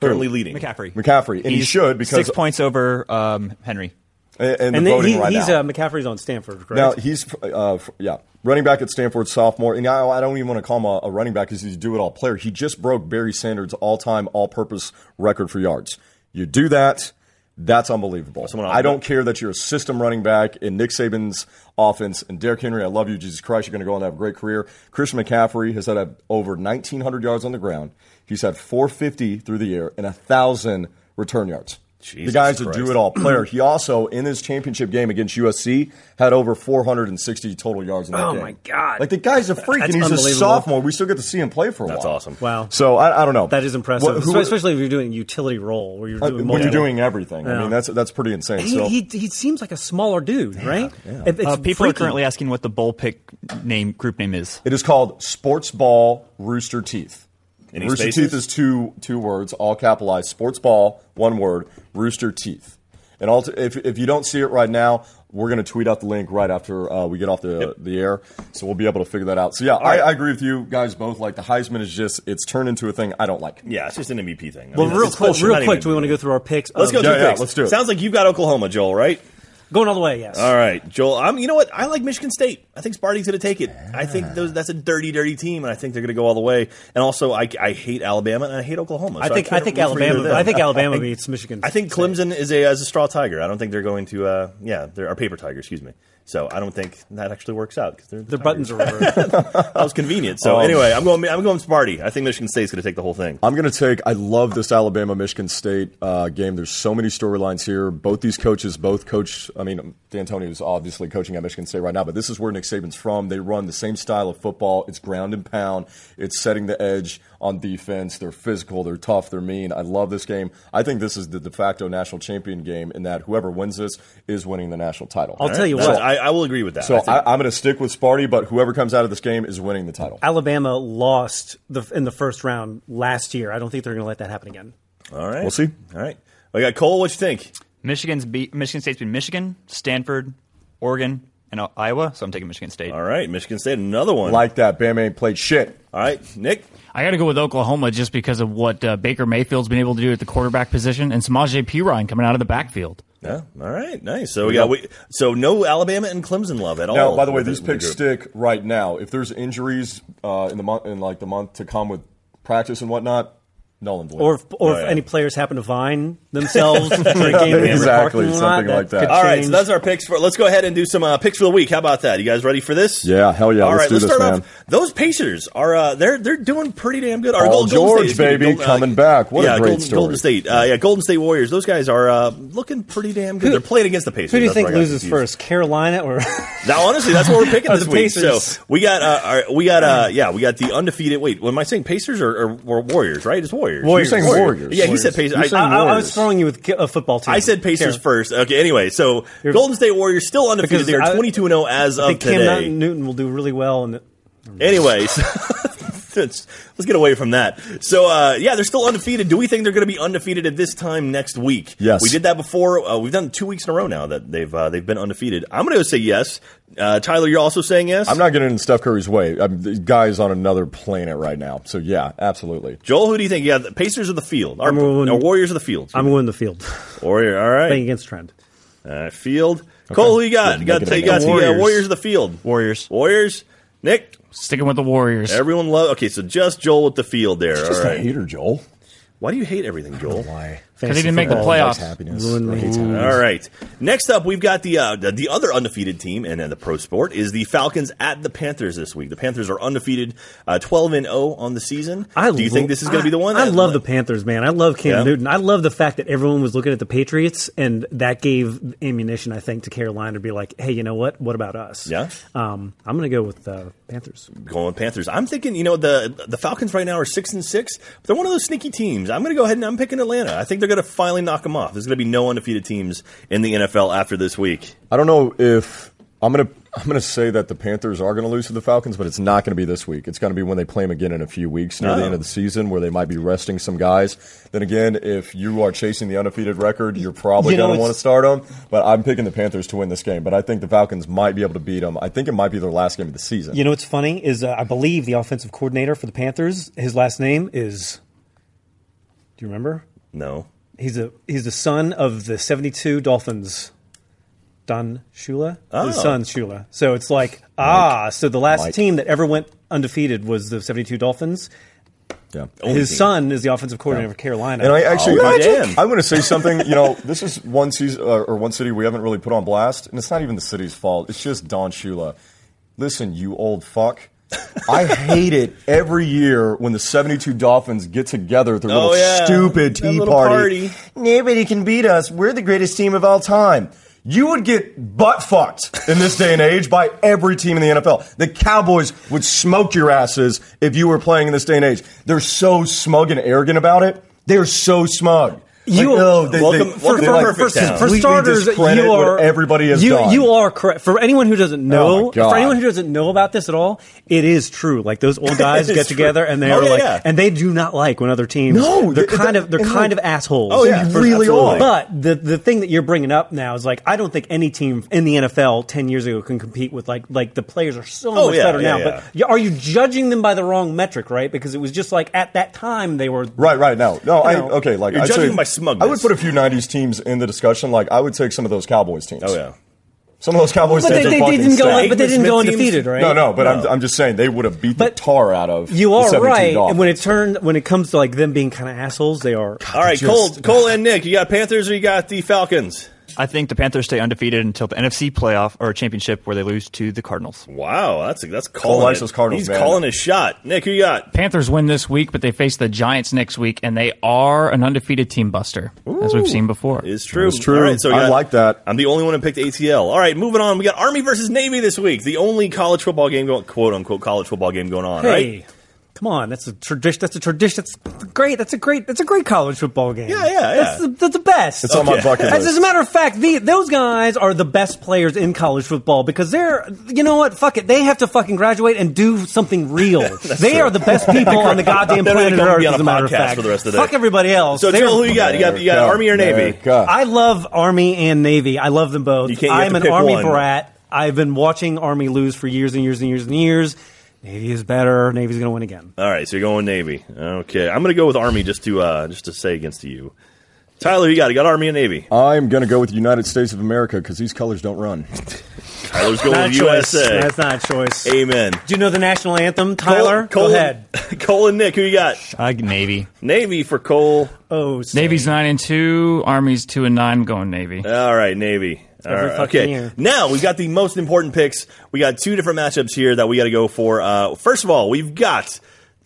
Speaker 3: Currently leading.
Speaker 4: McCaffrey.
Speaker 1: McCaffrey, and he
Speaker 4: He's
Speaker 1: should because-
Speaker 4: six points over um, Henry.
Speaker 1: And, and,
Speaker 2: And
Speaker 1: the
Speaker 2: then
Speaker 1: voting
Speaker 2: he,
Speaker 1: right
Speaker 2: he's
Speaker 1: now.
Speaker 2: Uh, McCaffrey's on Stanford, correct?
Speaker 1: Now he's uh, f- yeah running back at Stanford sophomore, and I, I don't even want to call him a, a running back because he's a do-it-all player. He just broke Barry Sanders' all-time all-purpose record for yards. You do that, that's unbelievable. I don't care that you're a system running back in Nick Saban's offense and Derrick Henry. I love you, Jesus Christ. You're going to go on and have a great career. Christian McCaffrey has had uh, over 1,900 yards on the ground. He's had 450 through the air and thousand return yards. the
Speaker 3: Jesus
Speaker 1: guy's a
Speaker 3: Christ.
Speaker 1: do it all player. He also, in his championship game against USC, had over 460 total yards in that
Speaker 2: Oh
Speaker 1: game.
Speaker 2: my God.
Speaker 1: Like, the guy's a freak,
Speaker 2: That's
Speaker 1: and he's a
Speaker 2: unbelievable.
Speaker 1: sophomore. We still get to see him play for a
Speaker 3: That's
Speaker 1: while.
Speaker 3: awesome.
Speaker 2: Wow.
Speaker 1: So, I, I don't know.
Speaker 2: That is impressive,
Speaker 1: What- who-
Speaker 2: especially if you're doing a utility role where you're
Speaker 1: uh,
Speaker 2: doing
Speaker 1: when
Speaker 2: multiple-
Speaker 1: you're doing everything. I
Speaker 2: Yeah.
Speaker 1: mean, that's that's pretty insane.
Speaker 2: And
Speaker 1: so,
Speaker 2: he, he he seems like a smaller dude, right? It- it's
Speaker 4: Uh, people are
Speaker 2: freaky.
Speaker 4: currently asking what the bowl pick name group name is.
Speaker 1: It is called Sports Ball Rooster Teeth.
Speaker 3: Any
Speaker 1: Rooster
Speaker 3: spaces?
Speaker 1: Teeth is two two words, all capitalized. Sports Ball, one word. Rooster Teeth. And all if if you don't see it right now, we're going to tweet out the link right after uh, we get off the the air, so we'll be able to figure that out. So yeah, I, I agree with you guys both. Like the Heisman is just it's turned into a thing I don't like.
Speaker 3: Yeah, it's just an MVP thing. I
Speaker 2: Well,
Speaker 3: mean,
Speaker 2: real
Speaker 3: it's
Speaker 2: quick,
Speaker 3: bullshit. Not
Speaker 2: real quick,
Speaker 3: even-
Speaker 2: do we want to go through our picks?
Speaker 3: Let's go
Speaker 2: of-
Speaker 3: through
Speaker 1: yeah,
Speaker 3: picks.
Speaker 1: let's do it.
Speaker 3: Sounds like you've got Oklahoma, Joel, right?
Speaker 2: Going all the way, yes.
Speaker 3: All right, Joel. I'm. You know what? I like Michigan State. I think Sparty's going to take it. I think those, that's a dirty, dirty team, and I think they're going to go all the way. And also, I, I hate Alabama and I hate Oklahoma.
Speaker 2: I
Speaker 3: so
Speaker 2: think I,
Speaker 3: can't
Speaker 2: think
Speaker 3: root for either of
Speaker 2: Alabama.
Speaker 3: them.
Speaker 2: I think Alabama beats Michigan.
Speaker 3: I think
Speaker 2: State.
Speaker 3: Clemson is a as a straw tiger. I don't think they're going to. Uh, yeah, they're our paper tiger. Excuse me. So I don't think that actually works out because they're the
Speaker 2: their buttons
Speaker 3: [laughs]
Speaker 2: are over.
Speaker 3: that was convenient.
Speaker 2: Oh.
Speaker 3: So
Speaker 1: Um,
Speaker 3: anyway, I'm going. I'm going Sparty. I think Michigan State's going to take the whole thing.
Speaker 1: I'm going to take. I love this Alabama Michigan State uh, game. There's so many storylines here. Both these coaches, both coach. I mean, D'Antonio is obviously coaching at Michigan State right now, but this is where Nick Saban's from. They run the same style of football. It's ground and pound. It's setting the edge on defense. They're physical. They're tough. They're mean. I love this game. I think this is the de facto national champion game, in that whoever wins this is winning the national title.
Speaker 2: I'll tell you
Speaker 3: That's-
Speaker 2: what.
Speaker 3: I, I will agree with that.
Speaker 1: So
Speaker 3: I think-
Speaker 1: I, I'm going to stick with Sparty, but whoever comes out of this game is winning the title.
Speaker 2: Alabama lost the, in the first round last year. I don't think they're going to let that happen again.
Speaker 3: all right,
Speaker 1: We'll see.
Speaker 3: All right, we got Cole. What you think?
Speaker 4: Michigan's beat Michigan State's beat Michigan, Stanford, Oregon, and uh, Iowa. So I'm taking Michigan State.
Speaker 3: All right, Michigan State, another one.
Speaker 1: Like that, Bam ain't played shit.
Speaker 3: all right, Nick.
Speaker 6: I got to go with Oklahoma just because of what uh, Baker Mayfield's been able to do at the quarterback position and Samaje Perine coming out of the backfield.
Speaker 3: Yeah. All right. Nice. So we got we, so no Alabama and Clemson love at all.
Speaker 1: Now, by the way,
Speaker 3: with
Speaker 1: these
Speaker 3: with the
Speaker 1: picks
Speaker 3: group.
Speaker 1: stick right now. If there's injuries uh, in the month, in like the month to come with practice and whatnot, null and void.
Speaker 2: Or if, or
Speaker 3: Oh, yeah.
Speaker 2: if any players happen to vine themselves drinking
Speaker 3: [laughs]
Speaker 2: in the
Speaker 1: Exactly,
Speaker 2: parking lot,
Speaker 1: something like that.
Speaker 2: could
Speaker 3: All right, so
Speaker 2: change.
Speaker 3: that's our picks for. Let's go ahead and do some uh, picks for the week. How about that? You guys ready for this?
Speaker 1: Yeah, hell yeah,
Speaker 3: All
Speaker 1: let's
Speaker 3: right,
Speaker 1: do this,
Speaker 3: start
Speaker 1: man.
Speaker 3: off. Those Pacers are uh, they're they're doing pretty damn good. Our
Speaker 1: Paul
Speaker 3: Golden- Golden
Speaker 1: George,
Speaker 3: State is good.
Speaker 1: baby,
Speaker 3: Golden- uh,
Speaker 1: coming back. What a
Speaker 3: yeah,
Speaker 1: great
Speaker 3: Golden,
Speaker 1: story.
Speaker 3: Golden State. Uh, yeah, Golden State Warriors. Those guys are uh, looking pretty damn good. they're playing against the Pacers.
Speaker 2: Who do you
Speaker 3: That's where
Speaker 2: think
Speaker 3: I got
Speaker 2: loses
Speaker 3: confused.
Speaker 2: first, Carolina or? [laughs]
Speaker 3: Now, honestly, that's what we're picking
Speaker 2: Or
Speaker 3: this
Speaker 2: the
Speaker 3: week.
Speaker 2: Pacers.
Speaker 3: So we got, uh, our, we got, uh, yeah, we got the undefeated. Wait, what am I saying? Pacers or, or, or Warriors? Right? It's Warriors.
Speaker 1: Warriors. You're saying Warriors.
Speaker 3: Yeah,
Speaker 1: Warriors.
Speaker 3: he said Pacers.
Speaker 1: You're
Speaker 3: I-
Speaker 1: saying
Speaker 2: I, I
Speaker 1: Warriors.
Speaker 2: was throwing you with a football team.
Speaker 3: I said Pacers
Speaker 2: Carol-
Speaker 3: first. Okay, anyway, so
Speaker 2: You're-
Speaker 3: Golden State Warriors still
Speaker 2: Because
Speaker 3: undefeated. They are
Speaker 2: I-
Speaker 3: 22 0 as
Speaker 2: I think
Speaker 3: of
Speaker 2: Cam
Speaker 3: today. [laughs]
Speaker 2: Newton will do really well, and
Speaker 3: Anyways, Let's let's get away from that. So uh, yeah, they're still undefeated. Do we think they're going to be undefeated at this time next week?
Speaker 1: Yes.
Speaker 3: we did that before. Uh, we've done two weeks in a row now that they've uh, they've been undefeated. I'm going to say yes. Uh, Tyler, you're also saying yes.
Speaker 1: I'm not getting in Steph Curry's way. I'm, the guy's on another planet right now. So yeah, absolutely.
Speaker 3: Joel, who do you think? Yeah, the Pacers or the field? Our,
Speaker 2: I'm going-
Speaker 3: our Warriors or the field?
Speaker 2: I'm going the field. [laughs]
Speaker 3: Warrior. All right.
Speaker 2: Playing against trend.
Speaker 3: Uh, field. Cole, who you got?
Speaker 1: Yeah,
Speaker 3: You got,
Speaker 1: make it a
Speaker 3: you got
Speaker 1: no.
Speaker 3: the uh,
Speaker 1: Warriors.
Speaker 3: Warriors of the field. Warriors. Warriors. Nick.
Speaker 6: Sticking with the Warriors.
Speaker 3: Everyone love. Okay, so just Joel with the field there.
Speaker 1: Just
Speaker 3: All
Speaker 1: a
Speaker 3: right.
Speaker 1: hater, Joel.
Speaker 3: Why do you hate everything, Joel?
Speaker 1: Why?
Speaker 6: 'Cause he didn't make the
Speaker 1: All about
Speaker 6: playoffs.
Speaker 1: Happiness.
Speaker 2: Ruined me.
Speaker 1: Hates happiness.
Speaker 3: All right. Next up, we've got the uh, the, the other undefeated team in uh, the pro sport is the Falcons at the Panthers this week. The Panthers are undefeated, uh, twelve and zero on the season. do you
Speaker 2: lo-
Speaker 3: think this is going to be the one?
Speaker 2: I, I
Speaker 3: that-
Speaker 2: love the Panthers, man. I love Cam
Speaker 3: Yeah.
Speaker 2: Newton. I love the fact that everyone was looking at the Patriots, and that gave ammunition, I think, to Carolina to be like, "Hey, you know what? What about us?"
Speaker 3: Yeah.
Speaker 2: Um, I'm going to go with uh, Panthers.
Speaker 3: going with Panthers. I'm thinking, you know, the the Falcons right now are six and six. But they're one of those sneaky teams. I'm going to go ahead and I'm picking Atlanta. I think they're going to finally knock them off. There's going to be no undefeated teams in the NFL after this week.
Speaker 1: I don't know if I'm gonna I'm gonna say that the Panthers are gonna lose to the Falcons, but it's not gonna be this week. It's gonna be when they play them again in a few weeks near the
Speaker 3: Oh.
Speaker 1: end of the season, where they might be resting some guys. Then again, if you are chasing the undefeated record, you're probably
Speaker 2: You know,
Speaker 1: gonna
Speaker 2: it's-
Speaker 1: want to start them. But I'm picking the Panthers to win this game. But I think the Falcons might be able to beat them. I think it might be their last game of the season.
Speaker 2: You know what's funny is uh, I believe the offensive coordinator for the Panthers. His last name is. Do you remember?
Speaker 3: No.
Speaker 2: He's a he's the son of the '72 Dolphins. Don Shula,
Speaker 3: Oh.
Speaker 2: his son Shula. So it's like ah, so the last
Speaker 1: Mike.
Speaker 2: team that ever went undefeated was the '72 Dolphins.
Speaker 1: yeah.
Speaker 2: His
Speaker 3: team.
Speaker 2: son is the offensive coordinator for Carolina.
Speaker 1: And I actually,
Speaker 3: Oh,
Speaker 1: I,
Speaker 3: damn.
Speaker 1: am going to say something. You know, this is one season uh, or one city we haven't really put on blast, and it's not even the city's fault. It's just Don Shula. Listen, you old fuck. I hate it every year when the 72 Dolphins get together at their
Speaker 3: Oh,
Speaker 1: little
Speaker 3: yeah.
Speaker 1: stupid
Speaker 3: That
Speaker 1: tea
Speaker 3: little
Speaker 1: party.
Speaker 3: party.
Speaker 1: Nobody can beat us. We're the greatest team of all time. You would get butt fucked in this day and age by every team in the NFL. The Cowboys would smoke your asses if you were playing in this day and age. They're so smug and arrogant about it. They're so smug.
Speaker 2: You-
Speaker 1: like, no, they,
Speaker 3: Welcome-
Speaker 1: they,
Speaker 3: welcome
Speaker 1: they,
Speaker 3: to
Speaker 1: like,
Speaker 3: Perfect Town.
Speaker 2: for
Speaker 1: completely
Speaker 2: starters,
Speaker 1: discredit
Speaker 2: you
Speaker 1: what
Speaker 2: are
Speaker 1: everybody has
Speaker 2: you,
Speaker 1: done.
Speaker 2: You are correct. For anyone who doesn't
Speaker 1: Oh
Speaker 2: know,
Speaker 1: my God.
Speaker 2: for anyone who doesn't know about this at all, it is true. Like
Speaker 1: [laughs]
Speaker 2: those old guys
Speaker 3: It is
Speaker 2: get together
Speaker 3: true.
Speaker 2: and they
Speaker 3: Oh,
Speaker 2: are
Speaker 3: yeah,
Speaker 2: like,
Speaker 3: yeah.
Speaker 2: and they do not like when other teams.
Speaker 1: No,
Speaker 2: they're
Speaker 1: they-
Speaker 2: kind
Speaker 1: they-
Speaker 2: of they're
Speaker 1: and
Speaker 2: kind
Speaker 1: they-
Speaker 2: of assholes.
Speaker 1: Oh, yeah,
Speaker 2: For-
Speaker 1: really
Speaker 2: absolutely.
Speaker 1: are.
Speaker 2: But the the thing that you're bringing up now is like, I don't think any team in the NFL ten years ago can compete with like like the players are so
Speaker 3: Oh,
Speaker 2: much
Speaker 3: yeah,
Speaker 2: better
Speaker 3: yeah,
Speaker 2: now.
Speaker 3: yeah.
Speaker 2: But y- are you judging them by the wrong metric? Right? Because it was just like at that time they were
Speaker 1: Right, right. No, no. I
Speaker 2: know.
Speaker 1: okay. Like
Speaker 3: You're
Speaker 1: I'd
Speaker 3: judging
Speaker 1: say-
Speaker 3: by smugness.
Speaker 1: I would put a few '90s teams in the discussion. Like I would take some of those Cowboys teams.
Speaker 3: Oh yeah.
Speaker 1: some of those Cowboys
Speaker 2: But they,
Speaker 1: teams. are
Speaker 2: they,
Speaker 1: fucking
Speaker 2: didn't go.
Speaker 1: stacked.
Speaker 2: Like, but they didn't go
Speaker 3: Aikman-Smith teams?
Speaker 2: undefeated, right?
Speaker 1: No, no, but
Speaker 3: No.
Speaker 1: I'm, I'm just saying they would have beat
Speaker 2: But
Speaker 1: the tar out of
Speaker 2: You
Speaker 1: the
Speaker 2: are
Speaker 1: 72
Speaker 2: right.
Speaker 1: Dolphins.
Speaker 2: And when it turned, when it comes to like them being kind of assholes, they are.
Speaker 3: All right,
Speaker 1: [laughs]
Speaker 3: Cole,
Speaker 1: Just-
Speaker 3: Cole and Nick, you got Panthers or you got the Falcons?
Speaker 4: I think the Panthers stay undefeated until the NFC playoff or championship where they lose to the Cardinals.
Speaker 3: Wow, that's that's calling.
Speaker 1: likes
Speaker 3: it.
Speaker 1: those Cardinals,
Speaker 3: He's
Speaker 1: man.
Speaker 3: calling his shot. Nick, who you got?
Speaker 6: Panthers win this week, but they face the Giants next week, and they are an undefeated team buster, as we've seen before.
Speaker 3: Is true.
Speaker 1: It's true.
Speaker 3: All right, so we
Speaker 1: I
Speaker 3: got-
Speaker 1: like that.
Speaker 3: I'm the only one who picked ATL. All right, moving on. We got Army versus Navy this week. The only college football game, going, quote unquote, college football game going on.
Speaker 2: Hey,
Speaker 3: Right?
Speaker 2: come on! That's a tradition. That's a tradition. That's great. That's a great. That's a great college football game.
Speaker 3: Yeah, yeah, yeah.
Speaker 2: That's the, that's the best.
Speaker 1: It's on my bucket
Speaker 2: As, as
Speaker 1: list.
Speaker 2: a matter of fact, the, those guys are the best players in college football because they're, you know what? Fuck it, they have to fucking graduate and do something
Speaker 3: [laughs]
Speaker 2: real. they are the best people on the goddamn
Speaker 3: They're gonna
Speaker 2: planet
Speaker 3: come
Speaker 2: Earth.
Speaker 3: be on
Speaker 2: As
Speaker 3: a
Speaker 2: a matter of
Speaker 3: podcast
Speaker 2: fact,
Speaker 3: for the rest of the day.
Speaker 2: fuck everybody else.
Speaker 3: So,
Speaker 2: They're-
Speaker 3: Joel, who you got? You got, you got
Speaker 1: America,
Speaker 3: Army or Navy?
Speaker 1: America.
Speaker 2: I love Army and Navy. I love them both.
Speaker 3: You can't- you have
Speaker 2: I'm
Speaker 3: to
Speaker 2: an
Speaker 3: pick
Speaker 2: Army
Speaker 3: one.
Speaker 2: brat. I've been watching Army lose for years and years and years and years. Navy is better. Navy's going to win again.
Speaker 3: All right, so you're going Navy. Okay, I'm going to go with Army just to uh, just to say against you. Tyler, you got? You got Army and Navy.
Speaker 1: I'm going to go with the United States of America because these colors don't run.
Speaker 3: Tyler's going
Speaker 2: Not a
Speaker 3: with
Speaker 2: choice.
Speaker 3: USA.
Speaker 2: That's not a choice.
Speaker 3: Amen.
Speaker 2: Do you know the national anthem, Tyler?
Speaker 3: Cole,
Speaker 2: Go ahead.
Speaker 3: [laughs] Cole and Nick, who you got?
Speaker 4: I Navy.
Speaker 3: Navy for Cole.
Speaker 2: Oh,
Speaker 6: Navy's nine and two, Army's two and nine. I'm going Navy.
Speaker 3: All right, Navy. All
Speaker 2: every
Speaker 3: right,
Speaker 2: fucking
Speaker 3: okay.
Speaker 2: year.
Speaker 3: Now we've got the most important picks. We got two different matchups here that we got to go for. Uh, first of all, we've got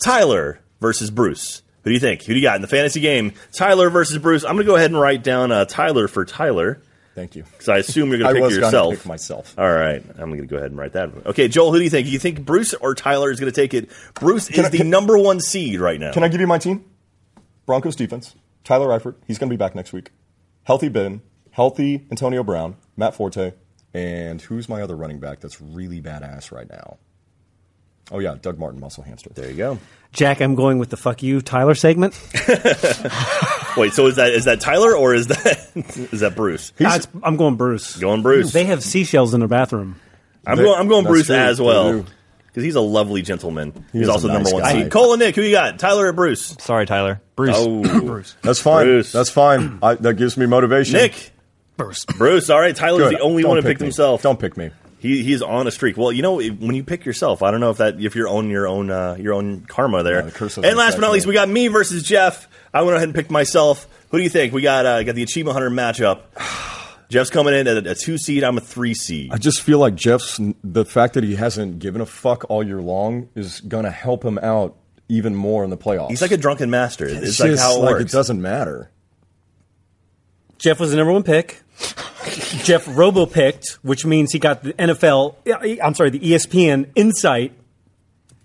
Speaker 3: Tyler versus Bruce. Who do you think? Who do you got in the fantasy game? Tyler versus Bruce. I'm going to go ahead and write down uh, Tyler for Tyler
Speaker 1: Thank you.
Speaker 3: because I assume you're going
Speaker 1: I
Speaker 3: to pick
Speaker 1: was gonna
Speaker 3: yourself.
Speaker 1: pick myself.
Speaker 3: All right, I'm going to go ahead and write that. Okay, Joel, who do you think? You think Bruce or Tyler is going to take it? Bruce is
Speaker 1: I-
Speaker 3: the
Speaker 1: can-
Speaker 3: number one seed right now.
Speaker 1: Can I give you my team? Broncos defense. Tyler Eifert. He's going to be back next week. Healthy Ben. Healthy Antonio Brown. Matt Forte. And who's my other running back that's really badass right now? Oh yeah, Doug Martin, muscle hamster.
Speaker 3: There you go.
Speaker 2: Jack, I'm going with the fuck you Tyler
Speaker 3: [laughs]
Speaker 2: segment.
Speaker 3: Wait, so is that is that Tyler or is that [laughs] is that Bruce?
Speaker 2: Ah, it's- I'm going Bruce.
Speaker 3: Going Bruce.
Speaker 2: They have seashells in their bathroom.
Speaker 3: I'm going. I'm going
Speaker 2: That's
Speaker 3: Bruce
Speaker 2: true.
Speaker 3: as
Speaker 2: They
Speaker 3: well
Speaker 2: do.
Speaker 3: because he's a lovely gentleman.
Speaker 2: He
Speaker 3: he's
Speaker 2: is a
Speaker 3: also the number
Speaker 1: nice
Speaker 3: one.
Speaker 1: guy.
Speaker 3: seed. Cole and Nick, who you got? Tyler or Bruce?
Speaker 4: Sorry, Tyler.
Speaker 1: Bruce.
Speaker 3: Oh,
Speaker 1: That's fine. That's fine. I, that gives me motivation.
Speaker 3: Nick.
Speaker 6: Bruce.
Speaker 3: Bruce. All right. Tyler's
Speaker 1: Good.
Speaker 3: the only
Speaker 1: Don't
Speaker 3: one who
Speaker 1: pick
Speaker 3: picked
Speaker 1: me.
Speaker 3: himself.
Speaker 1: Don't pick me.
Speaker 3: He, he's on a streak. Well, you know, when you pick yourself, I don't know if that if you're on your own uh, your own karma there.
Speaker 1: curse of
Speaker 3: and last
Speaker 1: attraction.
Speaker 3: but not least, we got me versus Jeff. I went ahead and picked myself. Who do you think? We got uh, got the achievement hunter matchup. [sighs] Jeff's coming in at a, a two seed. I'm a three seed.
Speaker 1: I just feel like Jeff's the fact that he hasn't given a fuck all year long is gonna help him out even more in the playoffs.
Speaker 3: He's like a drunken master. It's,
Speaker 1: It's
Speaker 3: like
Speaker 1: just
Speaker 3: how it
Speaker 1: like
Speaker 3: works.
Speaker 1: it doesn't matter.
Speaker 2: Jeff was the number one pick. Jeff robo picked, which means he got the NFL. yeah, eh, I'm sorry, the E ESPN insight.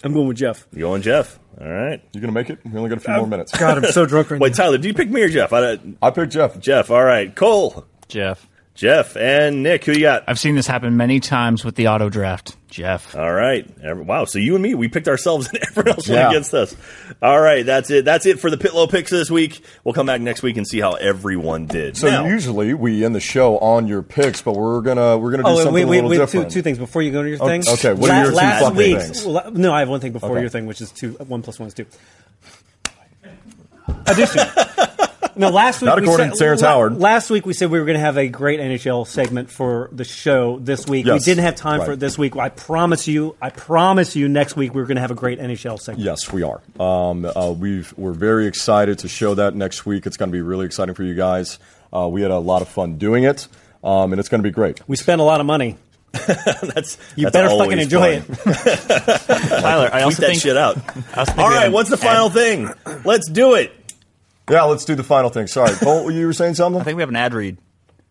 Speaker 2: I'm going with Jeff.
Speaker 3: You going, Jeff? All right.
Speaker 1: You gonna make it? We only got a
Speaker 3: Uh,
Speaker 1: few more minutes.
Speaker 2: God, I'm so drunk right
Speaker 3: Wait, Tyler, do you pick me or Jeff? I, don't-
Speaker 1: I picked Jeff.
Speaker 3: Jeff. All right. Cole,
Speaker 6: Jeff.
Speaker 3: Jeff, and Nick. Who you got?
Speaker 6: I've seen this happen many times with the auto draft. Jeff.
Speaker 3: All right. Every- Wow. So you and me, we picked ourselves [laughs] and everyone else
Speaker 1: Yeah.
Speaker 3: went against us. All right. That's it. That's it for the Pitlow picks this week. We'll come back next week and see how everyone did.
Speaker 1: So
Speaker 3: now,
Speaker 1: usually we end the show on your picks, but we're gonna we're gonna do
Speaker 2: oh,
Speaker 1: something
Speaker 2: wait,
Speaker 1: a
Speaker 2: wait,
Speaker 1: little
Speaker 2: wait two,
Speaker 1: different.
Speaker 2: two things before you go to your
Speaker 1: Oh,
Speaker 2: thing.
Speaker 1: okay, what are your two
Speaker 2: last
Speaker 1: fucking
Speaker 2: week's-
Speaker 1: things?
Speaker 2: la- no, I have one thing before
Speaker 1: Okay.
Speaker 2: your thing, which is two. One plus one is two. Addition. no, last week
Speaker 1: Not
Speaker 2: we
Speaker 1: according
Speaker 2: said-
Speaker 1: to Terrence
Speaker 2: la-
Speaker 1: Howard.
Speaker 2: Last week we said we were going to have a great NHL segment for the show. This week
Speaker 1: Yes,
Speaker 2: we didn't have time for
Speaker 1: right.
Speaker 2: it this week. I promise you, I promise you, next week we're going to have a great NHL segment.
Speaker 1: Yes, we are. Um, uh, we've we're very excited to show that next week. It's going to be really exciting for you guys. Uh, we had a lot of fun doing it, um, and it's going to be great.
Speaker 2: We spent a lot of money.
Speaker 3: [laughs] that's
Speaker 2: You
Speaker 3: that's
Speaker 2: better
Speaker 3: always
Speaker 2: fucking enjoy
Speaker 3: fun. [laughs]
Speaker 2: it.
Speaker 4: Tyler, I
Speaker 3: Tweet
Speaker 4: also
Speaker 3: that
Speaker 4: think.
Speaker 2: [laughs]
Speaker 3: shit out.
Speaker 4: I also think
Speaker 3: All
Speaker 4: we
Speaker 3: right.
Speaker 4: have-
Speaker 3: What's the final thing? Let's do it.
Speaker 1: Yeah, let's do the final thing. Sorry, Cole, you were saying something.
Speaker 4: I think we have an ad read.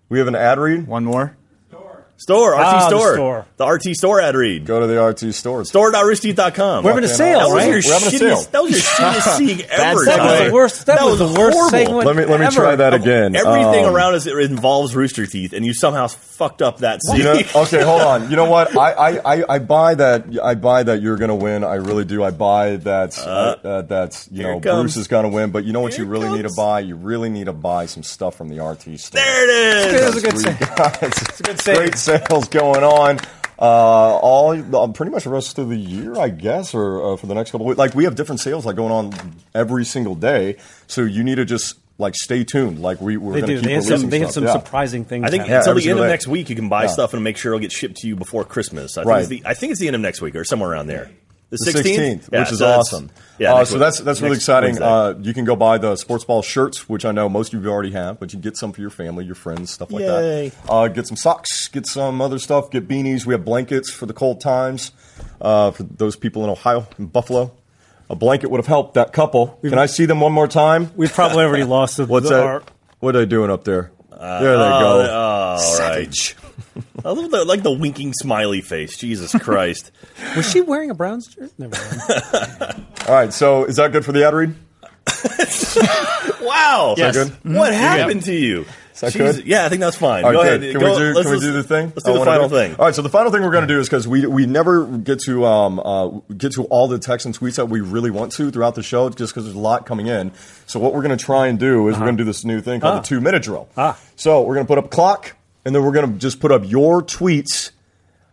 Speaker 1: we have an ad read.
Speaker 4: One more.
Speaker 3: Store RT
Speaker 2: Ah, the
Speaker 3: store.
Speaker 2: store.
Speaker 3: The RT store ad read.
Speaker 1: Go to the RT store.
Speaker 3: Store.rusty.com.
Speaker 2: We're having a
Speaker 1: Fucking
Speaker 2: sale,
Speaker 1: awesome.
Speaker 2: right?
Speaker 1: We're having a sale.
Speaker 2: [laughs]
Speaker 3: That was your shittiest seed ever.
Speaker 2: That was
Speaker 3: Tyler.
Speaker 2: the worst. That, was, the worst
Speaker 3: horrible.
Speaker 2: segment.
Speaker 1: Let me let me
Speaker 2: ever.
Speaker 1: try that again.
Speaker 3: Everything
Speaker 1: Um,
Speaker 3: around us it involves Rooster Teeth, and you somehow fucked up that seed.
Speaker 1: You
Speaker 3: [laughs]
Speaker 1: know, oh, okay, hold on. You know what? I, I, I, I buy that. I buy that you're gonna win. I really do. I buy that. Uh, uh, that's you
Speaker 3: here
Speaker 1: know
Speaker 3: it comes.
Speaker 1: Bruce is gonna win. But you know what?
Speaker 3: Here
Speaker 1: you
Speaker 3: it
Speaker 1: really need to
Speaker 3: comes.
Speaker 1: buy. You really need to buy some stuff from the RT store.
Speaker 3: There it is.
Speaker 2: That was a good
Speaker 1: We
Speaker 2: sale. [laughs]
Speaker 1: got
Speaker 2: good
Speaker 1: [laughs]
Speaker 2: save.
Speaker 1: Great sales going on. Uh, all uh, pretty much the rest of the year, I guess, or uh, for the next couple of weeks. Like we have different sales like going on every single day, so you need to just like stay tuned. Like we we're
Speaker 2: They
Speaker 1: gonna
Speaker 2: do.
Speaker 1: keep
Speaker 2: They have
Speaker 1: releasing
Speaker 2: some. They have
Speaker 1: stuff.
Speaker 2: some
Speaker 1: Yeah.
Speaker 2: surprising things.
Speaker 3: I think
Speaker 2: happening.
Speaker 3: until
Speaker 1: every
Speaker 3: the end
Speaker 1: single
Speaker 3: of
Speaker 1: day.
Speaker 3: next week, you can buy
Speaker 1: Yeah.
Speaker 3: stuff and make sure it'll get shipped to you before Christmas. I,
Speaker 1: Right.
Speaker 3: think, it's the, I think it's the end of next week or somewhere around there. The
Speaker 1: The
Speaker 3: 16th,
Speaker 1: 16th,
Speaker 3: Yeah,
Speaker 1: which is
Speaker 3: so that's-
Speaker 1: awesome.
Speaker 3: Yeah,
Speaker 1: Uh,
Speaker 3: next
Speaker 1: so
Speaker 3: week-
Speaker 1: that's that's really
Speaker 3: next
Speaker 1: exciting.
Speaker 3: Wednesday.
Speaker 1: Uh, you can go buy the sports ball shirts, which I know most of you already have, but you can get some for your family, your friends, stuff like
Speaker 3: Yay.
Speaker 1: that. Uh, get some socks, get some other stuff, get beanies. We have blankets for the cold times uh, for those people in Ohio and Buffalo. A blanket would have helped that couple. can I see them one more time?
Speaker 2: We've probably
Speaker 1: [laughs]
Speaker 2: already lost the,
Speaker 1: What's
Speaker 2: the,
Speaker 1: that?
Speaker 2: our-
Speaker 1: What are they doing up there? there they
Speaker 3: oh,
Speaker 1: go.
Speaker 3: oh, all right. [laughs] I love the, like the winking smiley face.
Speaker 1: [laughs]
Speaker 3: Jesus Christ.
Speaker 2: was she wearing a Browns shirt? Never mind.
Speaker 1: All right, so is that good for the ad read?
Speaker 3: wow.
Speaker 1: Yes. that good?
Speaker 3: What happened to you?
Speaker 1: that
Speaker 3: Jesus-
Speaker 1: good?
Speaker 3: Yeah, I think that's fine.
Speaker 1: All
Speaker 3: go
Speaker 1: right,
Speaker 3: ahead.
Speaker 1: good. Can,
Speaker 3: Go-
Speaker 1: we do,
Speaker 3: let's-
Speaker 1: can we
Speaker 3: let's-
Speaker 1: do the thing?
Speaker 3: Let's do
Speaker 1: I
Speaker 3: the
Speaker 1: wanna
Speaker 3: final
Speaker 1: do-
Speaker 3: thing.
Speaker 1: All right, so the final thing we're going to do is because we, we never get to um, uh, get to all the texts and tweets that we really want to throughout the show just because there's a lot coming in. So what we're going to try and do is we're going to do this new thing called the two minute drill.
Speaker 2: Uh-huh. Ah.
Speaker 1: So we're going to put up a clock and then we're going to just put up your tweets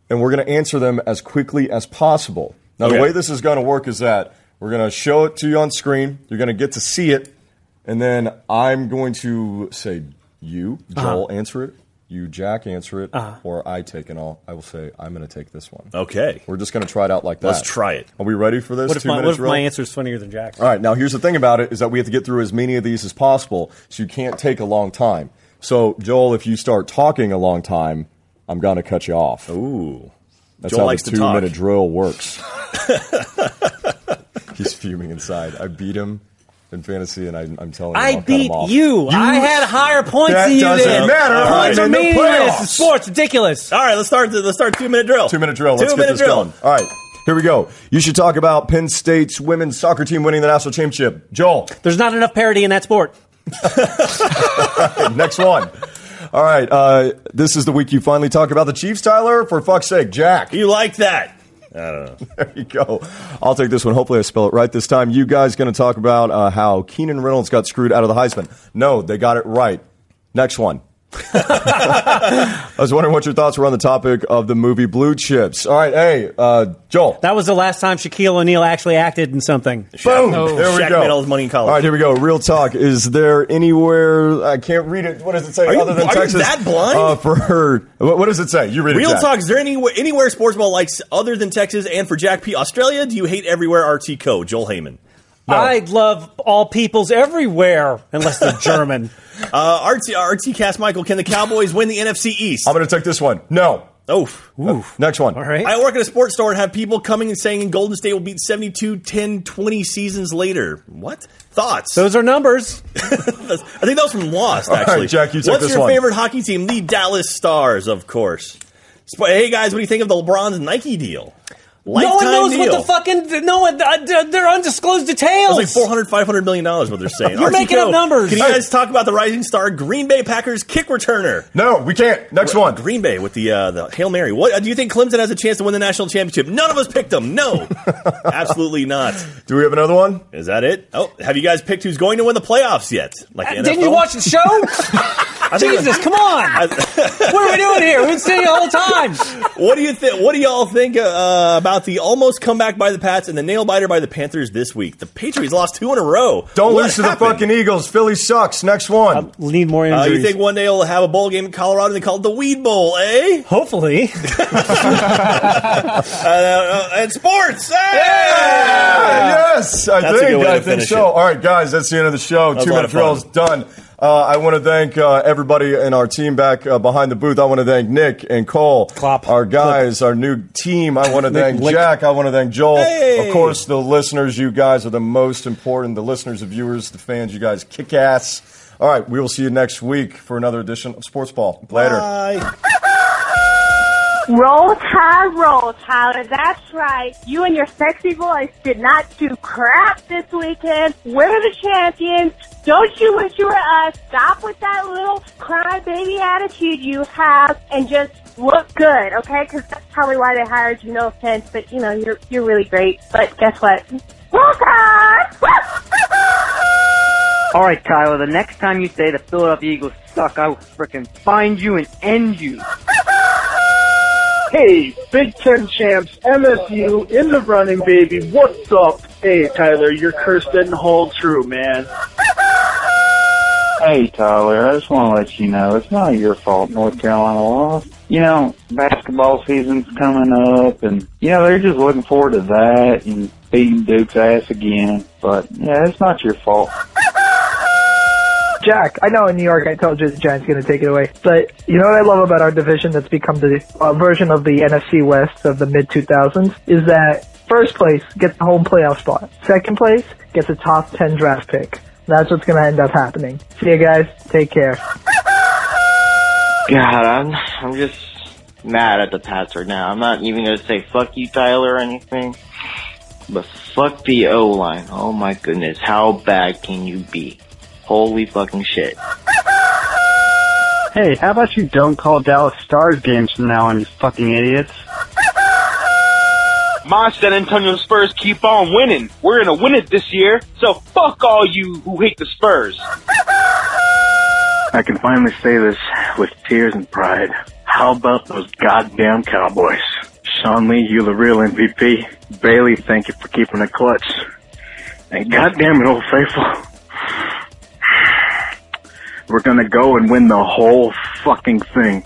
Speaker 1: and we're going to answer them as quickly as possible. Now
Speaker 3: Okay.
Speaker 1: the way this is going to work is that we're going to show it to you on screen. You're going to get to see it, and then I'm going to say you,
Speaker 2: Uh-huh.
Speaker 1: Joel, answer it. You, Jack, answer it, or I take it all. I will say I'm going to take this one.
Speaker 3: Okay.
Speaker 1: We're just going to try it out like that.
Speaker 3: Let's try it.
Speaker 1: Are we ready for this?
Speaker 2: What if
Speaker 1: Two
Speaker 2: my what
Speaker 1: minutes
Speaker 2: if my
Speaker 1: real?
Speaker 2: answer is funnier than Jack's?
Speaker 1: All right, now here's the thing about it is that we have to get through as many of these as possible, so you can't take a long time. So, Joel, if you start talking a long time, I'm going to cut you off.
Speaker 3: Ooh.
Speaker 1: That's
Speaker 3: Joel
Speaker 1: how
Speaker 3: likes
Speaker 1: the
Speaker 3: to talk.
Speaker 1: two-minute drill works. [laughs] He's fuming inside. I beat him in fantasy, and I, I'm telling you,
Speaker 2: I
Speaker 1: I'll cut
Speaker 2: beat
Speaker 1: him off.
Speaker 2: you. I had higher points
Speaker 1: That
Speaker 2: than you
Speaker 1: doesn't
Speaker 2: did.
Speaker 1: matter.
Speaker 2: Points
Speaker 1: All right.
Speaker 2: are
Speaker 1: In the
Speaker 2: meaningless.
Speaker 1: playoffs.
Speaker 2: in Sports ridiculous.
Speaker 3: All right, let's start. The, let's start two minute drill.
Speaker 1: Two-minute drill. Let's
Speaker 3: Two-minute
Speaker 1: get this
Speaker 3: drill.
Speaker 1: going. All right, here we go. You should talk about Penn State's women's soccer team winning the national championship. Joel, [laughs]
Speaker 2: There's not enough parity in that sport.
Speaker 1: next one. All right, uh, this is the week you finally talk about the Chiefs, Tyler. For fuck's sake, Jack.
Speaker 3: You like that? I don't know.
Speaker 1: [laughs] There you go. I'll take this one. Hopefully, I spell it right this time. You guys going to talk about uh, how Keenan Reynolds got screwed out of the Heisman? No, they got it right. Next one. [laughs] I was wondering what your thoughts were on the topic of the movie Blue Chips. All right, hey, uh, Joel.
Speaker 2: That was the last time Shaquille O'Neal actually acted in something.
Speaker 1: Boom! there we
Speaker 3: Shaq
Speaker 1: go.
Speaker 3: made all his money in college.
Speaker 1: All right, here we go. Real talk. Is there anywhere I can't read it? What does it say?
Speaker 3: Are you-
Speaker 1: other than
Speaker 3: are you
Speaker 1: Texas,
Speaker 3: that blind?
Speaker 1: Uh, for her, what, what does it say? You read it.
Speaker 3: Real
Speaker 1: Jack.
Speaker 3: talk. Is there anywhere, anywhere sports ball likes other than Texas? And for Jack P, Australia, do you hate everywhere? RT Co. Joel Heyman.
Speaker 2: I love all peoples everywhere, unless they're
Speaker 1: [laughs]
Speaker 2: German.
Speaker 3: Uh, RT RT cast Michael. Can the Cowboys win the NFC East?
Speaker 1: I'm going to take this one. No.
Speaker 3: Oh.
Speaker 1: Next one.
Speaker 2: All right.
Speaker 3: I work at a sports store and have people coming and saying Golden State will beat 72, 10, 20 seasons later. What? Thoughts?
Speaker 2: Those are numbers.
Speaker 3: I think that was from Lost,
Speaker 1: [laughs] All right,
Speaker 3: actually.
Speaker 1: Jack, you take
Speaker 3: What's
Speaker 1: this
Speaker 3: your
Speaker 1: one.
Speaker 3: favorite hockey team? The Dallas Stars, of course. Sp- Hey, guys, what do you think of the LeBron's Nike deal?
Speaker 2: no one
Speaker 3: Lifetime
Speaker 2: knows
Speaker 3: deal.
Speaker 2: what the fucking. No one. Uh, they're- they're undisclosed details.
Speaker 3: It's like 400, 500 million dollars, what they're saying.
Speaker 2: You're
Speaker 3: RT
Speaker 2: making
Speaker 3: Co,
Speaker 2: up numbers.
Speaker 3: Can you guys talk about the rising star Green Bay Packers kick returner?
Speaker 1: No, we can't. Next one.
Speaker 3: Green Bay with the uh, the Hail Mary. What do you think Clemson has a chance to win the national championship? None of us picked
Speaker 1: [laughs]
Speaker 3: them. No, absolutely not.
Speaker 1: Do we have another one?
Speaker 3: Is that it? Oh, have you guys picked who's going to win the playoffs yet? Like the
Speaker 2: Uh, Didn't you
Speaker 3: NFL?
Speaker 2: watch the show?
Speaker 3: [laughs] I think-
Speaker 2: Jesus, come on! what are we doing here? We've been sitting here the whole time.
Speaker 3: What do you think? What do y'all think uh, about the almost comeback by the Pats and the nail biter by the Panthers this week? The Patriots lost two in a row.
Speaker 1: Don't
Speaker 3: What
Speaker 1: lose to
Speaker 3: happened?
Speaker 1: the fucking Eagles. Philly sucks. Next one.
Speaker 2: We need more
Speaker 3: Uh,
Speaker 2: injuries.
Speaker 3: you think one day we'll have a bowl game in Colorado and they call it the Weed Bowl, eh?
Speaker 2: Hopefully,
Speaker 3: Uh, uh, and sports, eh?
Speaker 1: Yes, I
Speaker 3: That's a good
Speaker 1: think
Speaker 3: way
Speaker 1: I
Speaker 3: to
Speaker 1: think
Speaker 3: finish
Speaker 1: so.
Speaker 3: it.
Speaker 1: All right, guys, that's the end of the show.
Speaker 3: was
Speaker 1: Two
Speaker 3: a lot
Speaker 1: minute
Speaker 3: of fun.
Speaker 1: drills done. Uh, I want to thank uh, everybody in our team back uh, behind the booth. I want to thank Nick and Cole,
Speaker 2: Clop.
Speaker 1: our guys, our new team. I want
Speaker 3: [laughs]
Speaker 1: to thank
Speaker 2: Lick.
Speaker 1: Jack. I want to thank Joel.
Speaker 3: Hey.
Speaker 1: Of course, the listeners. You guys are the most important. The listeners, the viewers, the fans. You guys kick ass. All right, we will see you next week for another edition of Sports Ball. Later.
Speaker 3: Bye.
Speaker 11: Roll Tide, roll Tide. That's right. You and your sexy voice did not do crap this weekend. We're the champions. Don't you wish you were us. Stop with that little crybaby attitude you have and just look good, okay? Because that's probably why they hired you. No offense, but you know you're you're really great. But guess what? Roll [laughs] Tide.
Speaker 12: All right, Tyler. The next time you say the Philadelphia Eagles suck, I will frickin' find you and end you.
Speaker 13: Hey, Big Ten champs, MSU in the running, baby. What's up? Hey, Tyler, your curse didn't hold true, man.
Speaker 8: Hey, Tyler, I just want to let you know it's not your fault North Carolina lost. You know, basketball season's coming up, and, you know, they're just looking forward to that and beating Duke's ass again. But, yeah, it's not your fault.
Speaker 14: Jack, I know in New York I told you the Giants going to take it away, but you know what I love about our division that's become the uh, version of the NFC West of the mid 2000s is that first place gets the home playoff spot, second place gets a top 10 draft pick. That's what's going to end up happening. See you guys. Take care.
Speaker 15: God, I'm I'm just mad at the Pats right now. I'm not even gonna say fuck you, Tyler, or anything. But fuck the O line. Oh my goodness, how bad can you be? Holy fucking shit.
Speaker 10: Hey, how about you don't call Dallas Stars games from now on, you fucking idiots?
Speaker 16: My San Antonio Spurs keep on winning. We're gonna win it this year. So fuck all you who hate the Spurs.
Speaker 8: I can finally say this with tears and pride. How about those goddamn Cowboys? Sean Lee, you the real MVP. Bailey, thank you for keeping the clutch. And goddamn it, Old Faithful. We're gonna go and win the whole fucking thing.